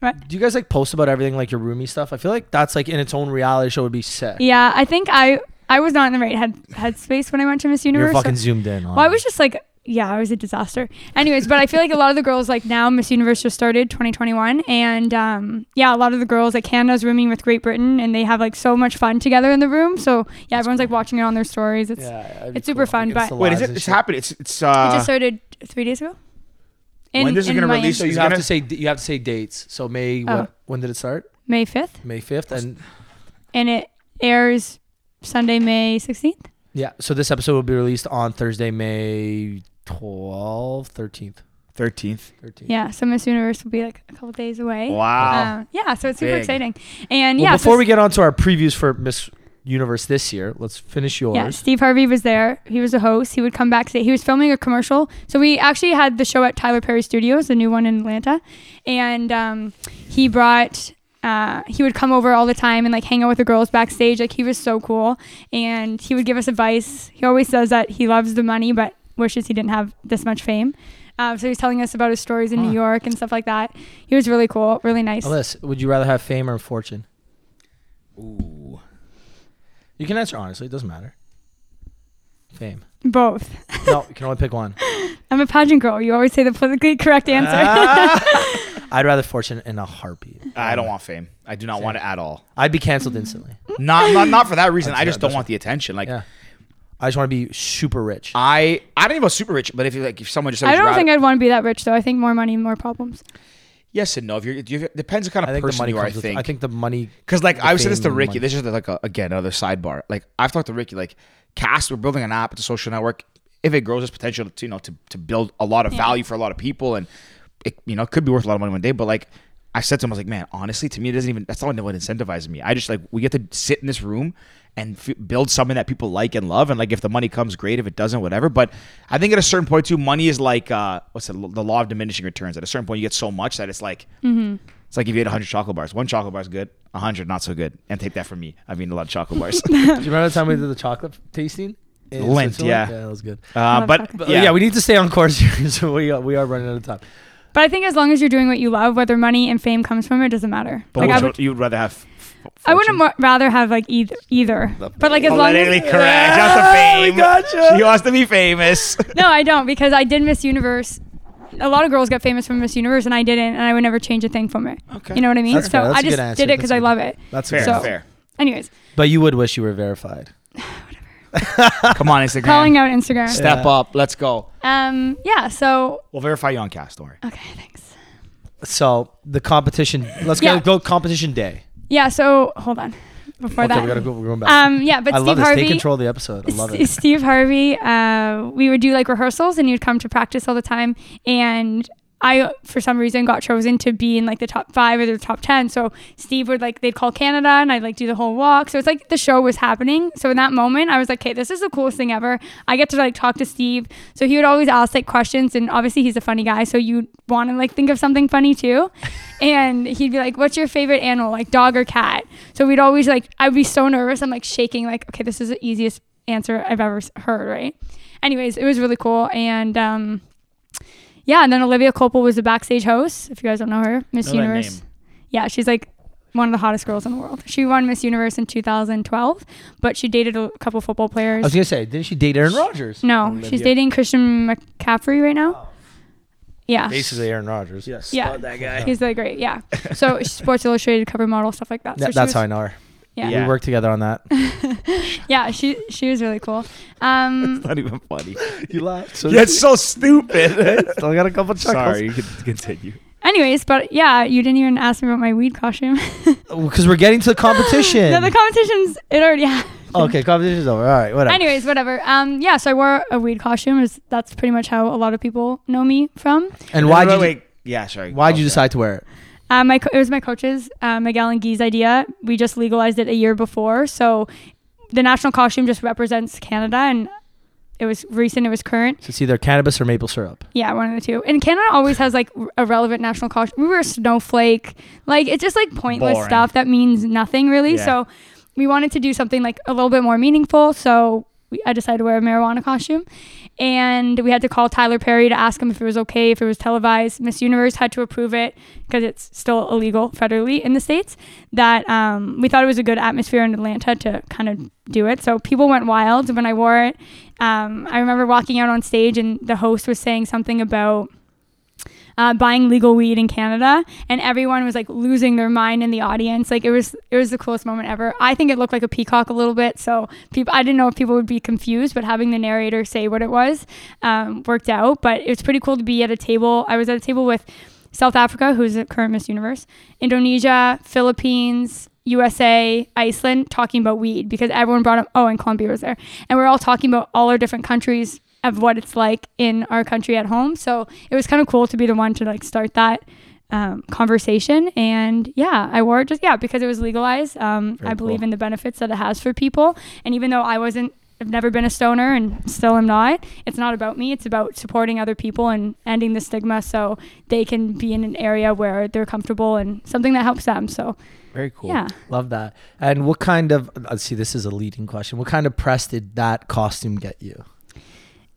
Right? Do you guys like post about everything like your roomie stuff? I feel like that's like in its own reality show would be sick. Yeah, I think I I was not in the right head headspace when I went to Miss You're Universe. fucking zoomed in. well, Um, I was just like yeah, I was a disaster. Anyways, but I feel like a lot of the girls like now Miss Universe just started 2021, and um, yeah, a lot of the girls like Canada's rooming with Great Britain, and they have like so much fun together in the room. So yeah, everyone's like watching it on their stories. It's yeah, it's super fun, but- Wait, is it? It's happening. It's it's. uh It just started three days ago. When this is gonna release- So It's you have gonna- to say you have to say dates. So May Oh. what, when did it start? May fifth, May fifth, and and it airs Sunday, May sixteenth. yeah. So this episode will be released on Thursday, May 12, 13th. 13th. 13th. Yeah, so Miss Universe will be like a couple days away. Wow. Um, yeah, so it's super Big. exciting. And Well, yeah, so before we get on to our previews for Miss Universe this year, let's finish yours. Yeah, Steve Harvey was there. He was a host. He would come back. Say, he was filming a commercial. So we actually had the show at Tyler Perry Studios, the new one in Atlanta, and um, he brought. Uh, he would come over all the time and like hang out with the girls backstage. Like he was so cool, and he would give us advice. He always says that he loves the money, but wishes he didn't have this much fame. Uh, so he was telling us about his stories in New York and stuff like that. He was really cool, really nice. Alyssa, would you rather have fame or fortune? Oh. Ooh. You can answer honestly. It doesn't matter. Fame. Both. No, you can only pick one. I'm a pageant girl. You always say the politically correct answer. I'd rather fortune in a heartbeat. I don't want fame. I do not want it at all. I'd be canceled instantly. Not not, not for that reason. I That's- just don't that's- want the attention. Like Yeah. I just want to be super rich. I I don't even know super rich, but if you like if someone just said, I "Would you don't rather-" think I'd want to be that rich though. I think more money, more problems. yes and no. If you're, if you depends on kind I of think person the money you are. I comes with- think I think the money. Because like the I've said this fame to and the Ricky. money. This is like a, again another sidebar. Like I've talked to Ricky. Like Cast, we're building an app. It's a social network. If it grows, it's potential to you know to, to build a lot of value for a lot of people, and it you know could be worth a lot of money one day. But like I said to him, I was like, man, honestly, to me, it doesn't even that's not what incentivizes me. I just like we get to sit in this room and f- build something that people like and love, and like if the money comes, great. If it doesn't, whatever. But I think at a certain point too, money is like uh what's it, the law of diminishing returns. At a certain point, you get so much that it's like. It's like if you ate 100 chocolate bars. One chocolate bar is good, 100 not so good. And take that from me. I've eaten a lot of chocolate bars. Uh, Do you remember the time we did the chocolate tasting? In Lent, Switzerland? yeah. Yeah, that was good. Uh, love but chocolate. Yeah. yeah, we need to stay on course here, so we are, we are running out of time. But I think as long as you're doing what you love, whether money and fame comes from it, doesn't matter. but like would I you- would, you'd rather have. f- f- I wouldn't fortune? wa- rather have like either. either. But like as long Politically as correct. Not the fame. gotcha. She wants to be famous. no, I don't because I did Miss Universe. A lot of girls got famous from Miss Universe, and I didn't, and I would never change a thing from it. Okay. You know what I mean? That's so fair. That's I a good just answer. did it because That's I good. love it. That's fair, So- fair. Anyways, But you would wish you were verified. Come on, Instagram. calling out Instagram. Step up. Let's go. Um, yeah. So We'll verify you on cast. Don't worry. okay, thanks. So the competition. Let's Yeah. go, go competition day. Yeah. So hold on. Before okay, that, we gotta go. We're going back. um, yeah. But I Steve love this. Harvey. They control the episode. I love S- it. Steve Harvey, uh, we would do like rehearsals and you'd come to practice all the time. And I, for some reason, got chosen to be in like the top five or the top 10. So Steve would like, they'd call Canada and I'd like do the whole walk. So it's like the show was happening. So in that moment, I was like, okay, this is the coolest thing ever. I get to like talk to Steve. So he would always ask like questions. And obviously, he's a funny guy. So you want to like think of something funny too. and he'd be like, "What's your favorite animal, like dog or cat?" So we'd always like, I'd be so nervous. I'm like shaking, like, "Okay, this is the easiest answer I've ever s- heard." Right? Anyways, it was really cool, and um, yeah. And then Olivia Copel was the backstage host. If you guys don't know her, Miss Know that Universe. name. Yeah, she's like one of the hottest girls in the world. She won Miss Universe in 2012, but she dated a couple football I players. was gonna say, didn't Oh, she date Aaron Rodgers? no, she's dating Christian McCaffrey right now. Oh. Yeah. Basically, Aaron Rodgers. Yes. Yeah. He's really great. Yeah. So Sports Illustrated cover model stuff like that. So she that's was- how I know her. Yeah. We yeah. Yeah. worked together on that. She she was really cool. Um. Not even funny. you laughed. So That's so stupid. Still got a couple chuckles. Sorry. You can continue. Anyways, but yeah, you didn't even ask me about my weed costume. Because Oh, we're getting to the competition. no, the competition's it already happened. okay, competition's over. All right, whatever. Anyways, whatever. Um. Yeah. So I wore a weed costume. Is that's pretty much how a lot of people know me from. and why did you? Wait, Yeah, sorry. Why'd you Okay. decide to wear it? Um, my co- it was my coach's, uh, Miguel and Guy's idea. We just legalized it a year before, so the national costume just represents Canada, and it was recent, it was current. So it's either cannabis or maple syrup. Yeah, one of the two. And Canada always has like r- a relevant national costume. We were a snowflake, like it's just like pointless Boring. stuff that means nothing really. Yeah. So we wanted to do something like a little bit more meaningful. So we, I decided to wear a marijuana costume, and we had to call Tyler Perry to ask him if it was okay, if it was televised. Miss Universe had to approve it because it's still illegal federally in the states. That um, we thought it was a good atmosphere in Atlanta to kind of do it. So people went wild when I wore it. Um, I remember walking out on stage and the host was saying something about uh, buying legal weed in Canada, and everyone was like losing their mind in the audience. Like it was, it was the coolest moment ever. I think it looked like a peacock a little bit, so people, I didn't know if people would be confused, but having the narrator say what it was um, worked out. But it was pretty cool to be at a table. I was at a table with South Africa, who's the current Miss Universe, Indonesia, Philippines. USA, Iceland, talking about weed because everyone brought up. Oh, and Colombia was there, and we we're all talking about all our different countries of what it's like in our country at home. So it was kind of cool to be the one to like start that um, conversation. And yeah, I wore it just yeah because it was legalized. Um, I believe cool. in the benefits that it has for people. And even though I wasn't, I've never been a stoner and still am not. It's not about me. It's about supporting other people and ending the stigma so they can be in an area where they're comfortable and something that helps them. So Very cool. yeah. Love that. And what kind of, uh, see, this is a leading question. What kind of press did that costume get you?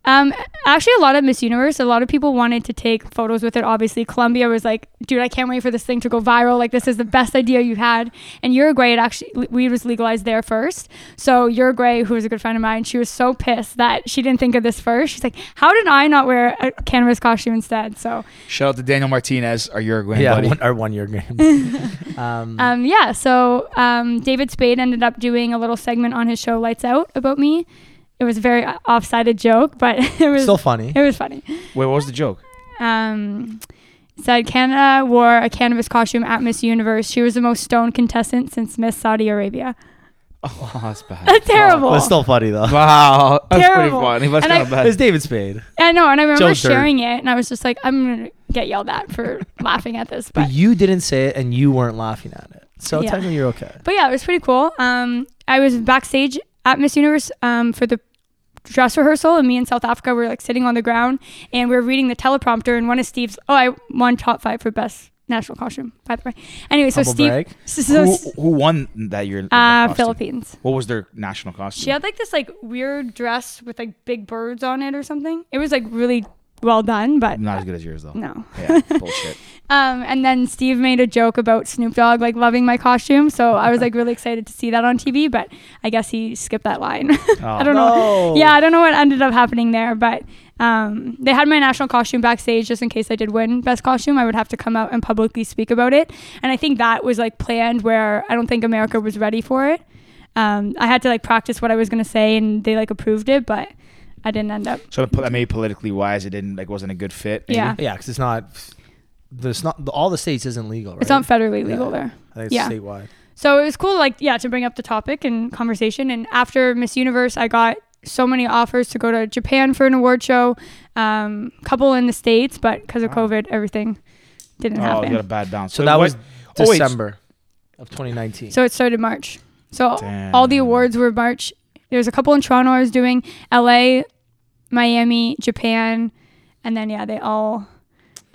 Um, actually, a lot of Miss Universe, a lot of people wanted to take photos with it. Obviously, Colombia was like, "Dude, I can't wait for this thing to go viral. Like, this is the best idea you had." And Uruguay, it actually weed was legalized there first. So Uruguay, who was a good friend of mine, she was so pissed that she didn't think of this first. She's like, "How did I not wear a cannabis costume instead?" So, Shout out to Daniel Martinez, our Uruguayan yeah, buddy. one, our one year game. um, um, yeah. So um, David Spade ended up doing a little segment on his show Lights Out about me. It was a very uh, offsided joke, but it was still funny. it was funny. Wait, what was the joke? um, said Canada wore a cannabis costume at Miss Universe. She was the most stoned contestant since Miss Saudi Arabia. Oh, that's bad. That's terrible. But it's still funny though. Wow, that's Terrible. pretty funny. That's And kind I- of bad. It's David Spade. I know, and I remember Joe's dirt. sharing it, and I was just like, I'm gonna get yelled at for laughing at this. But But you didn't say it and you weren't laughing at it. So Yeah. technically you're okay. but yeah, it was pretty cool. Um, I was backstage at Miss Universe um, for the dress rehearsal, and me in South Africa were like sitting on the ground, and we were reading the teleprompter, and one of Steve's, oh, I won top five for best national costume, by the way. Anyway, so Humble Steve, brag. so, who, so- who won that year? that uh, costume? Philippines. What was their national costume? She had like this like weird dress with like big birds on it or something. It was like really well done, but Not as good as yours though. no. Yeah, bullshit. Um, and then Steve made a joke about Snoop Dogg like loving my costume, so I was like really excited to see that on TV. But I guess he skipped that line. I don't No. know. Yeah, I don't know what ended up happening there, but um, they had my national costume backstage just in case I did win best costume. I would have to come out and publicly speak about it, and I think that was like planned where I don't think America was ready for it. Um, I had to like practice what I was gonna say, and they like approved it, but I didn't end up. So po- maybe politically wise, it didn't like wasn't a good fit. maybe? Yeah. Yeah, because it's not. There's not all the states isn't legal. Right? It's not federally Yeah. legal there. I think it's yeah. statewide. So it was cool, like, yeah, to bring up the topic and conversation. And after Miss Universe, I got so many offers to go to Japan for an award show, um, couple in the States, but because of Wow. COVID, everything didn't Oh, you happen. got a bad bounce. So that what- was oh, wait, December of 2019. So it started March. So all the Damn. awards were March. There was a couple in Toronto I was doing, LA, Miami, Japan, and then, yeah, they all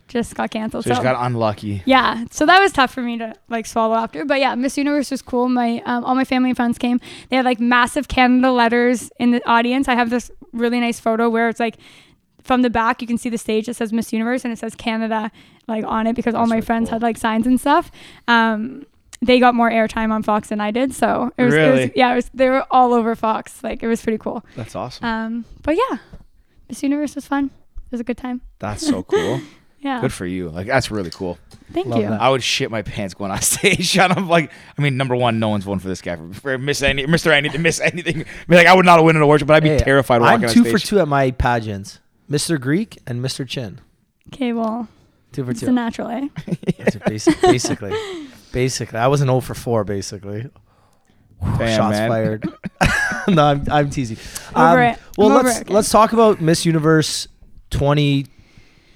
just got canceled. So you just got unlucky. Yeah, so that was tough for me to like swallow after. But yeah, Miss Universe was cool. My um, all my family and friends came. They had like massive Canada letters in the audience. I have this really nice photo where it's like from the back you can see the stage that says Miss Universe and it says Canada like on it because all That's my really friends cool. had like signs and stuff. Um, they got more airtime on Fox than I did, so it was, it was- Really? yeah, it was, they were all over Fox. Like it was pretty cool. That's awesome. Um, but yeah, Miss Universe was fun. It was a good time. That's so cool. Yeah, Good for you. Like that's really cool. thank Love you. that. I would shit my pants going on stage. And I'm like, I mean, number one, no one's voting for this guy for, for miss any, Mr. Anything, Miss Anything. I mean, like, I would not win an award, show, but I'd be Hey, terrified I'm walking two on stage. for two at my pageants. Mr. Greek and Mr. Chin. Okay, well, Two for it's two. a natural, eh? That's basi- basically, basically, I was an 0 for 4, basically. Damn, Shots man. fired. no, I'm, I'm teasing. Um, Over it. Well, I'm over let's it, okay. let's talk about Miss Universe 20.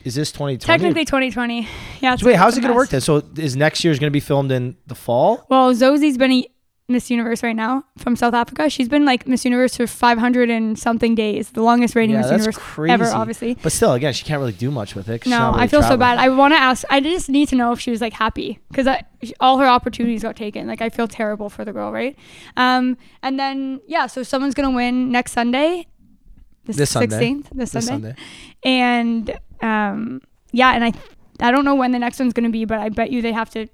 Is this 2020? Technically 2020. Yeah. it's So wait, how's it it's a going to work mess. then? So is next year's going to be filmed in the fall? Well, Zosie's been a Miss Universe right now from South Africa. She's been like Miss Universe for 500 and something days, the longest reigning Miss Universe ever, obviously. But still, again, she can't really do much with it. 'cause she's No, not really I feel so traveling. bad. I want to ask. I just need to know if she was like happy because all her opportunities got taken. Like I feel terrible for the girl, right? Um, and then yeah, so someone's gonna win next Sunday, the This Sunday. 16th, this, This Sunday. Sunday. and um, yeah, and I, I don't know when the next one's gonna be, but I bet you they have to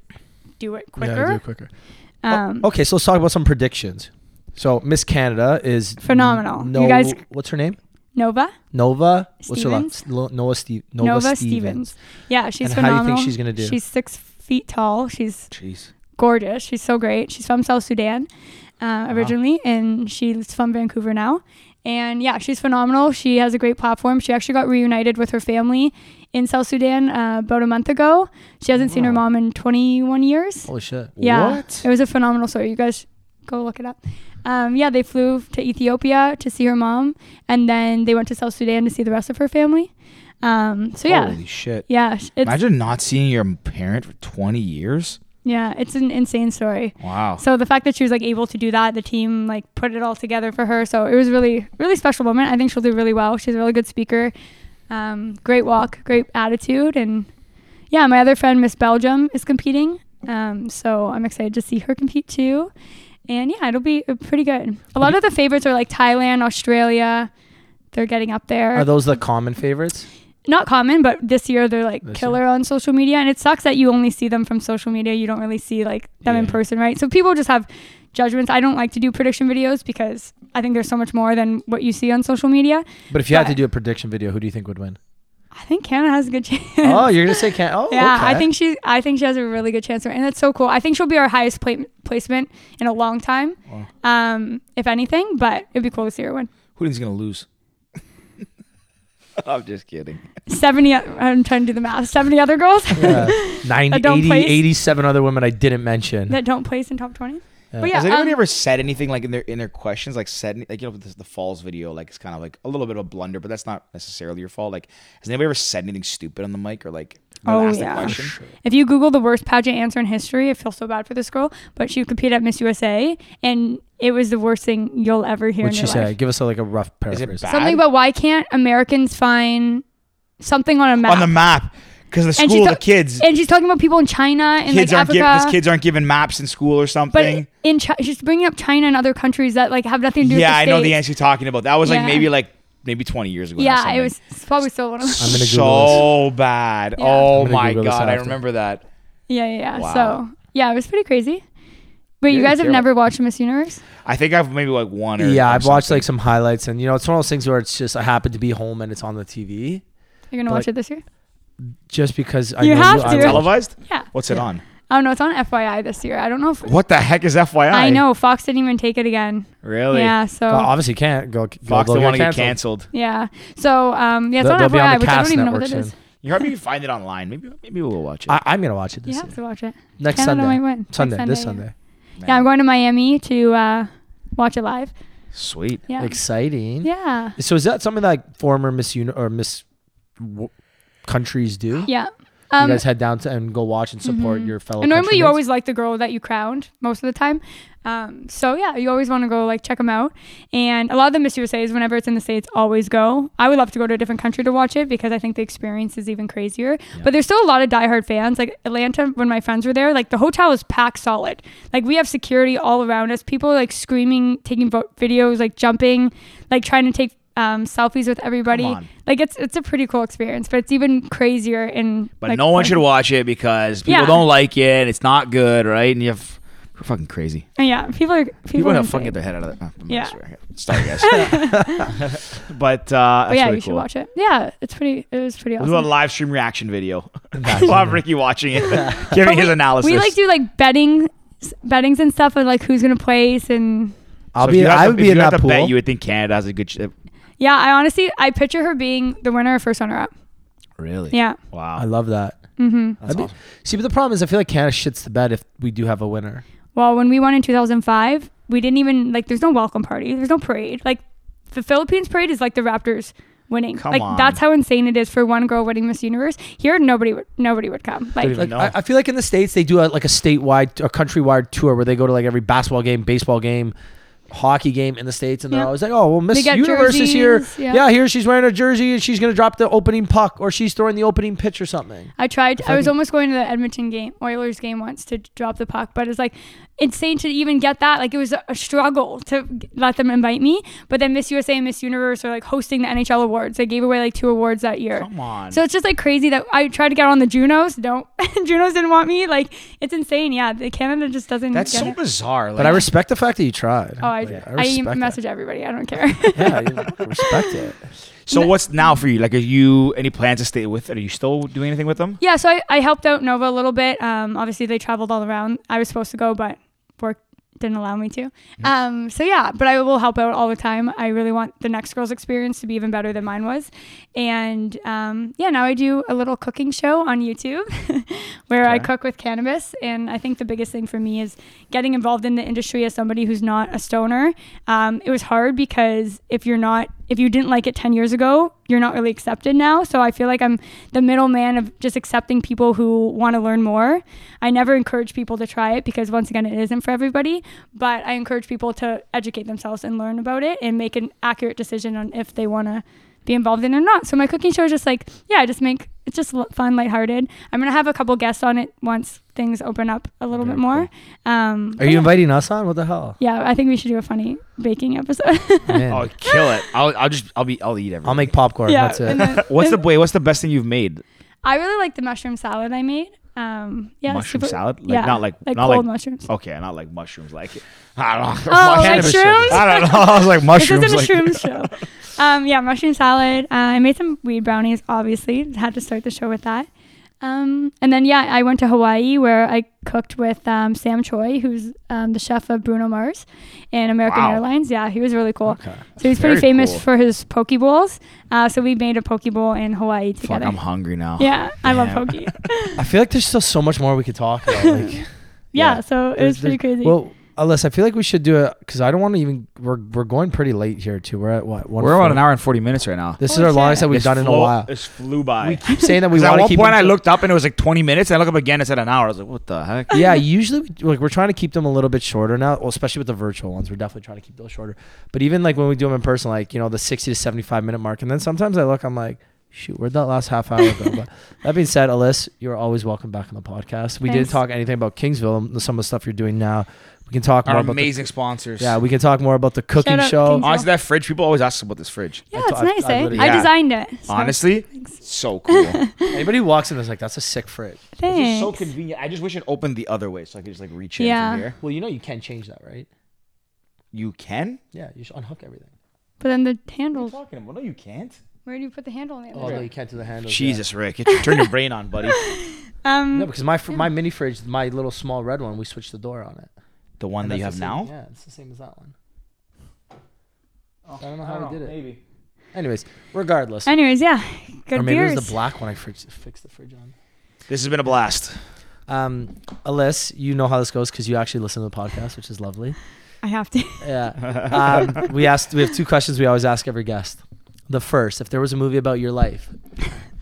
do it quicker. quicker. Um, Oh, okay, so let's talk about some predictions. So Miss Canada is Phenomenal. No, You guys- what's her name? Nova, Nova. What's her last? Stevens? Lo- Noah Steve. Nova, Nova, Stevens. Stevens. Yeah, she's And how do you phenomenal. think she's gonna do? She's six feet tall. She's Jeez. gorgeous. She's so great. She's from South Sudan uh, originally, and she's from Vancouver now. And yeah, she's phenomenal. She has a great platform. She actually got reunited with her family in South Sudan uh, about a month ago. She hasn't seen her Wow. mom in 21 years. Holy shit. yeah, What? it was a phenomenal story. You guys go look it up. Um, yeah, they flew to Ethiopia to see her mom, and then they went to South Sudan to see the rest of her family. Um, so yeah, Holy shit. yeah, it's Imagine not seeing your parent for 20 years. yeah, it's an insane story. Wow. So the fact that she was like able to do that, the team like put it all together for her. So it was really, really special moment. I think she'll do really well. She's a really good speaker. Um, great walk, great attitude, and yeah, my other friend Miss Belgium is competing. Um, so I'm excited to see her compete too. And yeah, it'll be uh, pretty good. A lot of the favorites are like Thailand, Australia. They're getting up there. Are those the common favorites? Not common, but this year they're like This killer on social media. And it sucks that you only see them from social media. You don't really see like them in Yeah. person, right? So people just have judgments. I don't like to do prediction videos because I think there's so much more than what you see on social media. But if you had to But- do a prediction video, who do you think would win? I think Canada has a good chance. oh, you're gonna say can? Oh, Yeah, I okay. think she. I think she has a really good chance, and that's so cool. I think she'll be our highest pla- placement in a long time, um, if anything. But it'd be cool to see her win. Who do you think's going to lose? I'm just kidding. Seventy. o- I'm trying to do the math. Seventy other girls Yeah. 90, I don't 80, place- 87 other women I didn't mention. that don't place in top twenty. Yeah. But yeah, Has Has anybody um, ever said anything like in their in their questions, like said any- like you know this, the falls video, like it's kind of like a little bit of a blunder, but that's not necessarily your fault. Like has anybody ever said anything stupid on the mic or like when Oh, asked yeah. a question? If you Google the worst pageant answer in history, I feel so bad for this girl, but she competed at Miss USA, and it was the worst thing you'll ever hear What'd she in your say? life. Give us a, like a rough Is it paraphrase. bad? Something about why can't Americans find something on a map? on the map because the And she's school, the ta- kids, And she's talking about people in China and kids like aren't Africa. given his kids aren't given maps in school or but something. in Chi- she's bringing up China and other countries that like have nothing to do with yeah, the I know the States. answer you're talking about. That was like Yeah. maybe like maybe 20 years ago. now, Yeah, something. it was it's probably still one of them. I'm gonna Google so bad. Yeah. Oh I'm gonna my Google this god, I after. remember that. Yeah, yeah, yeah. Wow. So yeah, it was pretty crazy. Wait, you didn't guys have care about- never watched Miss Universe? I think I've maybe like one. Or, yeah, or I've watched something. like some highlights, and you know, it's one of those things where it's just I happen to be home and it's on the TV, You're gonna Like- watch it this year? just because I You know have I to. watch- televised. Yeah. What's it on? Oh no, it's on FYI this year. I don't know if What the heck is FYI? I know Fox didn't even take it again. Really? Yeah, so Well, obviously can't go. Fox go don't get want to get canceled. canceled. yeah, so um, yeah, it's They'll- on they'll be on FYI, the which I cast don't even know what it network is. You probably can find it online. Maybe maybe we'll watch it. I, I'm gonna watch it You this have year. to watch it. next Canada Sunday. might win. Next Sunday, this Sunday, yeah. Sunday. Man, Yeah, I'm going to Miami to uh, watch it live. Sweet. Yeah, Exciting. yeah, So is that something like former Miss Uni- or Miss w- countries do? yeah. Um, mm-hmm. you guys head down to and go watch and support your fellow. And normally you countrymen? always like the girl that you crowned most of the time. Um, so yeah, you always want to go like check them out. And a lot of the Miss USA's, whenever it's in the states, always go. I would love to go to a different country to watch it because I think the experience is even crazier. But there's still a lot of diehard fans. Like Atlanta, when my friends were there, like the hotel is packed solid. Like we have security all around us. People are, like screaming, taking vo- videos, like jumping, like trying to take. Um, selfies with everybody. Come on. Like it's it's a pretty cool experience, but it's even crazier in. But like, no one fun. should watch it because people Yeah. don't like it and it's not good, right? And you have we're fucking crazy. Yeah, people are people, People are don't insane. fucking get their head out of that. Oh, Yeah. Sorry guys. but uh that's But Oh, yeah, really you should cool. watch it. Yeah, it's pretty. It was pretty We'll do a awesome. live stream reaction video. we'll have Ricky watching it, giving his analysis. We like do like betting, bettings and stuff, and like who's gonna place and. I'll So if be. you had I to- would if be in you had that to pool. Bet, you would think Canada has a good. Sh- Yeah, I honestly I picture her being the winner or first runner up. really? Yeah, Wow. I love that. mm-hmm. That's I'd be- awesome. See, but the problem is, I feel like Canada shits the bed if we do have a winner. Well, when we won in 2005, we didn't even like. There's no welcome party. There's no parade. Like the Philippines parade is like the Raptors winning. Come like on. that's how insane it is for one girl winning Miss Universe. Here, nobody would nobody would come. Like even- Like No. I, I feel like in the states they do a, like a statewide, a countrywide tour where they go to like every basketball game, baseball game, hockey game in the states, and they're Yeah. always like, "Oh, well, Miss get Universe is here. jerseys, Yeah. yeah. here she's wearing a jersey and she's gonna drop the opening puck or she's throwing the opening pitch or something." I tried. If I I was can- almost going to the Edmonton game, Oilers game once to d- drop the puck, but it's like insane to even get that. Like it was a a struggle to g- let them invite me. But then Miss USA and Miss Universe are like hosting the NHL awards. They gave away like two awards that year. Come on. So it's just like crazy that I tried to get on the Junos. No, Junos didn't want me. Like it's insane. Yeah, the Canada just doesn't. That's get so it. bizarre. But I respect the fact that you tried. Oh, I, Like, I, respect that. message everybody. I don't care. Yeah, I respect it. so what's now for you? Like, are you any plans to stay with? Are you still doing anything with them? Yeah, so I, I helped out Nova a little bit. Um, obviously, they traveled all around. I was supposed to go, but work didn't allow me to. Um, so yeah, but I will help out all the time. I really want the next girl's experience to be even better than mine was. And um, yeah, now I do a little cooking show on YouTube where I cook with cannabis. And I think the biggest thing for me is getting involved in the industry as somebody who's not a stoner. Um, it was hard because if you're not, if you didn't like it 10 years ago, you're not really accepted now. So I feel like I'm the middleman of just accepting people who want to learn more. I never encourage people to try it because, once again, it isn't for everybody, but I encourage people to educate themselves and learn about it and make an accurate decision on if they want to be involved in it or not. So my cooking show is just like, yeah, I just make it's just l- fun, lighthearted. I'm gonna have a couple guests on it once things open up a little bit more. Um, Are but you yeah. inviting us on? What the hell? Yeah, I think we should do a funny baking episode. Man, Oh, kill it! I'll, I'll just I'll be I'll eat everything. I'll make popcorn. yeah, That's it. and then- what's the wait? What's the best thing you've made? I really like the mushroom salad I made. Um, yeah, it's mushroom super- salad? Like yeah, not like, like not cold like mushrooms. Okay, not like mushrooms. Like I don't know. Oh, like mushrooms. shrooms? I don't know. I was like This mushrooms. isn't a like- shroom show. Um, yeah, mushroom salad. Uh, I made some weed brownies. Obviously, had to start the show with that. Um, and then yeah, I went to Hawaii where I cooked with um, Sam Choi, who's um, the chef of Bruno Mars and American Wow. Airlines. Yeah, he was really cool. Okay. So he's pretty Very famous cool. for his poke bowls. Uh, so we made a poke bowl in Hawaii Fuck, together. I'm hungry now. yeah, I love Damn. poke. yeah, I feel like there's still so much more we could talk about. Like, Yeah. so it was pretty crazy. Well, Alyssa, I feel like we should do it because I don't want to even. We're we're going pretty late here too. We're at what? One We're about an hour and forty minutes right now. This is Holy our shit. longest that we've It's done in a flew- while. It's flew by. We keep saying that we 'Cause at want to one keep. point, I them- looked up and it was like 20 minutes. I look up again, it said an hour. I was like, what the heck? yeah, usually we, like we're trying to keep them a little bit shorter now, well, especially with the virtual ones. We're definitely trying to keep those shorter. But even like when we do them in person, like you know the sixty to seventy-five minute mark, and then sometimes I look, I'm like, shoot, where'd that last half hour go? but that being said, Alyssa, you're always welcome back on the podcast. We didn't Thanks. talk anything about Kingsville, and some of the stuff you're doing now. We can talk Our more about the- amazing sponsors. yeah, we can talk more about the cooking out show. Kingsville. Honestly, that fridge, people always ask us about this fridge. yeah, I- it's I- nice, I eh? literally- I Yeah. designed it. so Honestly, so cool. This Anybody who walks in is like, that's a sick fridge. is thanks. so convenient. I just wish it opened the other way so I could just like reach in Yeah. from here. Well, you know you can change that, right? You can? Yeah, you should unhook everything. But then the What are handle, you talking about? No, you can't. where do you put the handle on the Oh, other? no, you can't do the handles. yeah. Jesus, Rick. Get your, turn your brain on, buddy. Um, No, because my fr- my mini fridge, my little small red one, we switched the door on it. The one that you have now? Yeah, it's the same as that one. Oh, I don't know how we did it. Maybe. Anyways, regardless. anyways, yeah, good or maybe beers. it was the black one I fridge, fixed the fridge on. This has been a blast. Um, Alyssa, you know how this goes because you actually listen to the podcast, which is lovely. I have to. Yeah. Um, we asked. We have two questions we always ask every guest. The first, if there was a movie about your life,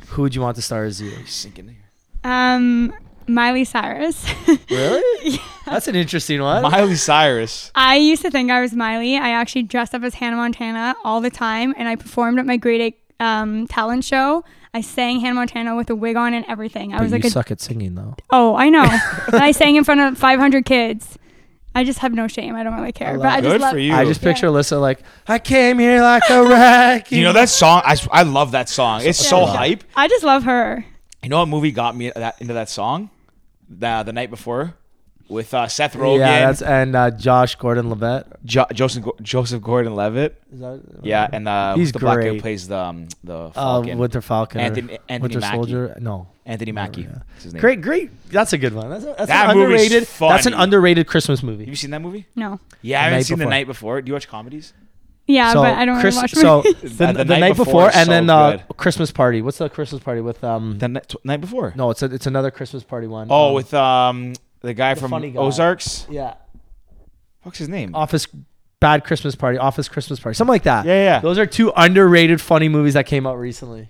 who would you want to star as you? Sinking here. Um, Miley Cyrus. Really? That's an interesting one. Miley Cyrus. I used to think I was Miley. I actually dressed up as Hannah Montana all the time, and I performed at my grade eight um, talent show. I sang Hannah Montana with a wig on and everything. I was you like, a, suck at singing though. oh, I know. but I sang in front of 500 kids. I just have no shame. I don't really care. love But I just Good love. for you. I just Yeah. picture Alyssa like, I came here like a wreck. You know that song? I, s- I love that song. It's so Yeah. hype. I just love her. You know what movie got me that, into that song? The the night before, with uh, Seth Rogen, Yeah, that's and uh, Josh Gordon Levitt. jo- Joseph Go- Joseph Gordon Levitt. Is that Yeah, and uh, He's the black guy who great. plays the um, the uh, Falcon, Winter Falcon. or Anthony- Anthony Winter Mackie. Soldier. No. Anthony Mackie. yeah. That's his name. Great, great. That's a good one. That's, a, that's That an movie's underrated. That's an funny. underrated Christmas Have movie. you seen that movie? No. Yeah, I haven't Night seen Before. the night before. Do you watch comedies? Yeah, but I don't Chris- really watch so movies. the, Uh, The- the the night, before, is and then so uh, good. Christmas party. What's the Christmas party with um? The night, night before. no, it's a, it's another Christmas party one. Oh, Um, with um the guy the from funny guy. Ozarks. Uh, yeah, What's his name? Office Bad Christmas Party, Office Christmas Party, something like that. Yeah, yeah. Those are two underrated funny movies that came out recently.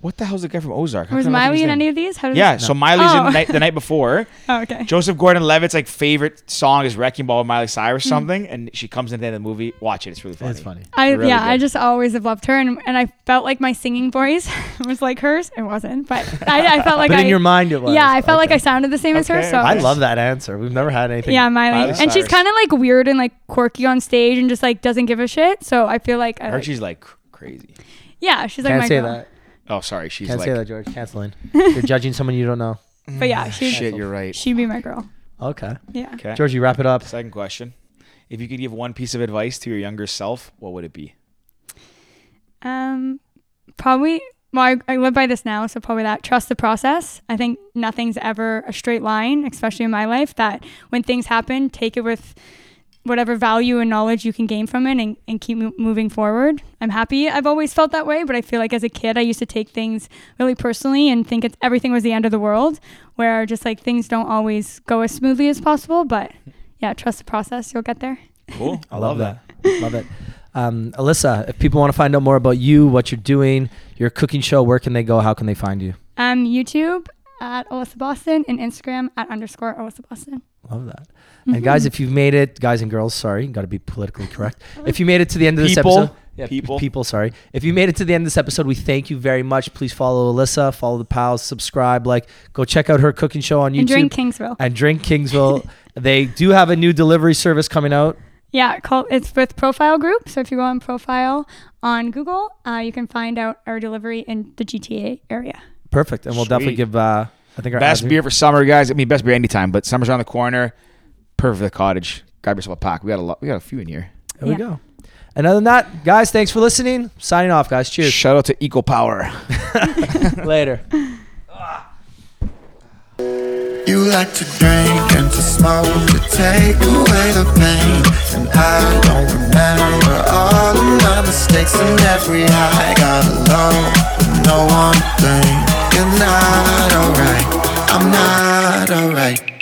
What the hell's the guy from Ozark? How Was can I not think Miley of in his name? any of these? How did Yeah, so Miley's in Oh. the night, the night before. Oh, okay. Joseph Gordon-Levitt's like favorite song is "Wrecking Ball" with Miley Hmm. Cyrus, something, and she comes into the movie. Watch it; it's really funny. It's funny. I Really yeah, good. I just always have loved her, and, and I felt like my singing voice was like hers. It wasn't, but I, I felt like but I, in your mind, it was. yeah, I felt like Okay. I sounded the same as her. Okay, So I love that answer. We've never had anything. Oh, Yeah, Miley, Miley and she's Cyrus. kind of like weird and like quirky on stage, and just like doesn't give a shit. So I feel like, I, Her, like she's like cr- crazy. yeah, she's like Can't my say girl. that. Oh, sorry, she's Can't like. say that, George. Canceling. You're judging someone you don't know. But yeah, she'd Shit, you're right. she'd be my girl. Okay. Yeah. Okay. Georgie, wrap it up. Second question: If you could give one piece of advice to your younger self, what would it be? Um, probably. Well, I, I live by this now, so probably that. Trust the process. I think nothing's ever a straight line, especially in my life. That when things happen, take it with whatever value and knowledge you can gain from it and, and keep mo- moving forward. I'm happy. I've always felt that way, but I feel like as a kid, I used to take things really personally and think it's, everything was the end of the world, where just like things don't always go as smoothly as possible. But yeah, trust the process. You'll get there. Cool. I love, that. love it. Um, Alyssa, if people want to find out more about you, what you're doing, your cooking show, where can they go? How can they find you? Um, YouTube at Alyssa Boston and Instagram at underscore Alyssa Boston. Love that. And Mm-hmm. guys, if you've made it, guys and girls, sorry, got to be politically correct. If you made it to the end of this People. episode, yeah, p- People. people, sorry. If you made it to the end of this episode, we thank you very much. Please follow Alyssa, follow the pals, subscribe, like, go check out her cooking show on YouTube And drink Kingsville. and drink Kingsville. they do have a new delivery service coming out. Yeah, call, it's with Profile Group. So if you go on Profile on Google, uh, you can find out our delivery in the GTA area. Perfect, and we'll definitely Sweet. give. Uh, I think our Best admin- beer for summer, guys. I mean, best beer anytime, but summer's around the corner. Perfect for the cottage. Grab yourself a pack. We got a lot. We got a few in here. There Yeah. we go. And other than that, guys, thanks for listening. Signing off, guys. Cheers. Shout out to Eco Power. Later. You like to drink and to smoke to take away the pain. And I don't remember all of my mistakes and every high got a low. No one thing. You're not alright. I'm not alright.